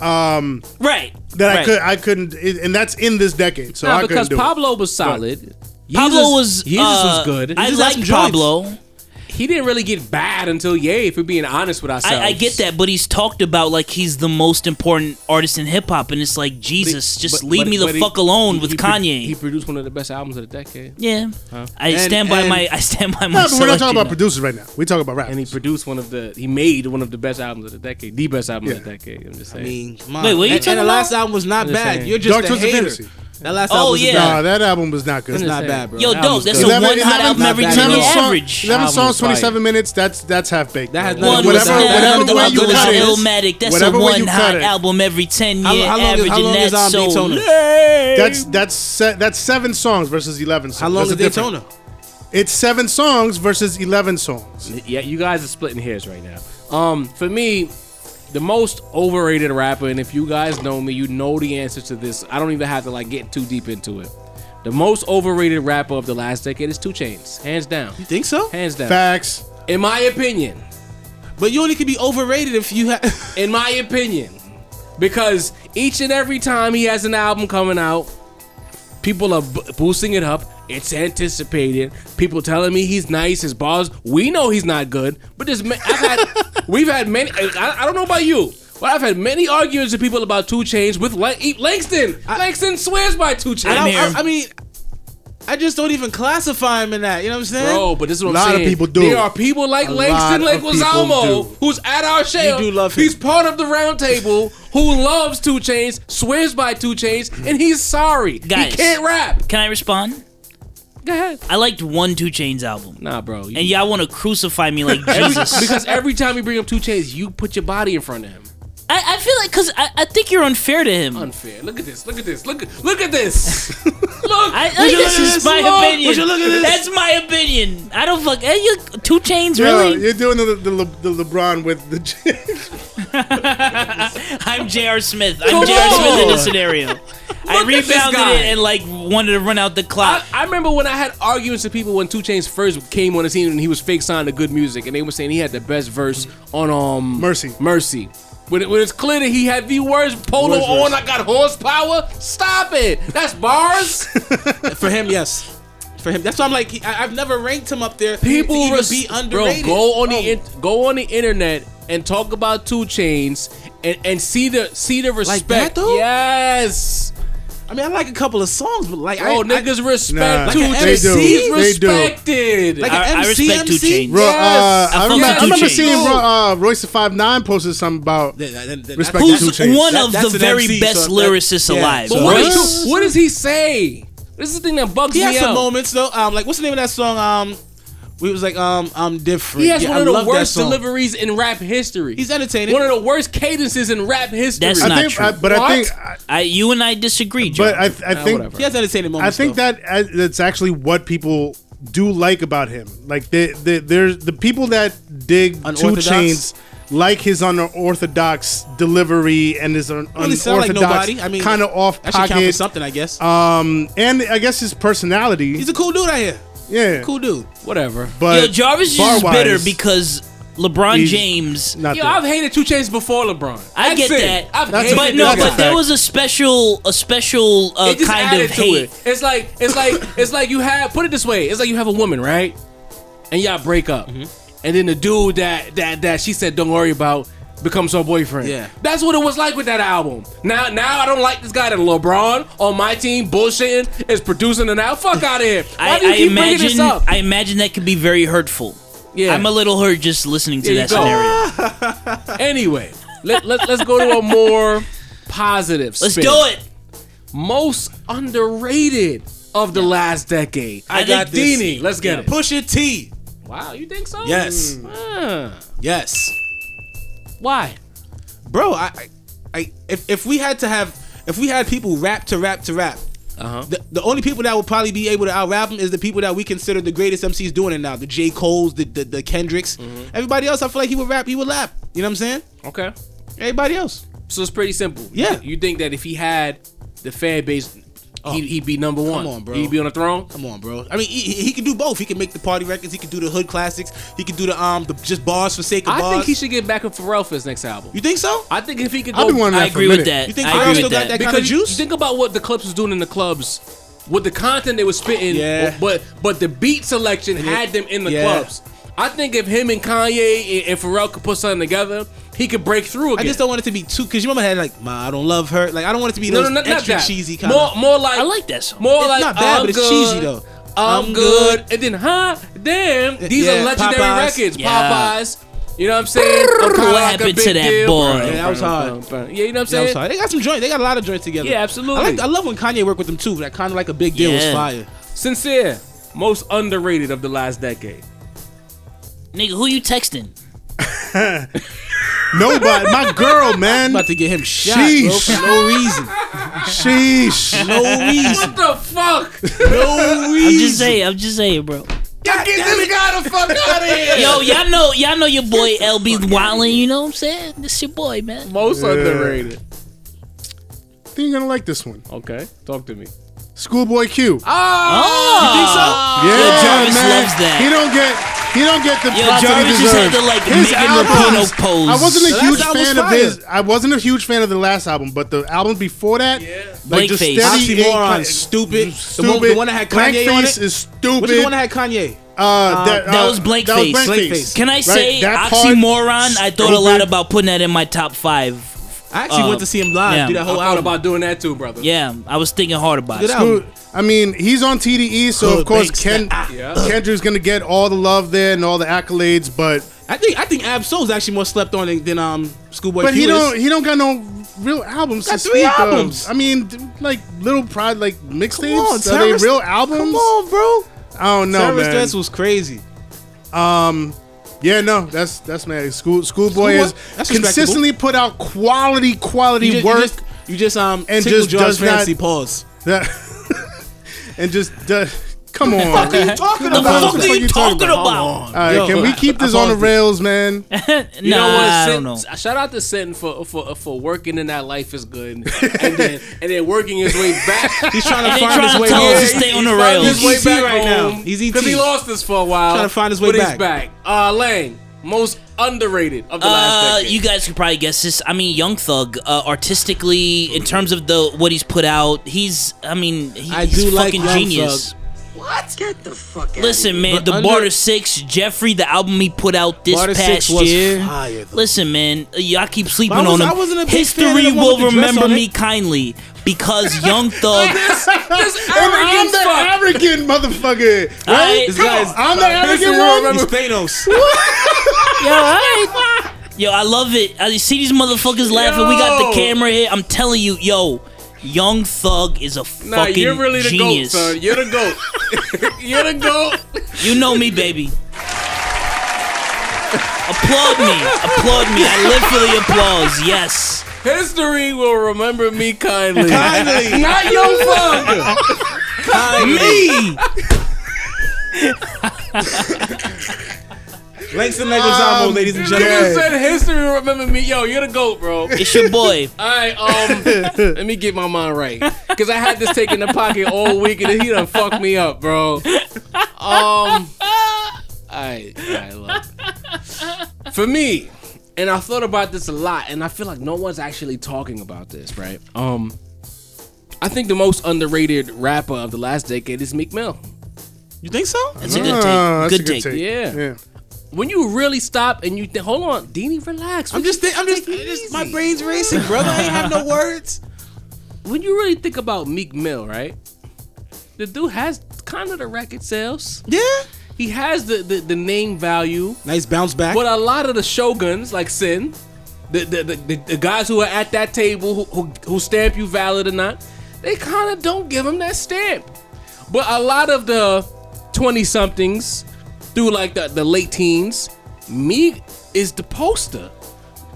Speaker 3: um
Speaker 6: Right.
Speaker 3: that I
Speaker 6: right.
Speaker 3: could I couldn't it, and that's in this decade. So
Speaker 5: Nah,
Speaker 3: I couldn't
Speaker 5: because
Speaker 3: do
Speaker 5: Pablo was solid.
Speaker 6: Pablo
Speaker 5: Jesus-
Speaker 6: was.
Speaker 5: Jesus
Speaker 6: uh,
Speaker 5: was good.
Speaker 6: I
Speaker 5: Jesus had some
Speaker 6: like
Speaker 5: joints.
Speaker 6: Pablo.
Speaker 5: he didn't really get bad until Ye, if we're being honest with ourselves.
Speaker 6: I, I get that, but he's talked about like he's the most important artist in hip hop, and it's like Jesus,
Speaker 5: But-
Speaker 6: just
Speaker 5: but-
Speaker 6: leave
Speaker 5: but-
Speaker 6: me the
Speaker 5: but he-
Speaker 6: fuck alone
Speaker 5: he-
Speaker 6: with
Speaker 5: he pro-
Speaker 6: Kanye.
Speaker 5: he produced one of the best albums of the decade,
Speaker 6: yeah, I
Speaker 7: And-
Speaker 6: stand by
Speaker 7: and-
Speaker 6: my I stand by
Speaker 3: it.
Speaker 6: my.
Speaker 3: No, but we're not talking about
Speaker 6: selection.
Speaker 3: producers right now. We're talking about rap.
Speaker 5: and he produced one of the he made one of the best albums of the decade, the best album of the
Speaker 3: Yeah.
Speaker 5: decade. I'm just saying.
Speaker 7: I mean, come on.
Speaker 6: Wait, what are you
Speaker 7: and,
Speaker 6: talking
Speaker 7: and the last
Speaker 6: about?
Speaker 7: album was not
Speaker 5: I'm just
Speaker 7: bad.
Speaker 5: saying.
Speaker 7: You're just
Speaker 3: Dark
Speaker 7: a
Speaker 3: Twisted
Speaker 7: hater.
Speaker 3: Fantasy.
Speaker 7: That last album
Speaker 6: Oh,
Speaker 7: was
Speaker 6: yeah.
Speaker 7: bad.
Speaker 3: Nah, that album was not good.
Speaker 7: It's not
Speaker 5: Understand.
Speaker 7: bad, bro.
Speaker 6: Yo,
Speaker 7: That
Speaker 6: dope.
Speaker 7: was
Speaker 6: That's
Speaker 7: good.
Speaker 6: a one hot album
Speaker 5: not
Speaker 6: every
Speaker 5: bad.
Speaker 6: ten year
Speaker 5: Eleven song-
Speaker 6: average.
Speaker 3: Eleven
Speaker 5: Album's
Speaker 3: songs, twenty
Speaker 5: fire.
Speaker 3: seven minutes. That's that's half baked.
Speaker 7: That has
Speaker 3: bro.
Speaker 7: nothing
Speaker 6: One
Speaker 7: to do with
Speaker 6: was
Speaker 3: whatever,
Speaker 7: that. That has
Speaker 6: not
Speaker 3: whatever
Speaker 7: nothing
Speaker 3: way
Speaker 7: to
Speaker 6: how
Speaker 7: do
Speaker 3: you
Speaker 7: with
Speaker 6: good is
Speaker 7: that.
Speaker 3: cut it.
Speaker 6: Illmatic. That's a
Speaker 3: Whatever way
Speaker 6: one
Speaker 3: you cut
Speaker 6: hot
Speaker 3: it.
Speaker 6: album every ten
Speaker 7: How-
Speaker 6: year
Speaker 7: how long is-
Speaker 6: average,
Speaker 7: how long
Speaker 6: and
Speaker 7: is,
Speaker 6: that's
Speaker 7: um,
Speaker 6: so
Speaker 7: Daytona?
Speaker 6: lame.
Speaker 3: That's that's se- that's seven songs versus eleven songs.
Speaker 7: How long
Speaker 3: That's
Speaker 7: is
Speaker 3: the difference.
Speaker 7: Daytona?
Speaker 3: It's seven songs versus eleven songs.
Speaker 5: Yeah, you guys are splitting hairs right now. Um, for me, the most overrated rapper, and if you guys know me, you know the answer to this. I don't even have to like get too deep into it. The most overrated rapper of the last decade is Two Chains, hands down,
Speaker 7: You think so?
Speaker 5: hands down.
Speaker 3: Facts.
Speaker 5: In my opinion,
Speaker 7: But you only could be overrated if you have.
Speaker 5: in my opinion, because each and every time he has an album coming out, people are b- boosting it up. It's anticipated. People telling me he's nice. His bars. We know he's not good, but there's ma- I've had, we've had many. I, I don't know about you. But I've had many arguments with people about Two Chains with Lang- E- Langston. Langston swears by Two Chains,
Speaker 7: I,
Speaker 6: I'm here.
Speaker 7: I, I mean, I just don't even classify him in that. You know what I'm saying?
Speaker 5: bro. But this is what
Speaker 3: A
Speaker 5: I'm
Speaker 3: lot of
Speaker 5: saying.
Speaker 3: people do.
Speaker 5: There are people like
Speaker 3: A
Speaker 5: Langston
Speaker 3: lot
Speaker 5: Lake
Speaker 3: of people
Speaker 5: Wazamo,
Speaker 3: do.
Speaker 5: who's at our show.
Speaker 7: do love
Speaker 5: He's
Speaker 7: him.
Speaker 5: part of the round table who loves Two Chains, swears by Two Chains, and he's sorry.
Speaker 6: Guys.
Speaker 5: He can't rap.
Speaker 6: Can I respond?
Speaker 5: Go ahead.
Speaker 6: I liked one Two Chains album,
Speaker 5: Nah, bro. you-
Speaker 6: and y'all want to crucify me like
Speaker 5: [laughs]
Speaker 6: Jesus.
Speaker 5: because every time you bring up Two Chains, you put your body in front of him.
Speaker 6: I, I feel like because I, I think you're unfair to him.
Speaker 5: Unfair. Look at this. Look at this. Look at look at this. [laughs] look.
Speaker 6: I, I, this
Speaker 5: at
Speaker 6: is
Speaker 5: this?
Speaker 6: my
Speaker 5: Look. Would
Speaker 6: opinion.
Speaker 5: you look at this?
Speaker 6: That's my opinion. I don't fuck. eh, you, two chains,
Speaker 3: Yeah,
Speaker 6: really?
Speaker 3: you're doing the, the, Le- the LeBron with the. [laughs]
Speaker 6: I'm J.R. Smith. I'm
Speaker 5: Come
Speaker 6: J.R. Smith in
Speaker 5: on.
Speaker 6: this scenario. I
Speaker 5: at this
Speaker 6: rebounded
Speaker 5: guy.
Speaker 6: it and like wanted to run out the clock.
Speaker 5: I, I remember when I had arguments with people when Two Chains first came on the scene and he was fake signed to good music, and they were saying he had the best verse on um
Speaker 3: Mercy.
Speaker 5: Mercy. When, it, when it's clear that he had the worst polo
Speaker 3: Worst
Speaker 5: on,
Speaker 3: verse.
Speaker 5: I got horsepower. Stop it. That's
Speaker 3: [laughs]
Speaker 5: bars.
Speaker 7: For him, yes. For him, that's why I'm like, he, I, I've never ranked him up there. to
Speaker 5: People
Speaker 7: even
Speaker 5: res-
Speaker 7: be underrated.
Speaker 5: Bro, go on
Speaker 3: Oh.
Speaker 7: Bro.
Speaker 5: the in- go on the internet and talk about Two Chains and, and see the see the respect.
Speaker 7: that, though?
Speaker 5: Yes.
Speaker 7: I mean, I like a couple of songs, but like,
Speaker 5: Bro,
Speaker 7: I,
Speaker 5: Oh, niggas
Speaker 3: Nah.
Speaker 5: respect
Speaker 3: Like
Speaker 5: Two
Speaker 7: an
Speaker 5: Chains.
Speaker 7: MC?
Speaker 5: He's
Speaker 3: They do.
Speaker 5: respected.
Speaker 7: Like
Speaker 6: I, I
Speaker 7: MC,
Speaker 6: respect two
Speaker 7: MC.
Speaker 6: chains.
Speaker 3: Bro,
Speaker 5: Yes.
Speaker 3: uh,
Speaker 5: I
Speaker 3: I,
Speaker 6: fuck
Speaker 3: remember,
Speaker 5: with
Speaker 3: I
Speaker 5: Two
Speaker 3: remember
Speaker 6: Chainz.
Speaker 3: seeing Ro- uh, Royce Five Nine posted something about.
Speaker 7: I, that, that, that,
Speaker 3: Respect
Speaker 7: that's-
Speaker 3: Two
Speaker 6: Who's
Speaker 3: Chainz.
Speaker 6: one
Speaker 7: That-
Speaker 6: of
Speaker 7: that's
Speaker 6: the
Speaker 7: an
Speaker 6: very
Speaker 7: MC, so
Speaker 6: best
Speaker 7: that-
Speaker 6: lyricists
Speaker 7: yeah.
Speaker 6: alive?
Speaker 5: But
Speaker 7: So
Speaker 5: what,
Speaker 7: What?
Speaker 5: does, what does he say? This is the thing that bugs
Speaker 7: He
Speaker 5: me
Speaker 7: had some
Speaker 5: out.
Speaker 7: moments though. Um, like what's the name of that song? Um, we was like, um, I'm different.
Speaker 5: He has
Speaker 7: Yeah,
Speaker 5: one
Speaker 7: I
Speaker 5: of the
Speaker 7: love that
Speaker 5: worst
Speaker 7: song.
Speaker 5: deliveries in rap history.
Speaker 7: He's entertaining.
Speaker 5: One of the worst cadences in rap history.
Speaker 6: That's
Speaker 3: I
Speaker 6: not
Speaker 3: think,
Speaker 6: true.
Speaker 3: I, but
Speaker 5: What?
Speaker 3: I think, I,
Speaker 6: I, you and I disagree, Joe.
Speaker 3: but I, I
Speaker 5: Uh,
Speaker 3: think,
Speaker 5: whatever.
Speaker 7: He has entertaining
Speaker 3: I
Speaker 7: moments.
Speaker 3: think
Speaker 7: though.
Speaker 3: that uh, that's actually what people do like about him. Like the the there's the people that dig Two
Speaker 7: Unorthodox?
Speaker 3: Chains like his unorthodox delivery and his un-
Speaker 7: Doesn't sound like
Speaker 3: unorthodox
Speaker 7: nobody. I mean,
Speaker 3: kind of off
Speaker 7: That should count for
Speaker 3: pocket.
Speaker 7: something, I guess.
Speaker 3: Um, and I guess his personality.
Speaker 7: He's a cool dude out here.
Speaker 3: yeah,
Speaker 7: Cool dude.
Speaker 5: Whatever.
Speaker 3: But
Speaker 6: Yo, Jarvis is just
Speaker 3: bar-wise,
Speaker 6: bitter because LeBron
Speaker 3: he's
Speaker 6: James.
Speaker 3: nothing.
Speaker 5: Yo, I've hated Two Chains before LeBron.
Speaker 6: I get
Speaker 5: That's it.
Speaker 6: that,
Speaker 5: I've
Speaker 3: That's
Speaker 5: hated
Speaker 6: but
Speaker 3: it.
Speaker 6: no,
Speaker 3: That's
Speaker 5: LeBron.
Speaker 3: a
Speaker 6: but there
Speaker 3: fact.
Speaker 6: was a special, a special uh,
Speaker 5: It just
Speaker 6: kind
Speaker 5: added
Speaker 6: of
Speaker 5: to
Speaker 6: hate.
Speaker 5: it. It's like it's like it's like you have put it this way. It's like you have a woman, right? And y'all break up,
Speaker 6: Mm-hmm.
Speaker 5: and then the dude that that that she said don't worry about becomes her boyfriend.
Speaker 7: Yeah.
Speaker 5: that's what it was like with that album. Now now I don't like this guy that LeBron on my team bullshitting is producing an album. Fuck out of here. Why
Speaker 6: [laughs] I,
Speaker 5: do you
Speaker 6: I
Speaker 5: keep bringing
Speaker 6: imagine,
Speaker 5: this up?
Speaker 6: I imagine that could be very hurtful.
Speaker 5: yeah,
Speaker 6: I'm a little hurt just listening to
Speaker 5: There you
Speaker 6: that
Speaker 5: go.
Speaker 6: scenario.
Speaker 5: anyway. Let, let, let's go to a
Speaker 6: [laughs]
Speaker 5: more positive.
Speaker 6: Let's
Speaker 5: spin.
Speaker 6: do it.
Speaker 5: Most underrated of the last decade.
Speaker 6: I got
Speaker 7: this.
Speaker 5: Dini. Let's get it.
Speaker 7: Pusha T.
Speaker 5: Wow, you think so?
Speaker 7: Yes.
Speaker 5: Huh.
Speaker 7: Yes.
Speaker 5: Why?
Speaker 7: Bro, I, I, I if, if we had to have, if we had people rap to rap to rap,
Speaker 5: Uh huh.
Speaker 7: the, the only people that would probably be able to out rap him is the people that we consider the greatest MCs doing it now. The J. Cole's, the the, the Kendricks.
Speaker 5: Mm-hmm.
Speaker 7: Everybody else, I feel like he would rap, he would lap. You know what I'm saying?
Speaker 5: Okay.
Speaker 7: Everybody else.
Speaker 5: So it's pretty simple.
Speaker 7: Yeah. Oh.
Speaker 5: You think that if he had the fan base, he'd, he'd be number one.
Speaker 7: on, bro.
Speaker 5: He'd be on the throne.
Speaker 7: Come on, bro. I mean, he, he he can do both. He can make the party records. He can do the hood classics. He can do the um, the just bars for sake of
Speaker 5: I
Speaker 7: bars.
Speaker 5: think he should get back with Pharrell for his next album.
Speaker 7: You think so?
Speaker 5: I think if he could go,
Speaker 3: I've been wanting
Speaker 6: I
Speaker 3: that for
Speaker 6: agree
Speaker 3: a
Speaker 6: with
Speaker 3: minute.
Speaker 6: that.
Speaker 7: You think
Speaker 6: I
Speaker 7: Pharrell
Speaker 6: agree
Speaker 7: still
Speaker 6: with
Speaker 7: got
Speaker 6: that.
Speaker 7: that-
Speaker 5: because
Speaker 7: kind of
Speaker 5: you-
Speaker 7: juice?
Speaker 5: you think about what the clubs was doing in the clubs. With the content they were spitting,
Speaker 7: Yeah.
Speaker 5: but but the beat selection had them in the
Speaker 7: yeah.
Speaker 5: clubs. I think if him and Kanye and, and Pharrell could put something together, he could break through
Speaker 7: I
Speaker 5: again.
Speaker 7: just don't want it to be too. Cause you remember I had like, ma, I don't love her. Like I don't want it to be
Speaker 5: no,
Speaker 7: those
Speaker 5: no, not, not
Speaker 7: extra
Speaker 5: that.
Speaker 7: cheesy kind
Speaker 5: more,
Speaker 7: of.
Speaker 5: more like
Speaker 6: I like that song.
Speaker 5: More
Speaker 7: It's
Speaker 5: like
Speaker 7: not bad,
Speaker 5: I'm
Speaker 7: but it's
Speaker 5: good.
Speaker 7: cheesy, though.
Speaker 5: I'm,
Speaker 7: I'm
Speaker 5: good.
Speaker 7: good.
Speaker 5: And then, huh? Damn, these
Speaker 7: yeah,
Speaker 5: are legendary
Speaker 7: Popeyes.
Speaker 5: records.
Speaker 6: Yeah.
Speaker 5: Popeyes. You know what I'm saying? Don't call
Speaker 6: What
Speaker 5: it like a
Speaker 6: happened to
Speaker 5: big
Speaker 6: that
Speaker 5: deal.
Speaker 6: boy?
Speaker 5: Bruh,
Speaker 7: Yeah, that was
Speaker 5: bruh,
Speaker 7: hard.
Speaker 5: bruh, bruh. Yeah, you know what I'm
Speaker 7: Yeah,
Speaker 5: saying?
Speaker 7: I'm sorry. They got some joints. They got a lot of joints together.
Speaker 5: Yeah, absolutely.
Speaker 7: I, like, I love when Kanye worked with them too. That kind of like a big deal was
Speaker 6: Yeah.
Speaker 7: fire.
Speaker 5: Sincere, most underrated of the last decade.
Speaker 6: Nigga, who you texting?
Speaker 3: Nobody, my girl, man.
Speaker 7: I'm about to get him shot, bro,
Speaker 3: Sheesh.
Speaker 7: for
Speaker 3: [laughs]
Speaker 7: no reason.
Speaker 3: Sheesh.
Speaker 7: No reason.
Speaker 5: What [laughs] the fuck?
Speaker 7: No
Speaker 6: I'm
Speaker 7: reason.
Speaker 6: just saying, I'm just saying, bro.
Speaker 3: Get this guy the fuck out of here.
Speaker 6: Yo, y'all know, y'all know your boy LB Wildin. You know what I'm saying? This your boy, man.
Speaker 5: Most underrated.
Speaker 3: I think you're gonna like this one.
Speaker 5: Okay, talk to me.
Speaker 3: Schoolboy Q. Ah.
Speaker 6: Oh,
Speaker 3: Yeah,
Speaker 6: Jarvis loves that.
Speaker 3: He don't get he don't get the
Speaker 6: Yo,
Speaker 3: props that he
Speaker 6: Jarvis just had
Speaker 3: deserves.
Speaker 6: to, like,
Speaker 3: His
Speaker 6: Megan
Speaker 3: albums-
Speaker 6: Rapinoe pose.
Speaker 3: I wasn't a
Speaker 7: The
Speaker 3: huge
Speaker 7: last
Speaker 3: fan of
Speaker 7: album's
Speaker 3: his. I wasn't a huge fan of the last album, but the albums before that, like just
Speaker 6: Blankface.
Speaker 3: steady ain't
Speaker 7: Oxymoron,
Speaker 3: cut-
Speaker 7: stupid.
Speaker 3: stupid.
Speaker 7: The, one, the one that had Kanye on
Speaker 3: Blankface
Speaker 7: it.
Speaker 3: is stupid.
Speaker 7: Which the one that had Kanye?
Speaker 3: uh, that,
Speaker 6: that
Speaker 3: uh,
Speaker 6: was Blankface.
Speaker 3: That was Blankface.
Speaker 7: Blankface.
Speaker 6: Can I
Speaker 3: Right,
Speaker 6: say
Speaker 3: that part,
Speaker 6: oxymoron? I thought a lot
Speaker 3: stupid.
Speaker 6: about putting that in my top five.
Speaker 7: I actually
Speaker 6: Uh,
Speaker 7: went to see him live.
Speaker 6: yeah.
Speaker 7: Do that
Speaker 5: I
Speaker 7: whole
Speaker 5: thought
Speaker 7: album.
Speaker 5: about doing that too, brother.
Speaker 6: Yeah, I was thinking hard about
Speaker 7: Good
Speaker 6: it.
Speaker 7: album.
Speaker 3: Dude, I mean, he's on TDE, so of
Speaker 7: Good
Speaker 3: course
Speaker 7: banks
Speaker 3: Ken,
Speaker 7: Um, that-
Speaker 3: Kendrick's gonna get all the love there and all the accolades, but
Speaker 7: I think I think Ab Soul's actually more slept on than, than um Schoolboy
Speaker 3: But
Speaker 7: Q
Speaker 3: he
Speaker 7: is.
Speaker 3: don't he don't got no real albums. to
Speaker 7: Got three
Speaker 3: speak of.
Speaker 7: albums.
Speaker 3: I mean, d- like little pride, like
Speaker 7: Come on,
Speaker 3: mixtapes. Are they
Speaker 7: Terrorist-
Speaker 3: real albums?
Speaker 7: Come on, bro.
Speaker 3: I don't know,
Speaker 7: Terrorist
Speaker 3: man.
Speaker 7: Threats was crazy.
Speaker 3: yeah, no, that's that's man. School Schoolboy
Speaker 7: Schoolboy?
Speaker 3: is
Speaker 7: That's
Speaker 3: consistently put out quality quality
Speaker 7: You just,
Speaker 3: work
Speaker 7: you just, you just um
Speaker 3: and
Speaker 7: and
Speaker 3: just
Speaker 7: just
Speaker 3: does
Speaker 7: Josh
Speaker 3: not-
Speaker 7: fantasy pause.
Speaker 3: that- [laughs] and just does. Come on. All
Speaker 7: you talking
Speaker 6: The fuck
Speaker 3: What
Speaker 6: are you talking
Speaker 7: Hold
Speaker 6: about?
Speaker 7: on.
Speaker 3: right,
Speaker 7: Yo,
Speaker 3: can we
Speaker 7: I-
Speaker 3: keep
Speaker 7: I
Speaker 3: this on the
Speaker 7: paused it.
Speaker 3: rails, man?
Speaker 5: You know
Speaker 6: Nah,
Speaker 5: what?
Speaker 6: I
Speaker 5: Sen-
Speaker 6: don't know.
Speaker 5: Shout out to Sentin for for for working in that life is good, and then and then working his way
Speaker 6: [laughs]
Speaker 5: back.
Speaker 7: He's trying
Speaker 6: And
Speaker 7: to
Speaker 6: they
Speaker 7: find
Speaker 6: trying
Speaker 7: his
Speaker 6: to
Speaker 7: way
Speaker 6: tell
Speaker 7: here.
Speaker 6: us to stay on the
Speaker 5: found
Speaker 6: rails.
Speaker 5: his way
Speaker 7: He's
Speaker 5: back
Speaker 7: ET right now.
Speaker 5: home
Speaker 6: E
Speaker 7: He's ET.
Speaker 5: because he lost us for a while.
Speaker 7: Trying to find his way
Speaker 5: but
Speaker 7: back.
Speaker 5: He's back. Uh, Lang, most underrated of the last
Speaker 6: Uh,
Speaker 5: decade.
Speaker 6: you guys could probably guess this. I mean, Young Thug, uh, artistically, in terms of the what he's put out, he's. I mean, he,
Speaker 7: I
Speaker 6: he's
Speaker 7: do like
Speaker 6: fucking
Speaker 7: Young
Speaker 6: genius.
Speaker 7: Thug.
Speaker 6: Listen, man,
Speaker 7: But
Speaker 6: the
Speaker 7: under-
Speaker 6: Barter Six, Jeffrey, the album he put out this
Speaker 7: Barter
Speaker 6: past
Speaker 7: Six was
Speaker 6: year.
Speaker 7: fire, though.
Speaker 6: Listen, man, y'all keep sleeping
Speaker 7: But I was-
Speaker 6: on him.
Speaker 7: I wasn't a big
Speaker 6: History
Speaker 7: fan of the one
Speaker 6: will
Speaker 7: with the dress
Speaker 6: remember
Speaker 7: on
Speaker 6: me
Speaker 7: it.
Speaker 6: kindly because
Speaker 7: [laughs]
Speaker 6: Young Thug.
Speaker 5: this, this
Speaker 3: And I'm
Speaker 5: arrogant
Speaker 3: the
Speaker 5: fuck.
Speaker 3: arrogant motherfucker. Right?
Speaker 6: right. This
Speaker 3: Come
Speaker 7: guy's-
Speaker 3: on, I'm the
Speaker 7: This is
Speaker 3: arrogant
Speaker 7: all
Speaker 3: one.
Speaker 7: remember Thanos.
Speaker 6: Yo, alright. Yo, I love it. I see these motherfuckers laughing. We got the
Speaker 5: Yo.
Speaker 6: camera here. I'm telling you, yo, Young Thug is a
Speaker 5: Nah,
Speaker 6: fucking
Speaker 5: you're really the
Speaker 6: genius.
Speaker 5: goat, son. You're the
Speaker 6: [laughs]
Speaker 5: goat. you're the goat.
Speaker 6: You know me, baby. applaud me. Applaud me. I live for the applause. Yes.
Speaker 5: History will remember me kindly.
Speaker 7: Finally,
Speaker 5: Not Young Thug.
Speaker 6: [laughs] Me.
Speaker 7: Langston Leguizamo,
Speaker 3: Um,
Speaker 7: ladies and
Speaker 5: You just
Speaker 7: gentlemen.
Speaker 5: said history will remember me. Yo, you're the goat, bro.
Speaker 6: It's your boy.
Speaker 5: All right,
Speaker 7: [laughs]
Speaker 5: um, let me get my mind right because I had this taken in the pocket all week and he done fucked me up, bro. Um, all right, all right, look. For me, and I thought about this a lot, and I feel like no one's actually talking about this, right? Um, I think the most underrated rapper of the last decade is Meek Mill.
Speaker 7: You think so?
Speaker 6: That's a good take.
Speaker 3: Ah, that's a
Speaker 6: good take.
Speaker 5: Yeah.
Speaker 3: yeah.
Speaker 5: When you really stop and you think, hold on, Deanie, relax.
Speaker 7: I'm just, think, I'm just,
Speaker 5: Take it
Speaker 7: just-
Speaker 5: easy.
Speaker 7: my brain's racing, brother. I ain't have no words.
Speaker 5: when you really think about Meek Mill, right? The dude has kind of the record sales.
Speaker 7: Yeah.
Speaker 5: He has the, the, the name value.
Speaker 7: Nice bounce back.
Speaker 5: But a lot of the shoguns, like Sin, the the, the, the, the guys who are at that table who, who, who stamp you valid or not, they kind of don't give him that stamp. But a lot of the 20 somethings through like the, the late teens, Meek is the poster.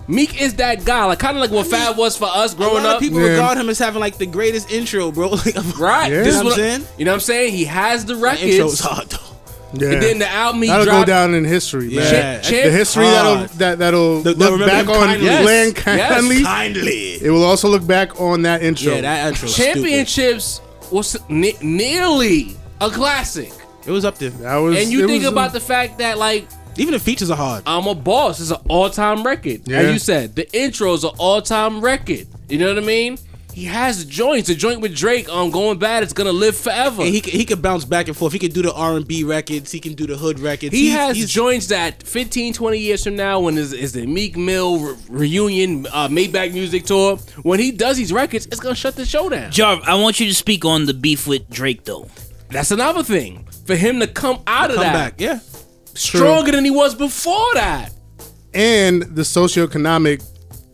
Speaker 5: Meek is that guy, like kind of like what Fab was for us
Speaker 7: a
Speaker 5: growing
Speaker 7: lot
Speaker 5: up.
Speaker 7: of people
Speaker 3: Yeah.
Speaker 7: regard him as having like the greatest intro, bro. [laughs] Like,
Speaker 5: Right.
Speaker 3: Yeah.
Speaker 5: This is what
Speaker 7: You know what I'm
Speaker 5: I'm
Speaker 7: saying?
Speaker 5: You know what I'm saying? He has the
Speaker 7: that intro
Speaker 5: records.
Speaker 7: is hard though.
Speaker 3: Yeah.
Speaker 5: And then the album he
Speaker 3: that'll go
Speaker 5: dropped.
Speaker 3: down in history, man.
Speaker 7: Yeah.
Speaker 5: Chip-
Speaker 3: The history
Speaker 7: Hard.
Speaker 3: that'll that that'll
Speaker 7: They'll- they'll
Speaker 3: look
Speaker 7: remember
Speaker 3: back
Speaker 7: him
Speaker 3: on
Speaker 7: kindly.
Speaker 3: Glenn
Speaker 5: Yes. Yes.
Speaker 3: kindly.
Speaker 7: Kindly.
Speaker 3: It will also look back on that intro.
Speaker 7: Yeah, that intro. was stupid.
Speaker 5: Championships was ne- nearly a classic.
Speaker 7: It was up there.
Speaker 3: That was.
Speaker 5: And you
Speaker 3: it
Speaker 5: think
Speaker 3: was,
Speaker 5: about the fact that like
Speaker 7: Even the features are hard.
Speaker 5: I'm a boss is an all-time record.
Speaker 3: Yeah.
Speaker 5: As you said, the intro is an all-time record. You know what I mean? He has joints. The joint with Drake on Going Bad is gonna live forever.
Speaker 7: And he
Speaker 5: He,
Speaker 7: could, he could bounce back and forth. He could do the R and B records. He can do the hood records.
Speaker 5: has
Speaker 7: he's-
Speaker 5: joints that 15, 20 years from now, when is is the Meek Mill re- reunion uh, Maybach Music Tour, when he does these records, it's gonna shut the show down.
Speaker 6: Jarv, I want you to speak on the beef with Drake, though.
Speaker 5: That's another thing. For him to come out of
Speaker 7: come
Speaker 5: that
Speaker 7: back. Yeah.
Speaker 5: stronger than he was before that.
Speaker 3: and the socioeconomic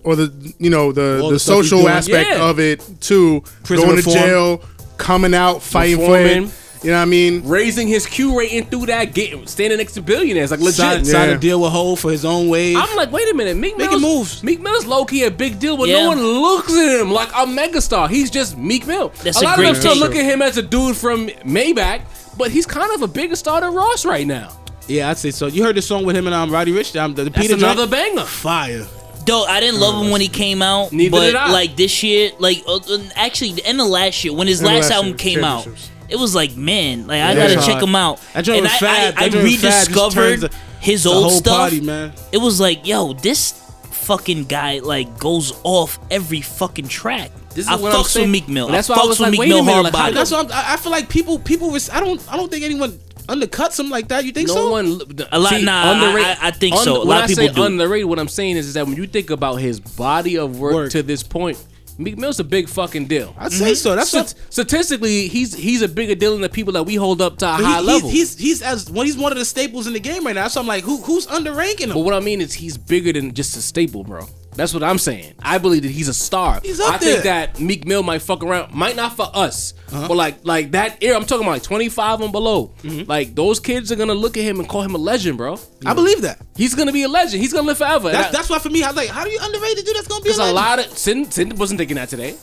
Speaker 3: or the you know the
Speaker 7: All
Speaker 3: the
Speaker 7: the stuff he's
Speaker 3: social
Speaker 7: doing.
Speaker 3: aspect
Speaker 5: Yeah.
Speaker 3: of it too.
Speaker 7: Prison
Speaker 3: going
Speaker 7: reform.
Speaker 3: to jail, coming out, fighting
Speaker 5: Reforming.
Speaker 3: for it. You know what I mean?
Speaker 5: Raising his Q rating through that, getting standing next to billionaires like legit.
Speaker 7: Signed,
Speaker 3: Yeah.
Speaker 7: signed a deal with Hov for his own wave.
Speaker 5: I'm like, wait a minute, Meek
Speaker 7: Making
Speaker 5: Mill's,
Speaker 7: moves.
Speaker 5: Meek Mill's low key a big deal, but
Speaker 6: Yeah.
Speaker 5: no one looks at him like a megastar. He's just Meek Mill.
Speaker 6: That's
Speaker 5: a
Speaker 6: a
Speaker 5: lot
Speaker 6: great
Speaker 5: of them still
Speaker 6: take.
Speaker 5: look at him as a dude from Maybach, but he's kind of a bigger star than Ross right now.
Speaker 7: yeah, I'd say so. You heard the song with him and um, Roddy Rich. Um, the, the
Speaker 5: That's
Speaker 7: Peter
Speaker 5: another
Speaker 7: joint?
Speaker 5: banger.
Speaker 7: fire.
Speaker 6: Though I didn't love him when he came out,
Speaker 5: Neither
Speaker 6: but
Speaker 5: did I.
Speaker 6: like this year, like uh, uh, actually the end of last year when his
Speaker 3: End of last
Speaker 6: last
Speaker 3: year,
Speaker 6: album came out,
Speaker 3: Championships.
Speaker 6: it was like man, like I
Speaker 7: Yeah.
Speaker 6: gotta
Speaker 7: That's
Speaker 6: check
Speaker 7: hard.
Speaker 6: him out.
Speaker 7: That joint
Speaker 6: and
Speaker 7: was
Speaker 6: I,
Speaker 7: fad.
Speaker 6: I, I
Speaker 7: That joint was fad. Just
Speaker 6: rediscovered
Speaker 7: turns
Speaker 6: his
Speaker 7: the
Speaker 6: old
Speaker 7: whole
Speaker 6: stuff.
Speaker 7: party, man.
Speaker 6: It was like, yo, this fucking guy like goes off every fucking track.
Speaker 5: This is
Speaker 6: I
Speaker 5: what I'm
Speaker 6: fucks with
Speaker 5: saying.
Speaker 6: Meek Mill.
Speaker 5: That's
Speaker 6: I
Speaker 5: why I
Speaker 6: fucks
Speaker 5: was
Speaker 6: with
Speaker 5: like,
Speaker 6: Meek
Speaker 5: wait a
Speaker 6: Mill
Speaker 5: minute,
Speaker 6: hard
Speaker 5: like, how
Speaker 6: body.
Speaker 7: That's why I'm, I, I feel like people people was, I don't I don't think anyone undercuts him like that. You think
Speaker 5: no
Speaker 7: so?
Speaker 5: one
Speaker 6: A lot- nah, I- I- I think so. A
Speaker 5: when
Speaker 6: lot
Speaker 5: I
Speaker 6: of people
Speaker 5: say
Speaker 6: do.
Speaker 5: underrated, what I'm saying is, is that when you think about his body of work,
Speaker 7: Work.
Speaker 5: to this point, Meek Mill's a big fucking deal.
Speaker 7: I'd say Mm-hmm. so. That's
Speaker 5: Stat-
Speaker 7: what
Speaker 5: statistically, he's he's a bigger deal than the people that we hold up to a
Speaker 7: But
Speaker 5: high
Speaker 7: he-
Speaker 5: level.
Speaker 7: He's, he's he's as well, he's one of the staples in the game right now. So I'm like, who who's underranking him?
Speaker 5: But what I mean is he's bigger than just a staple, bro. That's what I'm saying. I believe that he's a star.
Speaker 7: He's up
Speaker 5: I
Speaker 7: there. Uh-huh.
Speaker 5: think that Meek Mill might fuck around, might not for us, but like like that era. I'm talking about like 25 and below.
Speaker 7: Mm-hmm.
Speaker 5: Like those kids are gonna look at him and call him a legend, bro.
Speaker 7: I believe that.
Speaker 5: He's gonna be a legend. He's gonna live forever. And I-
Speaker 7: That's, that's why for me, I was like, how do you underrate the dude that's gonna be a
Speaker 5: There's a
Speaker 7: legend?
Speaker 5: lot of Sin, Sin wasn't thinking that today.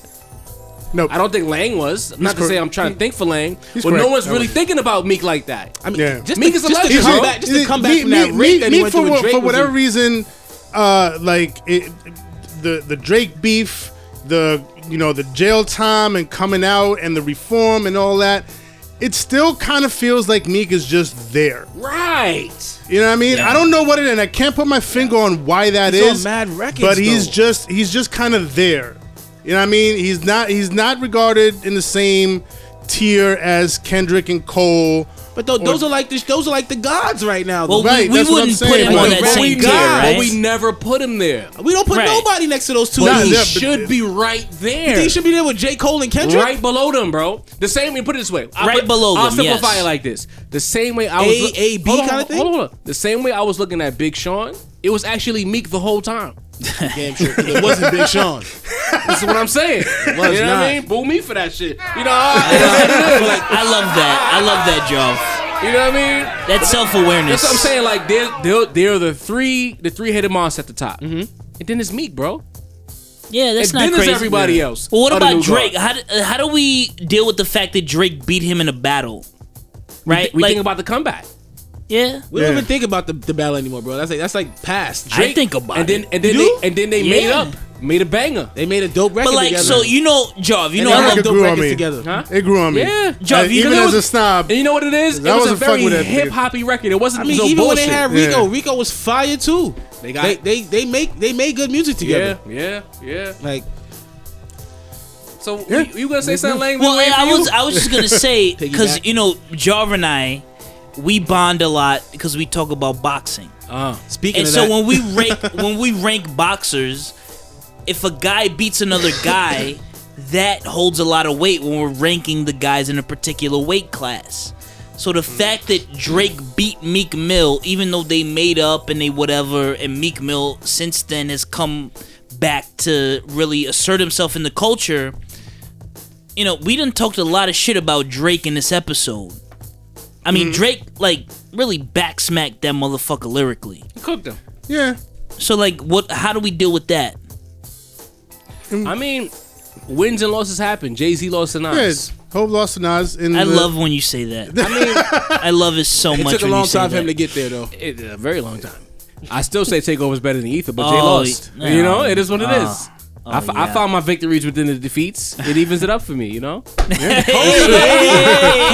Speaker 3: No,
Speaker 5: I don't think Lang was. Not to
Speaker 3: correct.
Speaker 5: say I'm trying to think for Lang, but
Speaker 3: He's
Speaker 5: no
Speaker 3: correct.
Speaker 5: one's
Speaker 3: That
Speaker 5: really
Speaker 3: was-
Speaker 5: thinking about Meek like that.
Speaker 7: I mean,
Speaker 3: Yeah.
Speaker 7: just,
Speaker 5: Meek
Speaker 7: to,
Speaker 5: is a
Speaker 7: just to
Speaker 5: legend,
Speaker 7: come
Speaker 5: bro.
Speaker 7: back, just to
Speaker 3: it-
Speaker 7: come back
Speaker 3: me-
Speaker 7: from that
Speaker 3: me-
Speaker 7: rate
Speaker 3: me-
Speaker 7: that he
Speaker 3: me
Speaker 7: went
Speaker 3: for,
Speaker 7: through with
Speaker 3: what-
Speaker 7: Drake
Speaker 3: for
Speaker 7: was
Speaker 3: whatever
Speaker 7: a-
Speaker 3: reason, uh, like it, the the Drake beef, the you know the jail time and coming out and the reform and all that. It still kind of feels like Meek is just there.
Speaker 5: Right.
Speaker 3: You know what I mean? I don't know what it, and I can't put my finger on why that is.
Speaker 7: He's on mad records,
Speaker 3: but he's
Speaker 7: though.
Speaker 3: just he's just kind of there. You know what I mean? He's not he's not regarded in the same tier as Kendrick and Cole.
Speaker 7: But though, those are like the, those are like the gods right now. though.
Speaker 6: Well, we-
Speaker 3: Right,
Speaker 6: we,
Speaker 3: that's what I'm
Speaker 6: wouldn't put
Speaker 3: saying,
Speaker 6: him
Speaker 3: like,
Speaker 6: on that
Speaker 3: but
Speaker 5: we
Speaker 6: same tier,
Speaker 5: got- but we
Speaker 6: right?
Speaker 5: never put him there.
Speaker 7: we don't put
Speaker 6: Right.
Speaker 7: nobody next to those two.
Speaker 5: But
Speaker 3: Nah,
Speaker 5: he
Speaker 3: yeah, but-
Speaker 5: should be right
Speaker 7: You
Speaker 5: there.
Speaker 7: think he should be there with J. Cole and Kendrick.
Speaker 5: right below them, bro. The same way, put it this way. I
Speaker 6: Right
Speaker 5: put-
Speaker 6: below
Speaker 5: I'll
Speaker 6: them,
Speaker 5: simplify
Speaker 6: yes.
Speaker 5: it like this. The same way I
Speaker 7: A-
Speaker 5: was.
Speaker 7: A, B
Speaker 5: Hold on,
Speaker 7: kinda thing?
Speaker 5: Hold on, hold on. The same way I was looking at Big Sean, it was actually Meek the whole time.
Speaker 7: Damn sure. It wasn't Big Sean.
Speaker 5: That's what I'm saying. you know what
Speaker 7: not.
Speaker 5: I mean? Boo me for that shit. You know, I-
Speaker 6: [laughs] I love that. I love that, Joff.
Speaker 5: you know what I mean?
Speaker 6: That's self awareness.
Speaker 5: That's what I'm saying. Like they're they're, they're the three the three headed monster at the top, and then it's Meek, bro.
Speaker 6: Yeah, Mm-hmm. that's
Speaker 5: And
Speaker 6: not
Speaker 5: then there's
Speaker 6: crazy.
Speaker 5: everybody Yeah. else.
Speaker 6: Well, what
Speaker 5: Other
Speaker 6: about
Speaker 5: new
Speaker 6: Drake?
Speaker 5: guard.
Speaker 6: How do, uh, how do we deal with the fact that Drake beat him in a battle? Right?
Speaker 5: We
Speaker 6: like,
Speaker 5: think about the comeback.
Speaker 6: yeah.
Speaker 7: [laughs] We don't
Speaker 3: Yeah.
Speaker 7: even think about the, the battle anymore, bro. That's like that's like past.
Speaker 6: I think about
Speaker 5: and then
Speaker 6: it.
Speaker 5: and then
Speaker 7: You do?
Speaker 5: they, and then they made
Speaker 6: Yeah.
Speaker 5: up, made a banger.
Speaker 7: They made a dope record
Speaker 6: But like,
Speaker 7: together.
Speaker 6: so you know, Jav, you
Speaker 7: And
Speaker 6: know, I
Speaker 7: they
Speaker 3: That
Speaker 6: love
Speaker 7: have
Speaker 3: record
Speaker 7: dope
Speaker 3: grew on
Speaker 7: records
Speaker 3: me.
Speaker 7: together.
Speaker 5: Huh?
Speaker 3: It grew on me.
Speaker 5: Yeah.
Speaker 6: Joe,
Speaker 3: Like,
Speaker 6: if you
Speaker 3: even
Speaker 6: know
Speaker 3: as a
Speaker 6: it's-
Speaker 3: snob,
Speaker 5: And you know what it is?
Speaker 3: I
Speaker 5: it was a
Speaker 3: wasn't fucking
Speaker 5: very
Speaker 3: with that nigga.
Speaker 5: hip hoppy record. It wasn't
Speaker 7: I mean,
Speaker 5: no
Speaker 7: even
Speaker 5: bullshit.
Speaker 7: when they had Rico,
Speaker 3: Yeah.
Speaker 7: Rico was fire too. They
Speaker 5: got-
Speaker 7: they, they make they made good music
Speaker 5: yeah,
Speaker 7: together.
Speaker 5: yeah, yeah.
Speaker 7: Like
Speaker 5: So
Speaker 3: Yeah.
Speaker 5: you, you gonna say something, Lang?
Speaker 6: Well,
Speaker 5: Wait
Speaker 6: I
Speaker 5: for you?
Speaker 6: was I was just gonna say because
Speaker 7: Piggyback.
Speaker 6: you know, Jav and I, we bond a lot because we talk about boxing.
Speaker 5: Uh,
Speaker 7: speaking
Speaker 6: And
Speaker 7: of
Speaker 6: so
Speaker 7: that,
Speaker 6: when
Speaker 7: [laughs]
Speaker 6: we rank when we rank boxers, if a guy beats another guy, that holds a lot of weight when we're ranking the guys in a particular weight class. So the fact that Drake beat Meek Mill, even though they made up and they whatever, and Meek Mill since then has come back to really assert himself in the culture. You know, we done talked a lot of shit about Drake in this episode. I
Speaker 7: Mm-hmm.
Speaker 6: mean, Drake like really backsmacked that motherfucker lyrically.
Speaker 5: cooked him.
Speaker 3: yeah.
Speaker 6: So like, what? How do we deal with that?
Speaker 5: I mean, wins and losses happen. Jay Z lost to Nas.
Speaker 3: Yes. Hope lost to Nas. In
Speaker 6: I
Speaker 3: the-
Speaker 6: love when you say
Speaker 7: [laughs]
Speaker 6: that. I mean, I love it so
Speaker 7: it
Speaker 6: much.
Speaker 7: took a
Speaker 6: when
Speaker 7: long
Speaker 6: you say
Speaker 7: time for
Speaker 6: that.
Speaker 7: him to get there though.
Speaker 5: It, a very long time. I still say Takeover's better than Ether, but Jay
Speaker 6: Oh,
Speaker 5: lost.
Speaker 6: yeah.
Speaker 5: You know, it is what it
Speaker 6: Oh.
Speaker 5: is. I, f- I
Speaker 6: yeah.
Speaker 5: found my victories within the defeats. It evens it up for me, you know?
Speaker 6: I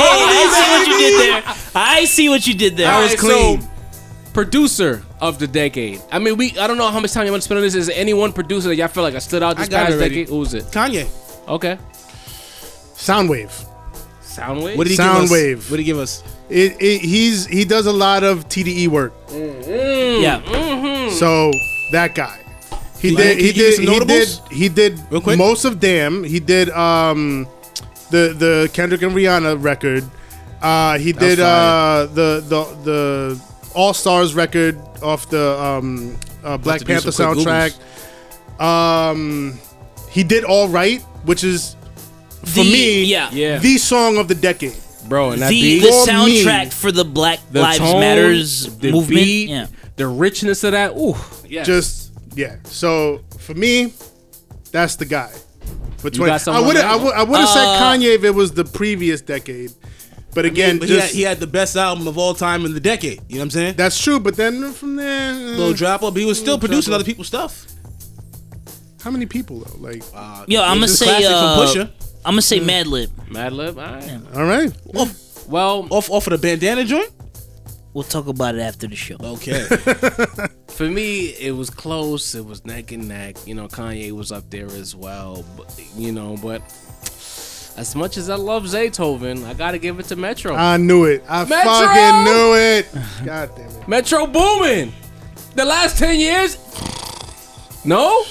Speaker 6: see what you did there. I see what you
Speaker 7: [laughs]
Speaker 6: did there.
Speaker 5: All
Speaker 6: I
Speaker 5: right, so, producer of the decade. I mean, we. I don't know how much time you want to spend on this. Is there any one producer that y'all feel like I stood out this
Speaker 7: I got it
Speaker 5: past
Speaker 7: already.
Speaker 5: decade? Who was it?
Speaker 7: Kanye,
Speaker 5: Okay.
Speaker 3: Soundwave.
Speaker 5: Soundwave.
Speaker 7: what did he give us?
Speaker 3: Soundwave.
Speaker 7: What did he give us?
Speaker 3: It, it, he's he does a lot of TDE work.
Speaker 6: yeah.
Speaker 3: So that guy. He
Speaker 7: Can you-
Speaker 3: did
Speaker 7: can
Speaker 3: he
Speaker 7: you
Speaker 3: did
Speaker 7: give me some
Speaker 3: he did
Speaker 7: notables?
Speaker 3: he did
Speaker 7: Real quick?
Speaker 3: most of damn. He did um the the Kendrick and Rihanna record. Uh he did
Speaker 7: fire.
Speaker 3: uh the the the All Stars record off the um uh, Black
Speaker 7: to do
Speaker 3: Panther
Speaker 7: some quick
Speaker 3: soundtrack. Um, he did all right, which is for
Speaker 6: The-
Speaker 3: me,
Speaker 6: yeah.
Speaker 5: Yeah.
Speaker 3: the song of the decade.
Speaker 5: bro. And that
Speaker 6: the,
Speaker 5: beat,
Speaker 6: the
Speaker 3: For me,
Speaker 6: soundtrack for the Black
Speaker 5: the
Speaker 6: Lives
Speaker 5: tone,
Speaker 6: Matters
Speaker 5: the
Speaker 6: movement.
Speaker 5: beat,
Speaker 6: yeah.
Speaker 5: the richness of that. Ooh, yeah.
Speaker 3: Just yeah. So for me, that's the guy. For
Speaker 5: You got
Speaker 3: 20, I
Speaker 5: someone
Speaker 3: would
Speaker 5: on
Speaker 3: I
Speaker 5: that
Speaker 3: would I would have said Kanye if it was the previous decade, but again,
Speaker 7: But he, had,
Speaker 3: just
Speaker 7: he had the best album of all time in the decade. You know what I'm saying?
Speaker 3: that's true. But then from there, eh,
Speaker 7: little drop up. But he was still producing
Speaker 3: drop-off.
Speaker 7: other people's stuff.
Speaker 3: how many people though? Like,
Speaker 6: Yo, I'm gonna
Speaker 7: This is
Speaker 6: say
Speaker 7: classic from
Speaker 6: uh,
Speaker 7: Pusha. Mm.
Speaker 6: I'm gonna say Madlib.
Speaker 5: Madlib. All right.
Speaker 3: all right,
Speaker 6: uh,
Speaker 5: Well,
Speaker 7: Off off of the bandana joint.
Speaker 6: We'll talk about it after the show.
Speaker 7: [laughs] Okay.
Speaker 5: for me, it was close. It was neck and neck. You know, Kanye was up there as well. But, you know, but as much as I love Zaytoven, I gotta give it to Metro.
Speaker 3: I knew it. I
Speaker 5: Metro!
Speaker 3: fucking knew
Speaker 5: [laughs]
Speaker 3: it. God damn it.
Speaker 5: Metro booming. The last ten years. No,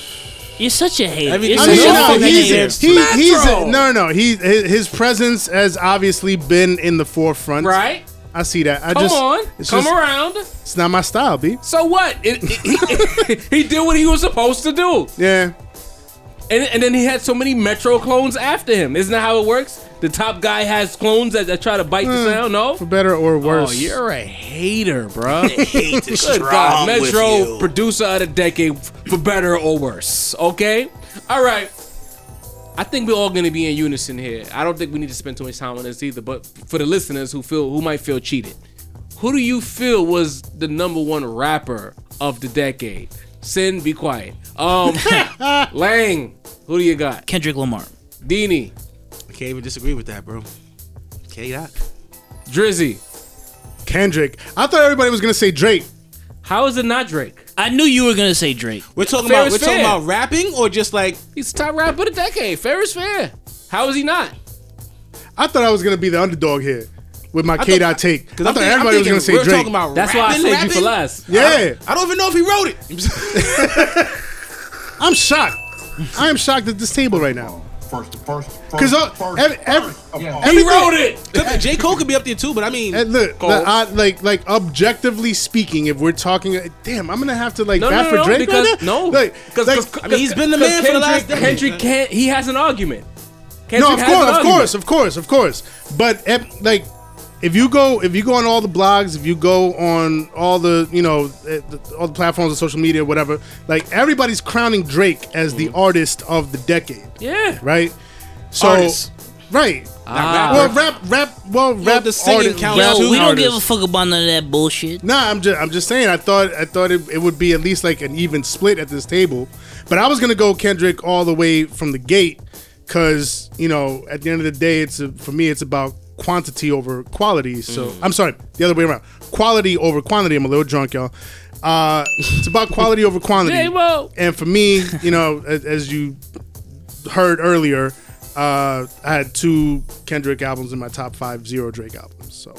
Speaker 6: You're such a hater.
Speaker 7: Everything-
Speaker 6: You're
Speaker 3: I
Speaker 7: It's
Speaker 6: such
Speaker 3: mean,
Speaker 7: a
Speaker 6: a
Speaker 3: no,
Speaker 7: fucking
Speaker 6: fucking
Speaker 3: he's,
Speaker 6: hater.
Speaker 7: years.
Speaker 3: he, he's
Speaker 5: Metro.
Speaker 3: no, no. He his his presence has obviously been in the forefront.
Speaker 5: right?
Speaker 3: I see that. I
Speaker 5: Come
Speaker 3: just
Speaker 5: on,
Speaker 3: It's
Speaker 5: come
Speaker 3: just-
Speaker 5: around.
Speaker 3: It's not my style, b.
Speaker 5: So what? It, it- he, [laughs] he did what he was supposed to do,
Speaker 3: Yeah.
Speaker 5: and, and then he had so many Metro clones after him. Isn't that how it works? The top guy has clones that, that try to bite
Speaker 3: Hmm.
Speaker 5: the sound. No,
Speaker 3: For better or worse.
Speaker 5: Oh, you're a hater, bro. Good God, Metro producer of the decade, for better or worse. Okay, all right. I think we're all gonna be in unison here. I don't think we need to spend too much time on this either. But for the listeners who feel who might feel cheated, who do you feel was the number one rapper of the decade? Sin, be quiet. [laughs] Um, Lang, who do you got?
Speaker 6: Kendrick Lamar.
Speaker 5: Dini,
Speaker 7: I can't even disagree with that, bro. K Doc.
Speaker 5: Drizzy.
Speaker 3: Kendrick. I thought everybody was gonna say Drake.
Speaker 5: How is it not Drake?
Speaker 6: I knew you were gonna say Drake.
Speaker 7: We're talking
Speaker 5: Fair
Speaker 7: about
Speaker 5: is
Speaker 7: we're talking
Speaker 5: fair.
Speaker 7: about rapping or just like
Speaker 5: He's the top rapper of the decade. Fair is fair. How is he not?
Speaker 3: I thought I was gonna be the underdog here with my K dot take. I
Speaker 7: because
Speaker 3: thought everybody was gonna say
Speaker 7: we're
Speaker 3: Drake.
Speaker 7: talking about
Speaker 5: That's why I
Speaker 7: rapping,
Speaker 5: saved
Speaker 7: rapping.
Speaker 5: you for last.
Speaker 3: yeah.
Speaker 7: I don't even know if he wrote it.
Speaker 3: I'm shocked. I am shocked at this table right now.
Speaker 9: First, first, first,
Speaker 3: Because
Speaker 9: first,
Speaker 3: every, every,
Speaker 9: first of all.
Speaker 5: He
Speaker 3: everything-
Speaker 5: wrote it.
Speaker 7: J Cole could be up there too, but I mean,
Speaker 3: And look,
Speaker 7: Cole.
Speaker 3: like, I, like, like objectively speaking, if we're talking, damn, I'm gonna have to like
Speaker 5: No,
Speaker 3: rap
Speaker 5: no,
Speaker 3: for
Speaker 5: no,
Speaker 3: Drake
Speaker 5: because
Speaker 3: right now?
Speaker 5: no,
Speaker 3: like,
Speaker 5: because
Speaker 3: like,
Speaker 5: I
Speaker 7: mean, he's been the man for the last decade.
Speaker 5: Kendrick can't. He has an argument.
Speaker 3: no,
Speaker 5: Kendrick
Speaker 3: of
Speaker 5: has an
Speaker 3: course, of
Speaker 5: argument.
Speaker 3: course, of course, of course. But if, like, if you go, if you go on all the blogs, if you go on all the, you know, eh, the- all the platforms of social media, whatever, like everybody's crowning Drake as
Speaker 6: Mm-hmm.
Speaker 3: the artist of the decade,
Speaker 5: Yeah.
Speaker 3: right? So,
Speaker 7: Artist.
Speaker 3: right.
Speaker 5: Ah.
Speaker 3: well, rap, rap, well, rap.
Speaker 7: the singing
Speaker 3: artist-
Speaker 7: counts
Speaker 3: rap
Speaker 7: too.
Speaker 6: Yo, we don't
Speaker 3: artist.
Speaker 6: give a fuck about none of that bullshit.
Speaker 3: Nah, I'm just I'm just saying. I thought I thought it, it would be at least like an even split at this table, but I was gonna go Kendrick all the way from the gate, cause you know at the end of the day, it's a, for me it's about quantity over quality. So I'm sorry, the other way around, quality over quantity. I'm a little drunk, y'all. Uh, it's about quality over quantity.
Speaker 5: J-Mo.
Speaker 3: And for me, you know, as, as you heard earlier, uh, I had two Kendrick albums in my top five, zero Drake albums. So.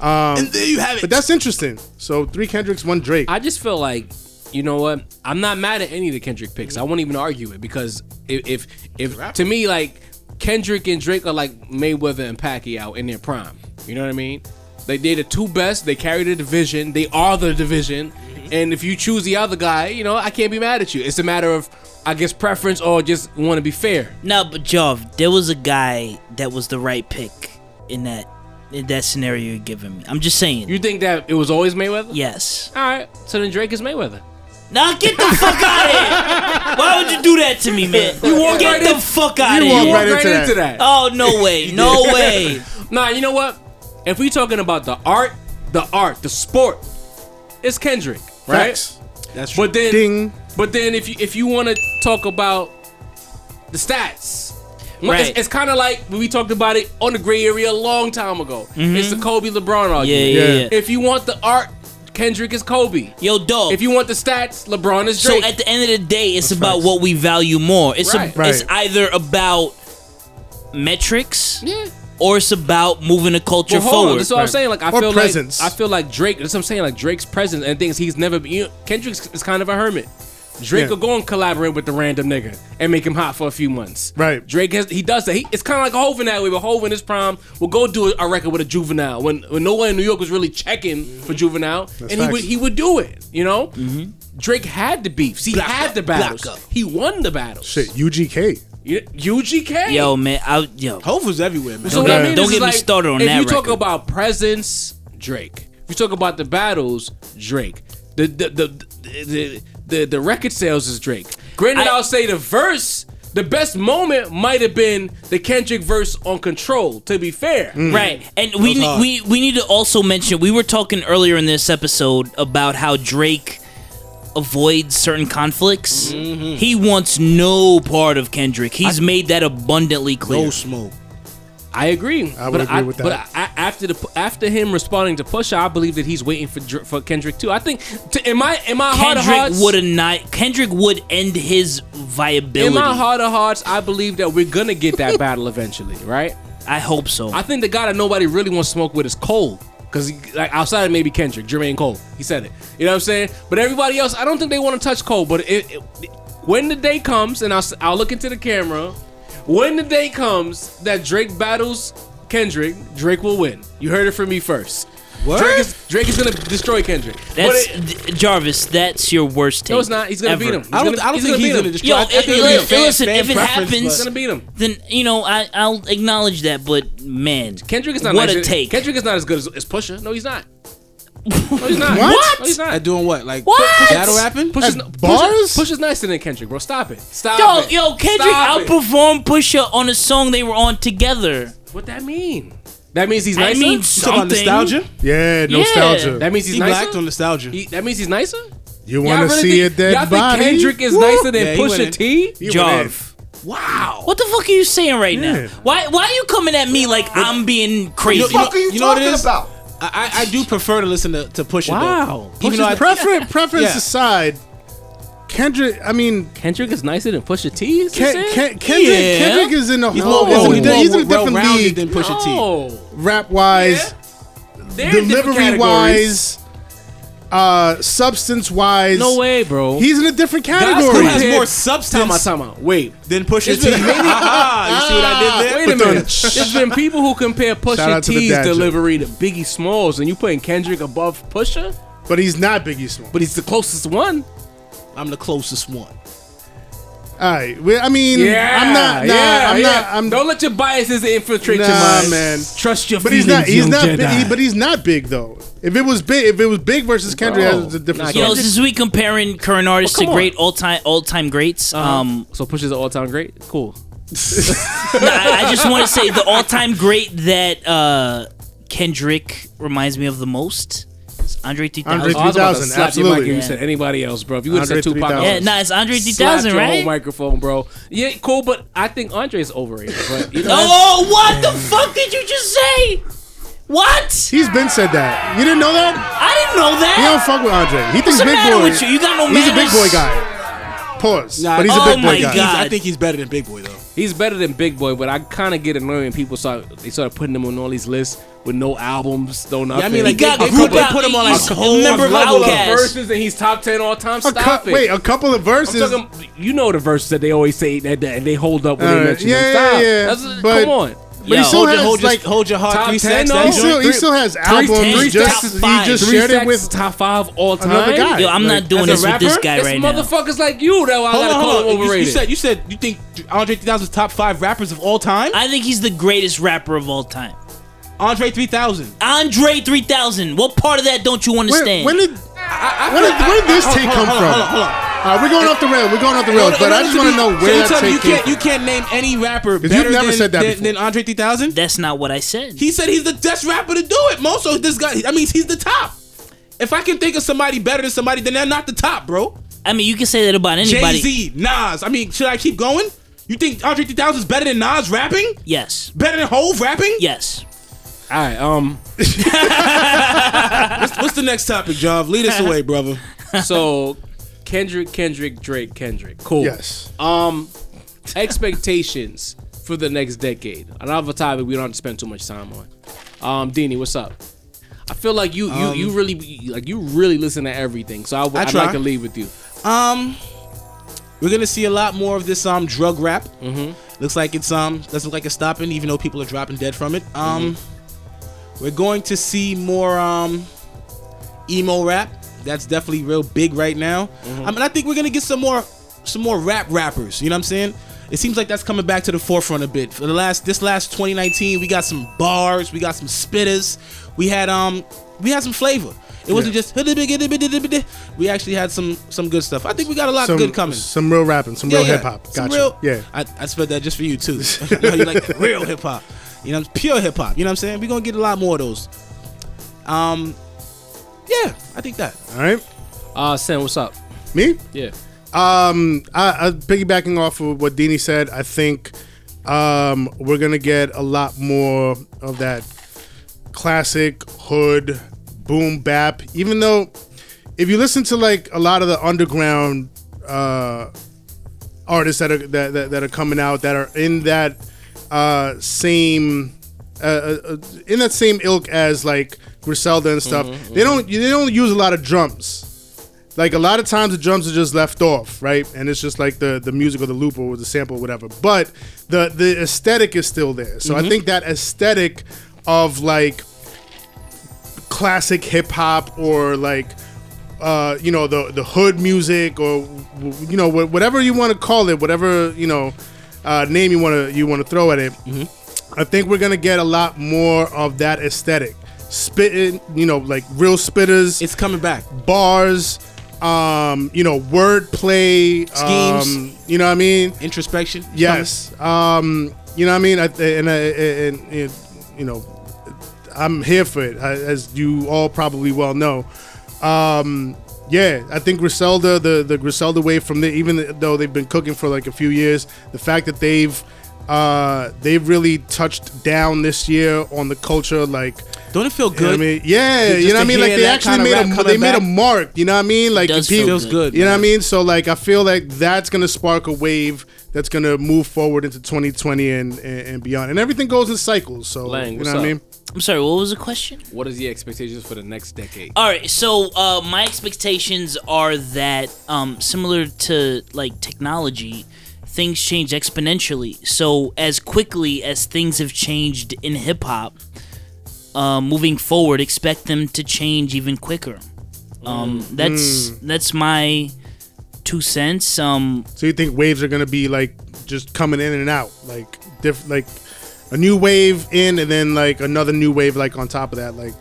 Speaker 7: and there you have it.
Speaker 3: But that's interesting. So three Kendricks, one Drake.
Speaker 5: I just feel like, you know what? I'm not mad at any of the Kendrick picks. I won't even argue it because if if, if to me like Kendrick and Drake are like Mayweather and Pacquiao in their prime. You know what I mean? They they the two best. They carry the division. They are the division.
Speaker 3: Mm-hmm.
Speaker 5: And if you choose the other guy, you know I can't be mad at you. It's a matter of I guess preference or just want to be fair.
Speaker 6: No, but Jov, there was a guy that was the right pick in that in that scenario you're giving me. I'm just saying.
Speaker 5: You think that it was always Mayweather?
Speaker 6: yes.
Speaker 5: All right. So then Drake is Mayweather.
Speaker 6: Now get the fuck out of here. Why would you do that to me, man? You
Speaker 5: walked
Speaker 6: get
Speaker 5: right
Speaker 6: the
Speaker 5: in-
Speaker 6: fuck out of
Speaker 3: walked
Speaker 6: here.
Speaker 3: right into that.
Speaker 6: Oh no [laughs] way, no way.
Speaker 5: Nah, you know what? If we talking about the art, the art, the sport, it's Kendrick, right?
Speaker 3: Facts.
Speaker 7: That's true.
Speaker 5: But then,
Speaker 3: Ding.
Speaker 5: but then if you if you want to talk about the stats, well,
Speaker 6: Right.
Speaker 5: It's, kind of like when we talked about it on the gray area a long time ago. It's the Kobe LeBron argument.
Speaker 6: Mm-hmm. Yeah, yeah, yeah.
Speaker 5: If you want the art, Kendrick is Kobe.
Speaker 6: Yo, dog.
Speaker 5: If you want the stats, LeBron is
Speaker 6: so
Speaker 5: Drake.
Speaker 6: at the end of the day, it's about what we value more. It's a-
Speaker 5: Right.
Speaker 6: it's either about metrics
Speaker 5: yeah.
Speaker 6: or it's about moving the culture
Speaker 5: Well, hold on,
Speaker 6: forward.
Speaker 5: That's what I'm saying. Like I
Speaker 3: Or
Speaker 5: feel
Speaker 3: presence.
Speaker 5: like I feel like Drake. That's what I'm saying. Like Drake's presence and things he's never. You know, Kendrick is kind of a hermit. Drake
Speaker 3: Yeah.
Speaker 5: will go and collaborate with the random nigga and make him hot for a few months.
Speaker 3: Right.
Speaker 5: Drake has he does that. He, it's kind of like Hov in that way. But Hov in his prime will go do a record with a juvenile when when no one in New York was really checking for juvenile, and he
Speaker 3: facts.
Speaker 5: would he would do it. You know. Drake had the beefs. He had the battles.
Speaker 6: Mm-hmm. block up.
Speaker 5: He won the battles.
Speaker 3: Shit, UGK.
Speaker 5: You- UGK.
Speaker 6: Yo, man, I yo.
Speaker 7: Hove was everywhere, man.
Speaker 5: So
Speaker 6: Don't
Speaker 5: what I
Speaker 6: get-
Speaker 5: mean
Speaker 6: don't
Speaker 5: is
Speaker 6: get me
Speaker 5: like,
Speaker 6: started on
Speaker 5: if
Speaker 6: that
Speaker 5: you talk
Speaker 6: record.
Speaker 5: about presence, Drake. If you talk about the battles, Drake. The the the the, the, the, the record sales is Drake. Granted,
Speaker 6: I-
Speaker 5: I, will say the verse. The best moment might have been the Kendrick verse on Control. To be fair,
Speaker 3: Mm.
Speaker 6: Right, and we
Speaker 7: was hard.
Speaker 6: we we need to also mention we were talking earlier in this episode about how Drake avoids certain conflicts. He wants no part of Kendrick. He's made that abundantly clear.
Speaker 7: No smoke.
Speaker 5: I agree.
Speaker 3: I would
Speaker 5: but
Speaker 3: agree with that.
Speaker 5: But I, after the after him responding to Pusha, I believe that he's waiting for Dr- for Kendrick too. I think to, in my in my heart of
Speaker 6: Kendrick
Speaker 5: hearts,
Speaker 6: would not. Kendrick would end his viability.
Speaker 5: in my heart of hearts, I believe that we're gonna get that battle eventually, right?
Speaker 6: I hope so.
Speaker 5: I think the guy that nobody really wants to smoke with is Cole. Because like outside of maybe Kendrick, Jermaine Cole, he said it. You know what I'm saying? But everybody else, I don't think they want to touch Cole. But it, it- when the day comes, and I'll, s- I'll look into the camera, when the day comes that Drake battles Kendrick, Drake will win. You heard it from me first.
Speaker 7: What?
Speaker 5: Drake is Drake is gonna destroy Kendrick.
Speaker 6: that's
Speaker 5: but it,
Speaker 6: D- Jarvis. That's your worst take.
Speaker 5: no, it's not. He's gonna
Speaker 6: ever.
Speaker 5: beat him. He's
Speaker 7: I don't.
Speaker 5: gonna-
Speaker 7: I don't think
Speaker 5: beat
Speaker 7: he's
Speaker 5: him.
Speaker 7: gonna destroy.
Speaker 6: Yo,
Speaker 7: I
Speaker 6: it-
Speaker 7: think it'll be a
Speaker 6: it- listen, if it
Speaker 7: preference,
Speaker 6: happens-
Speaker 5: He's
Speaker 7: but-
Speaker 5: gonna beat him.
Speaker 6: Then you know I I'll acknowledge that, but man,
Speaker 5: Kendrick is not
Speaker 6: what
Speaker 5: as
Speaker 6: a
Speaker 5: good-
Speaker 6: take.
Speaker 5: Kendrick is not as good as, as Pusha. No, he's
Speaker 7: [laughs]
Speaker 5: not. No, he's not.
Speaker 3: What?
Speaker 5: No, he's not.
Speaker 7: At doing what? Like
Speaker 6: What?
Speaker 7: battle rapping?
Speaker 5: Push is,
Speaker 3: At
Speaker 5: Push,
Speaker 3: bars?
Speaker 5: push is nicer than Kendrick, bro. Stop it. Stop
Speaker 6: Yo,
Speaker 5: it.
Speaker 6: yo, Kendrick
Speaker 5: Stop it.
Speaker 6: outperformed Pusha on a song they were on together.
Speaker 5: What that mean? That means he's
Speaker 6: I
Speaker 5: nicer.
Speaker 6: mean
Speaker 7: You talking about
Speaker 6: something.
Speaker 7: nostalgia?
Speaker 3: Yeah, nostalgia.
Speaker 5: that means he's
Speaker 7: He
Speaker 5: nicer.
Speaker 7: blacked on nostalgia.
Speaker 5: He- that means he's nicer.
Speaker 3: you
Speaker 5: Y'all
Speaker 3: want to
Speaker 5: really
Speaker 3: see
Speaker 5: think,
Speaker 3: a dead
Speaker 5: y'all
Speaker 3: body?
Speaker 5: Think Kendrick is
Speaker 3: Woo!
Speaker 5: nicer than
Speaker 7: Yeah, he
Speaker 5: Pusha
Speaker 7: went
Speaker 5: T.
Speaker 3: He went
Speaker 5: Wow.
Speaker 6: What the fuck are you saying right
Speaker 3: Yeah.
Speaker 6: now? Why why are you coming at me like I'm being crazy?
Speaker 7: You know-
Speaker 2: fuck are you
Speaker 7: you know what it
Speaker 2: talking
Speaker 7: is?
Speaker 2: about?
Speaker 7: I, I I do prefer to listen to, to Pusha.
Speaker 5: Wow.
Speaker 7: Though. Even though I,
Speaker 3: in. Preference, preference
Speaker 7: Yeah.
Speaker 3: aside, Kendrick. I mean,
Speaker 5: Kendrick is nicer than Pusha T. Is
Speaker 3: Ken,
Speaker 5: it?
Speaker 3: Ken, Kendrick.
Speaker 7: Yeah.
Speaker 3: Kendrick is in a
Speaker 7: he's
Speaker 3: whole.
Speaker 7: more, well,
Speaker 3: he's, in, he's in a different
Speaker 7: well-rounded
Speaker 3: league,
Speaker 7: than Pusha T.
Speaker 5: no.
Speaker 3: rap wise,
Speaker 5: Oh, They're in different
Speaker 3: delivery
Speaker 5: categories.
Speaker 3: wise, uh, substance wise.
Speaker 5: No way, bro.
Speaker 3: He's in a different
Speaker 5: That's
Speaker 7: Who
Speaker 5: Who
Speaker 3: category.
Speaker 5: has
Speaker 7: has
Speaker 5: more
Speaker 7: more
Speaker 5: Time out,
Speaker 7: substance
Speaker 5: time out. Wait.
Speaker 7: than Pusha [laughs] T? Ah, you see what I did there?
Speaker 5: Wait a
Speaker 3: But
Speaker 5: minute.
Speaker 3: don't-
Speaker 5: There's been people who compare
Speaker 3: Shout
Speaker 5: Pusha
Speaker 3: out to the
Speaker 5: T's
Speaker 3: dad joke.
Speaker 5: delivery to Biggie Smalls, and you putting Kendrick above Pusha,
Speaker 3: But he's not Biggie Smalls.
Speaker 5: but he's the closest one.
Speaker 7: I'm the closest one.
Speaker 3: All right. We, I mean, Mm. I'm not. Nah,
Speaker 5: yeah,
Speaker 3: I'm
Speaker 5: yeah.
Speaker 3: not. I'm,
Speaker 5: Don't let your biases infiltrate your
Speaker 3: Nah,
Speaker 5: mind,
Speaker 3: man.
Speaker 5: Trust your
Speaker 3: but he's
Speaker 5: feelings,
Speaker 3: not. He's
Speaker 5: young
Speaker 3: not. Big,
Speaker 5: Jedi.
Speaker 3: he- but he's not big though. If it was big, if it was big versus Kendrick,
Speaker 5: Bro.
Speaker 3: that's a
Speaker 5: Nah,
Speaker 3: different
Speaker 6: you know,
Speaker 3: story.
Speaker 5: Kendrick-
Speaker 6: since we comparing current artists
Speaker 5: Well, come
Speaker 6: to great
Speaker 5: on. Uh-huh.
Speaker 6: all time all time greats, um,
Speaker 5: so Pusha's an all-time great. Cool.
Speaker 6: nah, I, I just want to say the all time great that uh, Kendrick reminds me of the most is Andre 3000.
Speaker 3: Andre
Speaker 5: Oh, I was about to
Speaker 3: 3000,
Speaker 5: slap your mic if
Speaker 3: absolutely.
Speaker 5: you said anybody else, bro. If you would have
Speaker 3: Andre
Speaker 5: said Tupac,
Speaker 3: 3000.
Speaker 6: yeah, nah, it's Andre
Speaker 5: slapped
Speaker 6: 3000,
Speaker 5: your whole
Speaker 6: right?
Speaker 5: microphone, bro. Yeah, cool, but I think Andre's overrated.
Speaker 3: [laughs]
Speaker 5: But you know,
Speaker 6: Oh, what the fuck did you just say? What?
Speaker 3: He's been said that. You didn't know that?
Speaker 6: I didn't know
Speaker 3: He don't
Speaker 6: that.
Speaker 3: fuck with Andre. He thinks
Speaker 6: What's the
Speaker 3: big
Speaker 6: matter
Speaker 3: boy.
Speaker 6: with you? You got no
Speaker 3: he's a big
Speaker 6: manners?
Speaker 3: boy guy. Pause. but he's a
Speaker 6: oh
Speaker 3: big boy
Speaker 6: my
Speaker 3: guy.
Speaker 6: God.
Speaker 7: He's- I think he's better than Big Boy though.
Speaker 5: he's better than Big Boy, but I kind of get annoyed when people start they started putting him on all these lists with no albums, no nothing.
Speaker 7: I mean, like,
Speaker 6: He got
Speaker 7: They
Speaker 6: grouped
Speaker 7: put- they
Speaker 6: out.
Speaker 7: put him on, like,
Speaker 6: He's
Speaker 7: a whole
Speaker 6: member of
Speaker 7: level of
Speaker 6: Outkast.
Speaker 5: verses, and he's top ten all time.
Speaker 3: A
Speaker 5: Stop
Speaker 3: cou-
Speaker 5: it.
Speaker 3: wait, a couple of
Speaker 5: I'm
Speaker 3: verses.
Speaker 5: talking, you know the verses that they always say that, that they hold up when
Speaker 3: All
Speaker 5: they
Speaker 3: right.
Speaker 5: mention
Speaker 3: Yeah,
Speaker 5: them.
Speaker 3: yeah,
Speaker 5: Stop.
Speaker 3: yeah.
Speaker 5: That's-
Speaker 3: But-
Speaker 5: come on.
Speaker 3: but he
Speaker 6: Yo.
Speaker 3: still
Speaker 7: Hold your,
Speaker 3: has
Speaker 7: hold, your,
Speaker 3: like
Speaker 7: hold your heart.
Speaker 5: top
Speaker 7: three
Speaker 5: 10
Speaker 7: sacks.
Speaker 5: though?
Speaker 7: that
Speaker 3: he
Speaker 5: He's
Speaker 7: joint.
Speaker 3: still, he still has albums.
Speaker 6: ten,
Speaker 3: He
Speaker 6: he's
Speaker 3: just
Speaker 6: top
Speaker 3: he
Speaker 6: five.
Speaker 3: just
Speaker 5: Three
Speaker 3: shared
Speaker 5: sacks,
Speaker 3: it with
Speaker 5: top five all time.
Speaker 3: another guy.
Speaker 6: Yo, I'm
Speaker 3: Like,
Speaker 6: not doing
Speaker 5: As
Speaker 6: this
Speaker 5: a
Speaker 6: with
Speaker 5: rapper,
Speaker 6: this guy
Speaker 5: it's
Speaker 6: right now.
Speaker 5: motherfuckers like you that I
Speaker 7: Hold
Speaker 5: gotta
Speaker 7: on,
Speaker 5: call
Speaker 7: hold on.
Speaker 5: him
Speaker 7: You,
Speaker 5: overrated.
Speaker 7: you said you said you think Andre 3000's top five rappers of all time?
Speaker 6: I think he's the greatest rapper of all time.
Speaker 7: Andre 3000.
Speaker 6: Andre 3000. What part of that don't you
Speaker 3: Where-
Speaker 6: understand?
Speaker 3: when did when did where did this
Speaker 7: Hold-
Speaker 3: take
Speaker 7: hold
Speaker 3: come
Speaker 7: on, hold on,
Speaker 3: from?
Speaker 7: Hold on, hold on.
Speaker 3: All right, we're going off the rail. We're going off the rail.
Speaker 7: No, no,
Speaker 3: But
Speaker 7: no,
Speaker 3: I
Speaker 7: no,
Speaker 3: just
Speaker 7: so
Speaker 3: want to
Speaker 7: you-
Speaker 3: know
Speaker 7: so you
Speaker 3: where that
Speaker 7: tell me you
Speaker 3: take came
Speaker 7: can't,
Speaker 3: from.
Speaker 7: you can't name any rapper
Speaker 3: you've
Speaker 7: better
Speaker 3: never
Speaker 7: than,
Speaker 3: said that
Speaker 7: than,
Speaker 3: before.
Speaker 7: than Andre 3000.
Speaker 6: That's not what I said.
Speaker 7: He said he's the best rapper to do it. Most of this guy, I mean, he's the top. If I can think of somebody better than somebody, then they're not the top, bro.
Speaker 6: I mean, you can say that about
Speaker 7: Jay
Speaker 6: anybody.
Speaker 7: Z, Nas. I mean, should I keep going? You think Andre 3000 is better than Nas rapping?
Speaker 6: Yes.
Speaker 7: Better than Hove rapping?
Speaker 6: Yes.
Speaker 5: All right, [laughs] um,
Speaker 7: What's the next topic, Jav?
Speaker 6: [laughs]
Speaker 7: Lead us away, brother.
Speaker 5: so Kendrick, Kendrick, Drake, Kendrick. Cool.
Speaker 3: Yes.
Speaker 5: Um, expectations for the next decade. Another topic we don't have to spend too much time on. Um, Dini, what's up? I feel like
Speaker 3: Um,
Speaker 5: you you you really like you really listen to everything. So I, would
Speaker 7: I
Speaker 5: I'd
Speaker 7: try.
Speaker 5: like to leave with you.
Speaker 7: Um, We're gonna see a lot more of this um drug rap. Mm-hmm. Looks like it's um doesn't look like it's stopping, even though people are dropping dead from it. Um, we're going to see more um emo rap. That's definitely real big right now. I mean, I think we're gonna get some more some more rap rappers. You know what I'm saying? It seems like that's coming back to the forefront a bit. For the last this last 2019, we got some bars, we got some spitters, we had um we had some flavor. It wasn't just we actually had some some good stuff. I think we got a lot
Speaker 3: Some
Speaker 7: good coming.
Speaker 3: Some real rapping, some real hip hop.
Speaker 7: Some
Speaker 3: Gotcha.
Speaker 7: real-
Speaker 3: yeah.
Speaker 7: I, I spelled that just for
Speaker 5: [laughs]
Speaker 7: you too. [laughs] I know you like that real hip hop. You know, pure hip hop. You know what I'm saying? We're gonna get a lot more of those. Um, yeah, I think that.
Speaker 3: All right.
Speaker 5: Uh, Sam, what's up?
Speaker 3: Me?
Speaker 5: Yeah.
Speaker 3: Um, I, I piggybacking off of what Dini said, I think um, we're gonna get a lot more of that classic hood boom bap. Even though, if you listen to like a lot of the underground uh, artists that are that, that, that are coming out that are in that uh, same uh, uh, uh, in that same ilk as like Griselda and stuff, they don't they don't use a lot of drums like a lot of times the drums are just left off, right? And it's just like the the music or the loop or the sample or whatever. But the the aesthetic is still there. So I think that aesthetic of like classic hip hop or like uh, you know the the hood music or w- you know wh- whatever you want to call it, whatever you know uh, name you want to you want to throw at it. I think we're gonna get a lot more of that aesthetic. Spitting, you know, like real spitters
Speaker 7: It's coming back.
Speaker 3: bars, um, you know, wordplay,
Speaker 7: Schemes.
Speaker 3: um, you know what I mean?
Speaker 7: Introspection. it's
Speaker 3: Yes, um, you know what I mean? I, and, I, and, and you know, I'm here for it, I- as you all probably well know. Um, yeah, I think Griselda, the the Griselda wave from the even though they've been cooking for like a few years, the fact that they've uh, they've really touched down this year on the culture, like
Speaker 7: coming. Don't it feel
Speaker 3: you know what I
Speaker 7: good?
Speaker 3: mean? Yeah,
Speaker 7: Just
Speaker 3: you know what I
Speaker 7: to
Speaker 3: mean? Like
Speaker 7: hear
Speaker 3: they
Speaker 7: that
Speaker 3: actually
Speaker 7: kinda
Speaker 3: made
Speaker 7: rap
Speaker 3: a they
Speaker 7: coming
Speaker 3: made a
Speaker 7: back.
Speaker 3: mark. You know what I mean? Like
Speaker 6: does
Speaker 3: the
Speaker 6: feel
Speaker 7: Feels good.
Speaker 3: You know what I
Speaker 7: man.
Speaker 3: mean? So like I feel like that's gonna spark a wave that's gonna move forward into 2020 and and, and beyond. And everything goes in cycles. So
Speaker 5: Lang,
Speaker 3: you know
Speaker 5: what's
Speaker 3: what I
Speaker 5: up?
Speaker 3: mean?
Speaker 6: I'm sorry, what was the question?
Speaker 5: What is the expectations for the next decade?
Speaker 6: All right, so uh, my expectations are that um, similar to like technology, things change exponentially. So as quickly as things have changed in hip hop, uh, moving forward, expect them to change even quicker. Um, that's that's my two cents. Um,
Speaker 3: So you think waves are gonna be like just coming in and out, like diff like a new wave in and then like another new wave like on top of that, like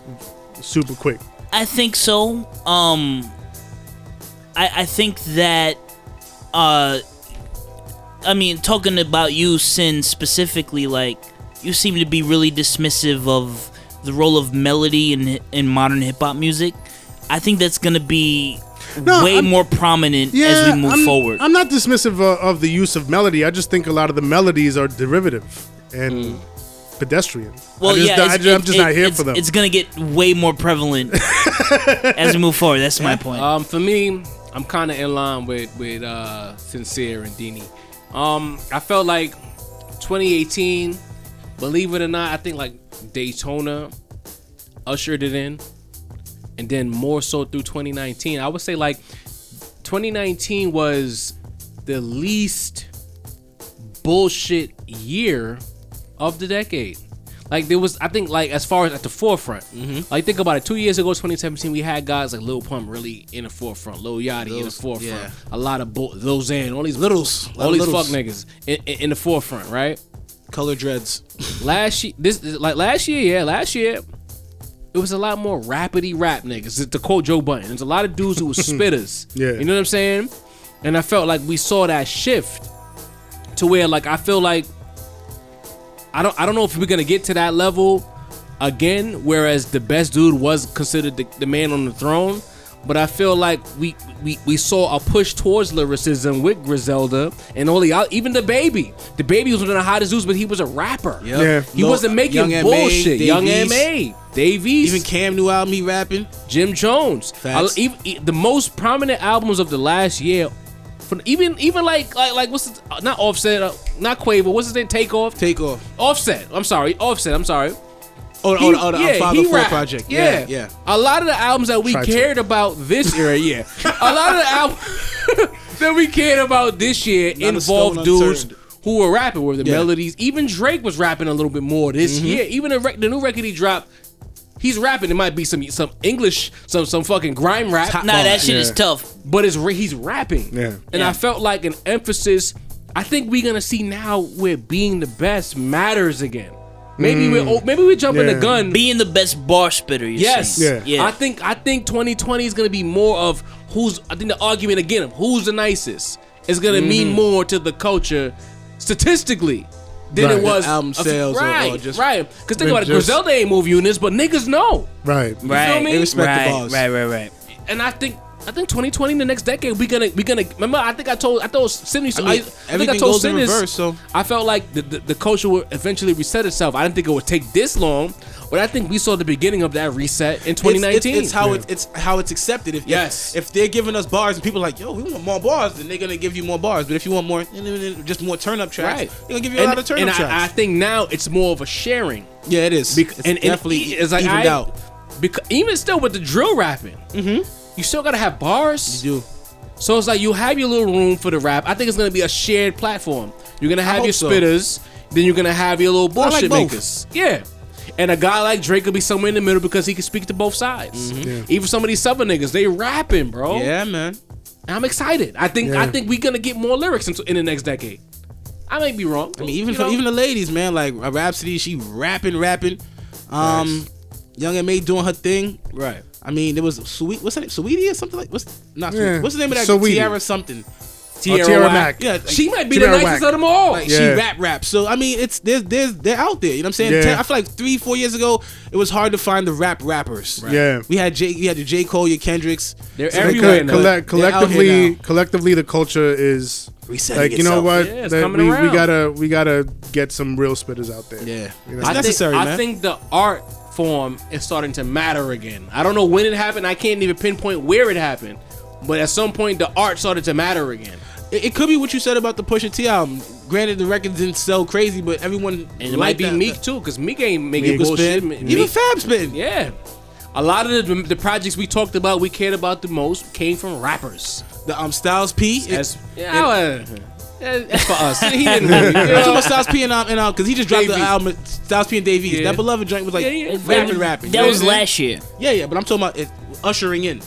Speaker 3: super quick.
Speaker 6: I think so. Um, I I think that, uh, I mean, talking about you, Sin specifically, like you seem to be really dismissive of the role of melody in in modern hip hop music. I think that's gonna be
Speaker 3: No,
Speaker 6: way
Speaker 3: I'm-
Speaker 6: more prominent
Speaker 3: Yeah,
Speaker 6: as we move
Speaker 3: I'm,
Speaker 6: forward.
Speaker 3: I'm not dismissive uh, of the use of melody. I just think a lot of the melodies are derivative and pedestrian. I just, I
Speaker 6: it's-
Speaker 3: ju- I'm
Speaker 6: it-
Speaker 3: just
Speaker 6: it-
Speaker 3: not here
Speaker 6: it's-
Speaker 3: for them.
Speaker 6: It's gonna get way
Speaker 3: [laughs]
Speaker 6: more prevalent as we move forward. That's my point.
Speaker 3: Uh,
Speaker 5: Um, for me, I'm kind of in line with with uh, Sincere and Dini. Um, I felt like 2018, believe it or not, I think like Daytona ushered it in, and then more so through 2019. I would say like 2019 was the least bullshit year of the decade. Like there was, I think, like as far as at the forefront.
Speaker 7: Mm-hmm.
Speaker 5: Like think about it. Two years ago, 2017, we had guys like Lil Pump really in the forefront, Lil Yachty in the forefront,
Speaker 7: yeah.
Speaker 5: a lot of bo- Lozan, all these littles, all
Speaker 7: Lot
Speaker 5: these
Speaker 7: of
Speaker 5: fuck niggas
Speaker 7: littles.
Speaker 5: in, in, in the forefront, right?
Speaker 7: Color dreads.
Speaker 5: Last year, this like last year, yeah, last year, it was a lot more rapidy rap niggas. To quote Joe Button, there's a lot of dudes who was spitters.
Speaker 3: Yeah.
Speaker 5: you know what I'm saying? And I felt like we saw that shift to where like I feel like I don't I don't know if we're gonna get to that level again. Whereas the best dude was considered the, the man on the throne, but I feel like we, we we saw a push towards lyricism with Griselda and all the out- even the baby. The baby was one of the hottest dudes, but he was a rapper.
Speaker 3: Yeah.
Speaker 5: he
Speaker 7: Lil-
Speaker 5: wasn't making
Speaker 7: Young M.A.,
Speaker 5: bullshit. Young M
Speaker 7: Dave
Speaker 5: A. Davies,
Speaker 7: Even Cam knew out me rapping.
Speaker 5: Jim Jones.
Speaker 7: Facts.
Speaker 5: I- ev- e- the most prominent albums of the last year, from even even like like like what's the, uh, not Offset, uh, not Quavo. What's his name? Takeoff.
Speaker 7: Take off.
Speaker 5: Offset. I'm sorry. Offset. I'm sorry.
Speaker 7: Oh,
Speaker 5: He-
Speaker 7: oh, oh, the yeah, Father
Speaker 5: he
Speaker 7: Four
Speaker 5: rapped.
Speaker 7: project.
Speaker 5: Yeah.
Speaker 7: Yeah, yeah.
Speaker 5: A lot of the albums that we
Speaker 3: Tried to.
Speaker 7: [laughs]
Speaker 5: cared about this era, yeah. A lot of the albums. [laughs] that we cared about this year
Speaker 7: Not a
Speaker 5: involved
Speaker 7: stone
Speaker 5: dudes
Speaker 7: unturned.
Speaker 5: who were rapping with the
Speaker 7: Yeah. Mm-hmm.
Speaker 5: melodies. Even Drake was rapping a little bit more this year. Even the, rec- the new record he dropped, he's rapping. It might be some some English, some some fucking grime rap.
Speaker 6: Nah, that shit is
Speaker 3: Yeah.
Speaker 6: tough.
Speaker 5: but it's re- he's rapping.
Speaker 3: Yeah.
Speaker 5: And
Speaker 6: Yeah.
Speaker 5: I felt like an emphasis. I think we're gonna see now where being the best matters again. Maybe we're
Speaker 7: Mm.
Speaker 5: oh, maybe we're jumping
Speaker 3: Yeah.
Speaker 5: the gun.
Speaker 6: Being the best bar spitter. You're
Speaker 5: yes.
Speaker 6: saying.
Speaker 3: Yeah.
Speaker 5: I think I think 2020 is gonna be more of who's. I think the argument again of who's the nicest is gonna mean
Speaker 7: Mm-hmm.
Speaker 5: more to the culture statistically. Than
Speaker 3: Right.
Speaker 5: it was
Speaker 7: The album
Speaker 5: a few-
Speaker 7: sales or- or
Speaker 5: right,
Speaker 7: just-
Speaker 5: right. Because
Speaker 3: But
Speaker 5: think about it,
Speaker 3: just-
Speaker 5: Griselda ain't move units, but niggas know.
Speaker 3: Right.
Speaker 5: feel
Speaker 6: Right.
Speaker 5: me?
Speaker 7: They respect
Speaker 6: right,
Speaker 7: the boss.
Speaker 6: Right. Right. Right.
Speaker 5: and I think I think 2020 in the next decade we gonna we gonna remember I think I told I told Sydney I,
Speaker 7: mean,
Speaker 5: I, think I
Speaker 7: everything
Speaker 5: told
Speaker 7: goes in
Speaker 5: Sydney
Speaker 7: reverse, so-
Speaker 5: I felt like the, the the culture would eventually reset itself. I didn't think it would take this long, but I think we saw the beginning of that reset in 2019.
Speaker 7: It's, it's, it's how it, it's how it's accepted. If if-
Speaker 5: Yes.
Speaker 7: if, they're giving us bars and people are like, yo, we want more bars, then they're gonna give you more bars. But if you want more, just more turn up tracks,
Speaker 5: right.
Speaker 7: they're gonna give you a
Speaker 5: and,
Speaker 7: lot of turn
Speaker 5: and
Speaker 7: up
Speaker 5: I, I
Speaker 7: tracks.
Speaker 5: think now it's more of a sharing.
Speaker 7: yeah, it is.
Speaker 5: Bec-
Speaker 7: it's definitely
Speaker 5: e-
Speaker 7: it's like,
Speaker 5: I-
Speaker 7: evened out.
Speaker 5: Because even still with the drill rapping, mm-hmm. you still gotta have bars.
Speaker 7: You do.
Speaker 5: So it's like you have your little room for the rap. I think it's gonna be a shared platform. You're gonna have
Speaker 7: hope
Speaker 5: your
Speaker 7: so.
Speaker 5: spitters, then you're gonna have your little
Speaker 7: like
Speaker 5: bullshit
Speaker 7: both.
Speaker 5: makers. Yeah. And a guy like Drake could be somewhere in the middle because he can speak to both sides. Even some of these southern niggas, they rapping, bro.
Speaker 7: Mm-hmm. Yeah, man.
Speaker 5: And I'm excited. I think I
Speaker 3: Yeah.
Speaker 5: think we're gonna get more lyrics in, in the next decade. I may be wrong.
Speaker 7: I mean, even
Speaker 5: Oh, you
Speaker 7: for,
Speaker 5: know?
Speaker 7: even the ladies, man, like uh, Rhapsody, she rapping, rapping. Um, Young and May doing her thing.
Speaker 5: right.
Speaker 7: I mean, there was sweet. What's her name? Sweetie or something like? What's not? Sweet.
Speaker 3: Yeah.
Speaker 7: What's the name of that?
Speaker 3: Saweetie.
Speaker 7: Tiara something.
Speaker 5: Tierra,
Speaker 3: Tierra
Speaker 5: Whack.
Speaker 3: Mack.
Speaker 7: Yeah, like,
Speaker 5: she might be
Speaker 3: Tierra
Speaker 5: the nicest
Speaker 3: Whack.
Speaker 5: of them all.
Speaker 7: Like
Speaker 3: Yeah.
Speaker 7: she rap rap. So I mean, it's there's there's they're out there. You know what I'm saying?
Speaker 3: Yeah.
Speaker 7: Ten- I feel like three four years ago, it was hard to find the rap rappers.
Speaker 3: Yeah.
Speaker 7: We had J. We had the J Cole, your Kendricks.
Speaker 5: They're
Speaker 7: they
Speaker 5: everywhere
Speaker 7: could
Speaker 5: now.
Speaker 7: collect-
Speaker 3: Collect,
Speaker 7: They're out here
Speaker 3: collectively,
Speaker 7: now.
Speaker 3: collectively, the culture is
Speaker 7: Resetting
Speaker 3: like you know
Speaker 7: itself.
Speaker 3: what
Speaker 5: Yeah, it's
Speaker 3: That
Speaker 5: coming
Speaker 3: we, we
Speaker 5: around.
Speaker 3: gotta we gotta get some real spitters out there. [laughs]
Speaker 7: Yeah.
Speaker 3: You know?
Speaker 7: I
Speaker 5: think-
Speaker 7: necessary,
Speaker 5: I
Speaker 7: man.
Speaker 5: think the art form is starting to matter again. I don't know when it happened. I can't even pinpoint where it happened. But at some point, the art started to matter again.
Speaker 7: It, it could be what you said about the Pusha T album. Granted, the record didn't sell crazy, but everyone
Speaker 5: And it might be
Speaker 7: that.
Speaker 5: Meek too, because Meek ain't making
Speaker 7: Meek was
Speaker 5: bullshit.
Speaker 7: spin.
Speaker 5: Me-
Speaker 7: Even
Speaker 5: Meek-
Speaker 7: Fab's been.
Speaker 5: yeah. A lot of the, the projects we talked about, we cared about the most, came from rappers.
Speaker 7: The um Styles P. it-
Speaker 5: As yeah, uh, [laughs] that's for us. He didn't.
Speaker 7: [laughs]
Speaker 5: you
Speaker 7: I'm talking
Speaker 5: know?
Speaker 7: about Styles P and um and um because he just dropped
Speaker 5: Davies.
Speaker 7: the album Styles P and Davies.
Speaker 5: Yeah.
Speaker 7: That beloved joint was like
Speaker 5: Yeah, yeah.
Speaker 7: rapping, rapping.
Speaker 6: That
Speaker 7: You know
Speaker 6: was
Speaker 7: what I'm saying?
Speaker 6: last year.
Speaker 7: Yeah, yeah, but I'm talking about it, ushering in.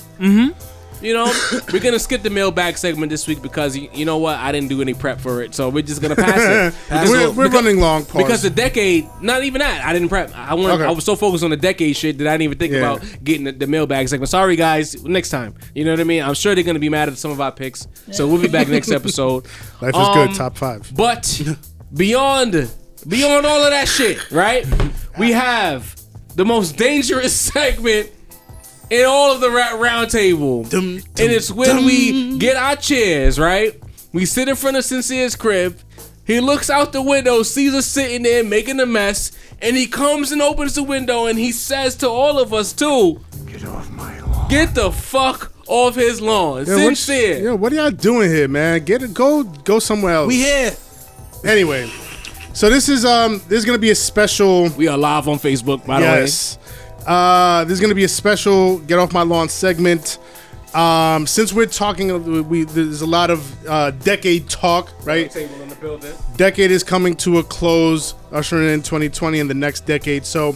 Speaker 5: You know, we're gonna skip the mailbag segment this week because you, you know what? I didn't do any prep for it, so we're just gonna pass
Speaker 3: [laughs]
Speaker 5: it. Because-
Speaker 3: we're, we're
Speaker 5: because-
Speaker 3: running long. Pause.
Speaker 5: Because the decade, not even that. I didn't prep. I want.
Speaker 3: Okay.
Speaker 5: I was so focused on the decade shit that I didn't even think
Speaker 3: Yeah.
Speaker 5: about getting the, the mailbag segment. Sorry guys, next time. You know what I mean? I'm sure they're gonna be mad at some of our picks. So we'll be
Speaker 3: [laughs]
Speaker 5: back next episode.
Speaker 3: life is
Speaker 5: Um,
Speaker 3: good. Top five.
Speaker 5: But beyond beyond all of that shit, right? We have the most dangerous [laughs] segment in all of the Rat Roundtable.
Speaker 7: Dum, dum,
Speaker 5: and it's when we get our chairs, right? We sit in front of Sincere's crib. He looks out the window, sees us sitting there making a mess, and he comes and opens the window and he says to all of us too, "Get the fuck off his lawn,
Speaker 3: Yeah, what-
Speaker 5: Sincere."
Speaker 3: Yeah, what are y'all doing here, man? Get it. Go go somewhere else.
Speaker 7: We here.
Speaker 3: anyway, so this is um this is gonna be a special.
Speaker 5: We are live on Facebook, by
Speaker 3: yes. Uh, there's gonna be a special get off my lawn segment. Um, since we're talking, of- we, we there's a lot of uh, decade talk, right?
Speaker 5: the way. Table in the building.
Speaker 3: decade is coming to a close, ushering in 2020 and the next decade. So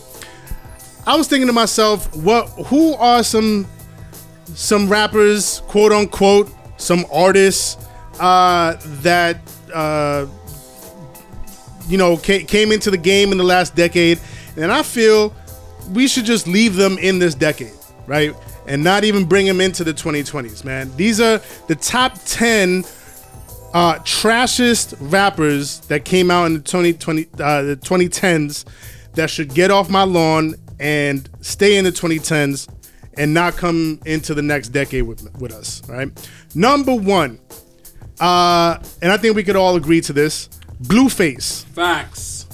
Speaker 3: I was thinking to myself, what who are some some rappers, quote unquote, some artists uh, that uh, you know ca- came into the game in the last decade, and I feel we should just leave them in this decade, right? And not even bring them into the 2020s, man. These are the top 10 uh, trashest rappers that came out in the 2020 uh, the 2010s that should get off my lawn and stay in the 2010s and not come into the next decade with with us. All right, number one, uh, and I think we could all agree to this: Blueface.
Speaker 5: Facts.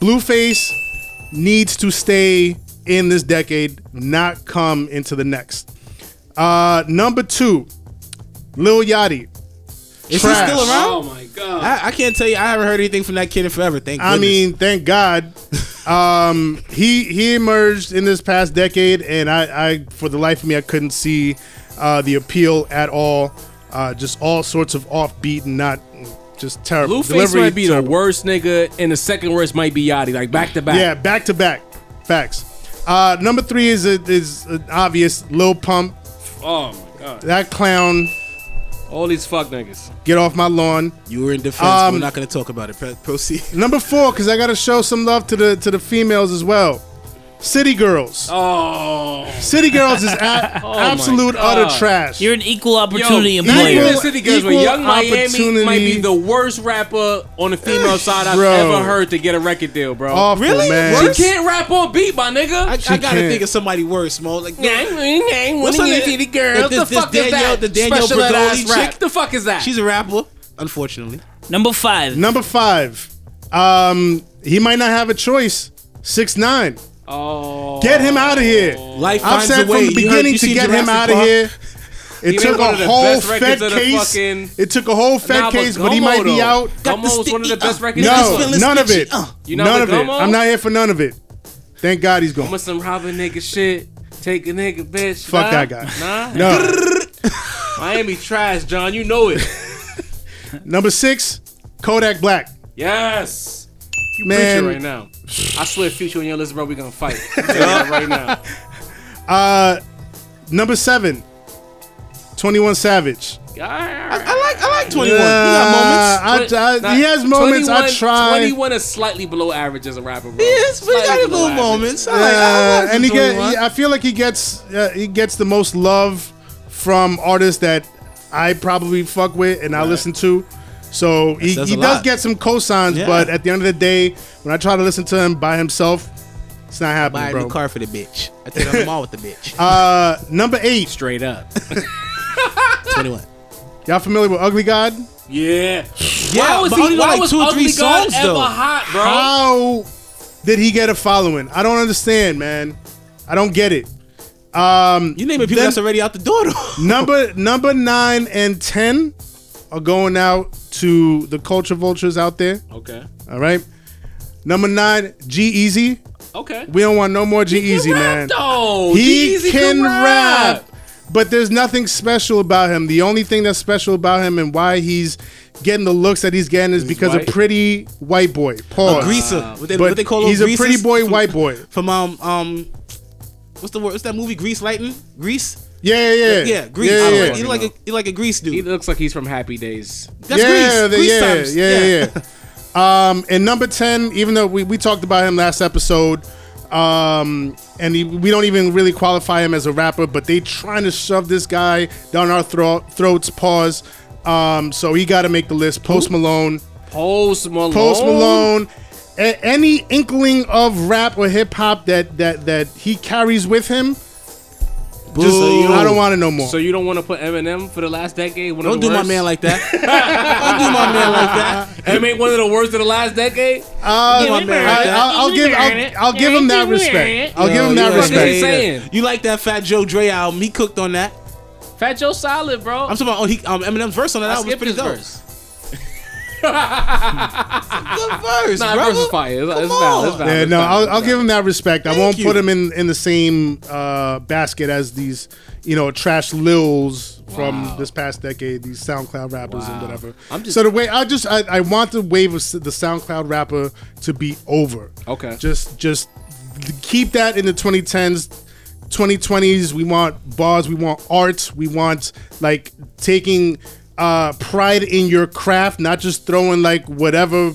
Speaker 3: Blueface needs to stay in this decade, not come into the next. Uh, number two, Lil Yachty.
Speaker 7: Is
Speaker 3: Trash.
Speaker 7: he still around?
Speaker 5: Oh my god.
Speaker 7: I, I can't tell you. I haven't heard anything from that kid in forever. Thank
Speaker 3: I
Speaker 7: goodness.
Speaker 3: mean, thank God. Um, he he emerged in this past decade, and I, I for the life of me, I couldn't see uh, the appeal at all. Uh, just all sorts of offbeat and not just terrible.
Speaker 5: Blueface
Speaker 3: Delivery,
Speaker 5: might be the
Speaker 3: terrible.
Speaker 5: worst nigga, and the second worst might be Yachty, like back to back.
Speaker 3: Yeah, back to back. Facts. Uh, number three is a, is an obvious. Lil Pump.
Speaker 5: Oh my god.
Speaker 3: That clown.
Speaker 5: All these fuck niggas.
Speaker 3: Get off my lawn.
Speaker 7: You were in defense.
Speaker 3: Um,
Speaker 7: we're not going to talk about it. Pro- Proceed.
Speaker 3: Number four, because I gotta show some love to the to the females as well. City girls.
Speaker 5: Oh.
Speaker 3: City girls
Speaker 5: [laughs]
Speaker 3: is a-
Speaker 5: my
Speaker 3: absolute utter
Speaker 5: God.
Speaker 3: trash.
Speaker 6: You're an equal opportunity
Speaker 5: Yo,
Speaker 6: employer.
Speaker 5: Even the City Girls, but
Speaker 3: Equal
Speaker 5: Young Miami might
Speaker 3: opportunity.
Speaker 5: be the worst rapper on the female side I've
Speaker 3: Bro.
Speaker 5: ever heard to get a record deal, bro.
Speaker 3: Awful, Really? man.
Speaker 5: She
Speaker 3: Worse?
Speaker 5: can't rap on beat, my nigga.
Speaker 7: [laughs] I, I
Speaker 5: I,
Speaker 7: gotta
Speaker 3: can't.
Speaker 7: think of somebody worse, Mo. Like,
Speaker 5: What's
Speaker 7: What's her
Speaker 5: her
Speaker 7: name?
Speaker 5: City Girls.
Speaker 7: This-
Speaker 5: the
Speaker 7: this
Speaker 5: fuck is
Speaker 7: Danielle-
Speaker 5: that?
Speaker 7: the Danielle
Speaker 5: Special ed
Speaker 7: Bregoli
Speaker 5: ass
Speaker 7: chick?
Speaker 5: Chick? The fuck is that?
Speaker 7: she's a rapper, unfortunately.
Speaker 6: Number five.
Speaker 3: Number five. Um, he might not have a choice. Six nine.
Speaker 5: oh.
Speaker 3: Get him out of here.
Speaker 7: Life
Speaker 3: I've
Speaker 7: finds
Speaker 3: said
Speaker 7: a way.
Speaker 3: from the
Speaker 7: You heard-
Speaker 3: beginning
Speaker 7: you
Speaker 3: to
Speaker 7: seen
Speaker 3: get him
Speaker 7: Jurassic
Speaker 3: out of
Speaker 7: Park?
Speaker 5: [laughs]
Speaker 3: here. It
Speaker 5: made
Speaker 3: took
Speaker 5: one
Speaker 3: a
Speaker 5: of the
Speaker 3: whole
Speaker 5: best
Speaker 3: Fed
Speaker 5: records of the
Speaker 3: case.
Speaker 5: fucking-
Speaker 3: It took a whole Fed
Speaker 5: Nah,
Speaker 3: case, but he
Speaker 5: Gummo,
Speaker 3: might be
Speaker 5: though.
Speaker 3: out.
Speaker 7: Got the
Speaker 5: Gummo's one of the
Speaker 7: sticky-
Speaker 5: best
Speaker 7: uh,
Speaker 5: records.
Speaker 3: No,
Speaker 5: ever.
Speaker 7: feeling
Speaker 3: none of
Speaker 7: sketchy.
Speaker 3: it.
Speaker 7: Uh.
Speaker 5: You not
Speaker 3: None of
Speaker 5: with
Speaker 3: it.
Speaker 5: Gummo?
Speaker 3: I'm not here for none of it. Thank God he's gone.
Speaker 5: I'm with some robbing nigga shit. Take a nigga bitch.
Speaker 3: Fuck
Speaker 5: nah,
Speaker 3: that guy.
Speaker 5: Nah.
Speaker 3: No.
Speaker 5: Miami trash, John. You know it.
Speaker 3: Number six, Kodak Black.
Speaker 5: [laughs] Yes. You
Speaker 3: Man.
Speaker 5: preaching right now. I swear, future and your list, bro, we gonna fight. I'm telling you that right now.
Speaker 3: Uh, Number seven, 21 Savage.
Speaker 7: I like, I like 21.
Speaker 3: Uh, I- I-
Speaker 5: Nah,
Speaker 3: he has moments. I
Speaker 5: 21
Speaker 3: try.
Speaker 5: 21 is slightly below average as a rapper, bro.
Speaker 7: Yes, but he got
Speaker 5: Slightly
Speaker 7: his
Speaker 5: below
Speaker 7: little
Speaker 5: average.
Speaker 7: moments. I
Speaker 3: Uh,
Speaker 7: like, I like
Speaker 3: and he get,
Speaker 7: 21.
Speaker 3: he- I feel like he gets uh, he gets the most love from artists that I probably fuck with and I listen to. So he,
Speaker 7: says
Speaker 3: he
Speaker 7: a
Speaker 3: does
Speaker 7: lot.
Speaker 3: get some cosigns,
Speaker 7: Yeah.
Speaker 3: but at the end of the day, when I try to listen to him by himself, it's not
Speaker 7: Buy
Speaker 3: happening,
Speaker 7: a
Speaker 3: bro.
Speaker 7: new car for the bitch. I take it on the mall with the bitch.
Speaker 3: Uh, number eight,
Speaker 5: Straight up.
Speaker 7: 21.
Speaker 3: y'all familiar with Ugly God?
Speaker 5: [laughs] Yeah.
Speaker 7: Yeah,
Speaker 5: why was
Speaker 7: but
Speaker 5: he,
Speaker 7: only
Speaker 5: why
Speaker 7: like
Speaker 5: was
Speaker 7: two or
Speaker 5: Ugly
Speaker 7: three
Speaker 5: God
Speaker 7: songs,
Speaker 5: ever
Speaker 7: though.
Speaker 5: hot, bro?
Speaker 3: How did he get a following? I don't understand, man. I don't get it. Um,
Speaker 7: You name it, people
Speaker 3: Then-
Speaker 7: that's already out the door, though.
Speaker 3: number
Speaker 7: [laughs]
Speaker 3: number nine and ten are going out to the culture vultures out there.
Speaker 5: Okay.
Speaker 3: All right. Number nine, G Easy.
Speaker 5: Okay.
Speaker 3: We don't want no more G Easy, man.
Speaker 5: Oh,
Speaker 3: He
Speaker 5: Jeezy
Speaker 3: can rap. But there's nothing special about him. The only thing that's special about him and why he's getting the looks that he's getting is because
Speaker 5: white.
Speaker 3: a pretty white boy. Pause.
Speaker 7: Greaser. What they,
Speaker 3: but
Speaker 7: what they call
Speaker 3: he's
Speaker 7: those
Speaker 3: a pretty
Speaker 7: greasers?
Speaker 3: boy,
Speaker 7: From-
Speaker 3: white boy.
Speaker 7: From, um, um, what's the word? What's that movie? Grease Lightning? Grease?
Speaker 3: Yeah, yeah, yeah.
Speaker 7: Yeah, Grease.
Speaker 3: Yeah,
Speaker 7: He
Speaker 3: yeah,
Speaker 7: look-
Speaker 3: yeah.
Speaker 7: He like a, he like a Grease
Speaker 5: He
Speaker 7: dude.
Speaker 5: looks like he's from Happy Days.
Speaker 7: That's
Speaker 3: yeah,
Speaker 7: Grease.
Speaker 3: the-
Speaker 7: grease
Speaker 3: yeah,
Speaker 7: times.
Speaker 3: yeah, yeah, [laughs] yeah. um, and number ten, even though we, we talked about him last episode, um, and he, we don't even really qualify him as a rapper, but they trying to shove this guy down our throat, throats. Pause. Um, so he got to make the list. Post Malone.
Speaker 5: Post Malone.
Speaker 3: Post Malone. A- any inkling of rap or hip hop that that that he carries with him. Just,
Speaker 7: Boo.
Speaker 3: I don't want to know more.
Speaker 5: So you don't want to put Eminem for the last decade? One
Speaker 7: Don't
Speaker 5: of
Speaker 7: do
Speaker 5: the
Speaker 7: my
Speaker 5: worst?
Speaker 7: man
Speaker 5: [laughs]
Speaker 7: like that. Don't do my man like that.
Speaker 5: Eminem one of the worst of the last decade?
Speaker 3: Uh,
Speaker 7: Give me
Speaker 3: I,
Speaker 7: merit.
Speaker 3: I'll, I'll give I'll, I'll give him that respect. I'll give him
Speaker 7: Yo,
Speaker 3: that
Speaker 7: you like
Speaker 5: What is he
Speaker 3: respect.
Speaker 7: that.
Speaker 5: saying?
Speaker 7: You like that Fat Joe Dre album? He cooked on that.
Speaker 5: Fat Joe solid, bro.
Speaker 7: I'm talking about oh, he, um, Eminem's verse on that
Speaker 5: I
Speaker 7: album was
Speaker 5: skipped his
Speaker 7: pretty dope.
Speaker 5: verse.
Speaker 7: The verse,
Speaker 5: Nah,
Speaker 7: brother.
Speaker 5: verse is fire. It's,
Speaker 7: Come
Speaker 5: it's valid. It's
Speaker 7: on.
Speaker 5: valid.
Speaker 3: Yeah,
Speaker 5: it's
Speaker 3: no,
Speaker 5: valid,
Speaker 3: I'll,
Speaker 5: it's
Speaker 3: I'll give him that respect. I
Speaker 7: Thank
Speaker 3: won't put
Speaker 7: you.
Speaker 3: him in, in the same uh, basket as these, you know, trash lils from this past decade. These SoundCloud rappers and
Speaker 5: Wow.
Speaker 3: whatever.
Speaker 5: I'm just-
Speaker 3: so the way I just I, I want the wave of s- the SoundCloud rapper to be over.
Speaker 5: Okay.
Speaker 3: Just just keep that in the 2010s. 2020s we want bars we want art we want like taking uh pride in your craft not just throwing like whatever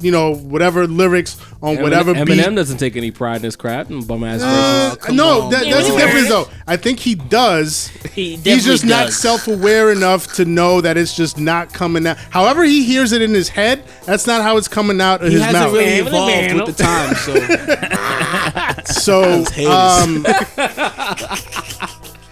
Speaker 3: you know whatever lyrics on
Speaker 5: Emin-
Speaker 3: whatever beat
Speaker 5: Eminem doesn't take any pride in his crap and bum ass
Speaker 3: uh,
Speaker 5: verses.
Speaker 3: no
Speaker 7: on.
Speaker 3: that, that's the
Speaker 6: Anyway.
Speaker 3: difference though i think he does
Speaker 6: He
Speaker 3: he's just
Speaker 6: definitely
Speaker 3: not
Speaker 6: does.
Speaker 3: self-aware enough to know that it's just not coming out however he hears it in his head that's not how it's coming out of
Speaker 7: He
Speaker 3: his
Speaker 7: hasn't
Speaker 3: mouth
Speaker 7: really evolved with the time,
Speaker 5: [laughs]
Speaker 7: so
Speaker 3: so
Speaker 7: haters.
Speaker 3: um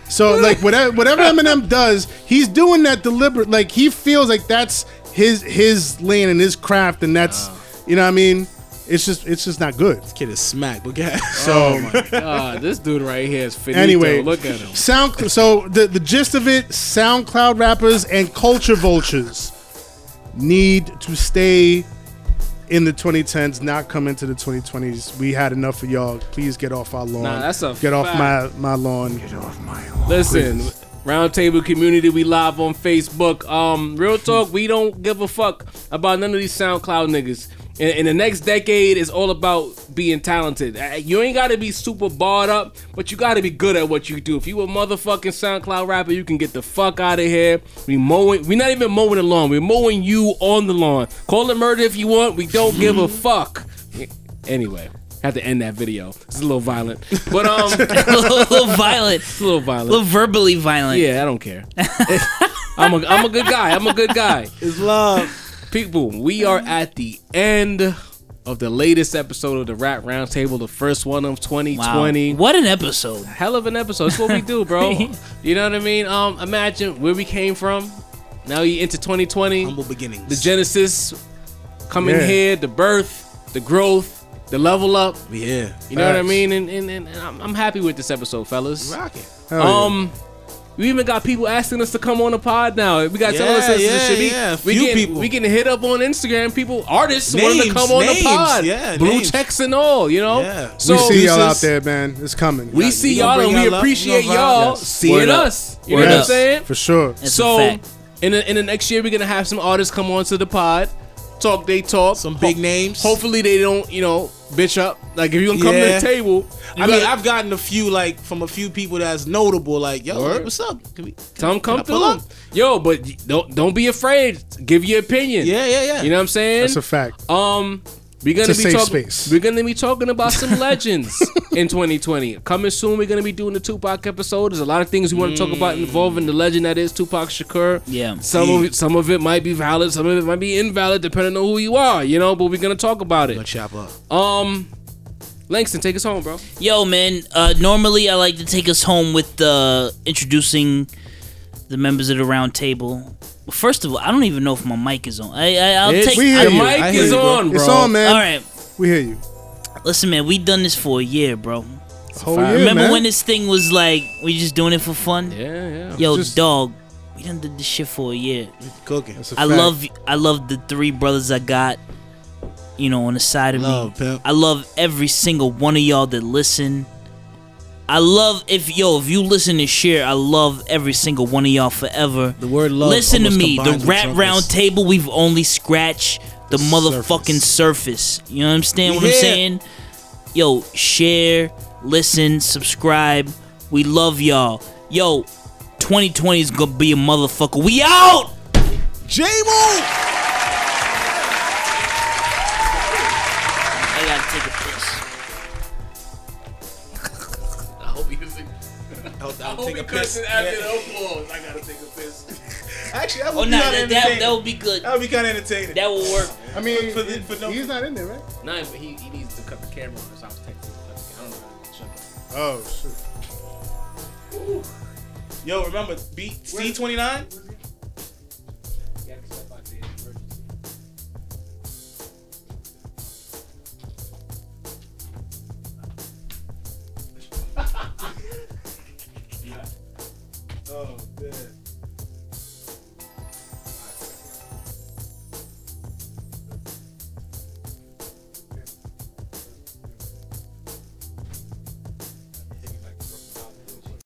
Speaker 3: so like whatever whatever eminem does he's doing that deliberate like he feels like that's his his lane and his craft and that's you know what i mean it's just it's just not good
Speaker 7: kid is smack.
Speaker 5: [laughs]
Speaker 7: But yeah,
Speaker 3: so
Speaker 5: God, Ah, this dude right here is finito.
Speaker 3: anyway
Speaker 5: look at him.
Speaker 3: sound so the the gist of it soundcloud rappers and culture vultures need to stay in the 2010s, not come into the 2020s. We had enough of y'all. Please get off our lawn.
Speaker 5: Nah, that's a
Speaker 3: get off
Speaker 5: fact.
Speaker 3: my my lawn.
Speaker 5: Listen, Roundtable community, we live on Facebook. Um, real talk, we don't give a fuck about none of these SoundCloud niggas. And, and the next decade is all about being talented. Uh, You ain't gotta be super barred up, but you gotta be good at what you do. If you a motherfucking SoundCloud rapper, you can get the fuck out of here. We mowing, we not even mowing the lawn. We're mowing you on the lawn. Call it murder if you want. We don't give a fuck. Anyway, have to end that video. It's a little violent, but um,
Speaker 6: [laughs] a little violent,
Speaker 5: it's a little
Speaker 6: a
Speaker 5: violent.
Speaker 6: little verbally violent.
Speaker 5: Yeah, I don't care. [laughs] I'm a I'm a good guy. I'm a good guy.
Speaker 7: It's love.
Speaker 5: People, we are at the end of the latest episode of the Rat Roundtable, the first one of
Speaker 6: Wow.
Speaker 5: 2020.
Speaker 6: What an episode.
Speaker 5: Hell of an episode. That's what we do, bro. you know what I mean? Um, imagine where we came from. Now you into 2020.
Speaker 7: Humble beginnings.
Speaker 5: The Genesis coming
Speaker 3: Yeah.
Speaker 5: here, the birth, the growth, the level up.
Speaker 7: We here.
Speaker 5: You know what I
Speaker 3: Facts.
Speaker 5: mean? And and, and I'm, I'm happy with this episode, fellas.
Speaker 7: Rocking.
Speaker 3: Hell yeah.
Speaker 5: Um, we even got people asking us to come on the pod now. We got
Speaker 7: Yeah,
Speaker 5: telling us this
Speaker 7: yeah,
Speaker 5: should be.
Speaker 7: yeah, a
Speaker 5: we
Speaker 7: few
Speaker 5: getting,
Speaker 7: people.
Speaker 5: We getting hit up on Instagram. People, artists wanting to
Speaker 7: Names,
Speaker 5: come on the
Speaker 7: names,
Speaker 5: pod.
Speaker 7: yeah,
Speaker 5: blue
Speaker 7: names.
Speaker 5: checks and all. You know.
Speaker 7: Yeah.
Speaker 5: So
Speaker 3: we see y'all
Speaker 7: this
Speaker 3: out
Speaker 7: is-
Speaker 3: there, man. It's coming.
Speaker 5: we see
Speaker 7: We
Speaker 5: y'all
Speaker 7: gonna
Speaker 5: and we
Speaker 7: bring y'all up, we
Speaker 5: appreciate
Speaker 7: gonna vibe.
Speaker 5: y'all
Speaker 7: Yes.
Speaker 5: seeing
Speaker 6: Word up.
Speaker 5: us. You know
Speaker 6: Word
Speaker 5: what I'm
Speaker 6: up.
Speaker 5: saying?
Speaker 3: for sure.
Speaker 6: That's a
Speaker 5: so
Speaker 6: fact.
Speaker 5: in the, in the next year, we're gonna have some artists come onto the pod, talk they talk.
Speaker 7: Some big names.
Speaker 5: Hopefully they don't, you know, bitch up. Like if you gonna come to
Speaker 7: Yeah.
Speaker 5: the table,
Speaker 7: I mean, I've gotten a few like from a few people that's notable. Like, yo,
Speaker 5: Word.
Speaker 7: hey, what's up? Can we, can
Speaker 5: Tell them
Speaker 7: can
Speaker 5: come
Speaker 7: I pull
Speaker 5: through. Yo, but y- don't don't be afraid. Give your opinion.
Speaker 7: Yeah, yeah, yeah.
Speaker 5: You know what I'm saying?
Speaker 3: That's a fact.
Speaker 5: um we're gonna
Speaker 3: It's a
Speaker 5: be
Speaker 3: safe
Speaker 5: talking
Speaker 3: space.
Speaker 5: we're gonna be talking
Speaker 3: [laughs]
Speaker 5: about some legends in 2020. Coming soon we're gonna be doing the Tupac episode. There's a lot of things we want to talk about
Speaker 7: Mm.
Speaker 5: involving the legend that is Tupac Shakur.
Speaker 6: Yeah.
Speaker 5: Some of it, some of it might be valid, some of it might be invalid depending on who you are, you know, but we're gonna talk about
Speaker 7: Gonna
Speaker 5: it.
Speaker 7: chop up.
Speaker 5: Um Langston, take us home, bro.
Speaker 6: Yo, man. Uh, normally, I like to take us home with uh, introducing the members of the round table. First of all, I don't even know if my mic is on. I, I I'll
Speaker 5: It's-
Speaker 6: take.
Speaker 3: we
Speaker 5: the
Speaker 3: hear you.
Speaker 5: mic
Speaker 7: I hear
Speaker 5: is
Speaker 7: you, bro.
Speaker 5: on, bro.
Speaker 3: It's on, man.
Speaker 6: all right,
Speaker 3: We hear you.
Speaker 6: listen, man. We done this for a year, bro.
Speaker 3: Whole
Speaker 5: fact.
Speaker 3: year,
Speaker 6: Remember
Speaker 3: man.
Speaker 6: when this thing was like we just doing it for fun?
Speaker 5: Yeah, yeah.
Speaker 6: Yo,
Speaker 3: Just-
Speaker 6: dog. We done did this shit for a year.
Speaker 7: Cooking.
Speaker 3: That's a
Speaker 6: I
Speaker 3: fact.
Speaker 6: love I love the three brothers I got, you know, on the side of me.
Speaker 7: Love, pimp.
Speaker 6: I love every single one of y'all that listen. I love if yo, if you listen and share, I love every single one of y'all forever.
Speaker 7: The word love
Speaker 6: Listen to
Speaker 7: almost
Speaker 6: me. The
Speaker 7: combines with
Speaker 6: rap round
Speaker 7: drunkenness.
Speaker 6: table, we've only scratched the motherfucking surface. You know what I'm saying? What I'm
Speaker 7: Yeah.
Speaker 6: saying? Yo, share, listen, subscribe. We love y'all. Yo, 2020 is gonna be a motherfucker. We out!
Speaker 7: J-Mo!
Speaker 6: I gotta take a piss.
Speaker 7: Take a piss. Actually, that
Speaker 6: Oh,
Speaker 7: would
Speaker 6: no,
Speaker 7: be kind
Speaker 6: that,
Speaker 7: of
Speaker 6: that,
Speaker 7: entertaining.
Speaker 6: that would be good.
Speaker 7: That would be kind of entertaining.
Speaker 6: That will work.
Speaker 3: I mean,
Speaker 7: For the- for no-
Speaker 3: he's not in there, right?
Speaker 5: Nah, but he, he needs to cut the camera on us. I was texting. I don't know. Shut up.
Speaker 3: Oh shit.
Speaker 7: Yo, remember B C twenty nine? Oh.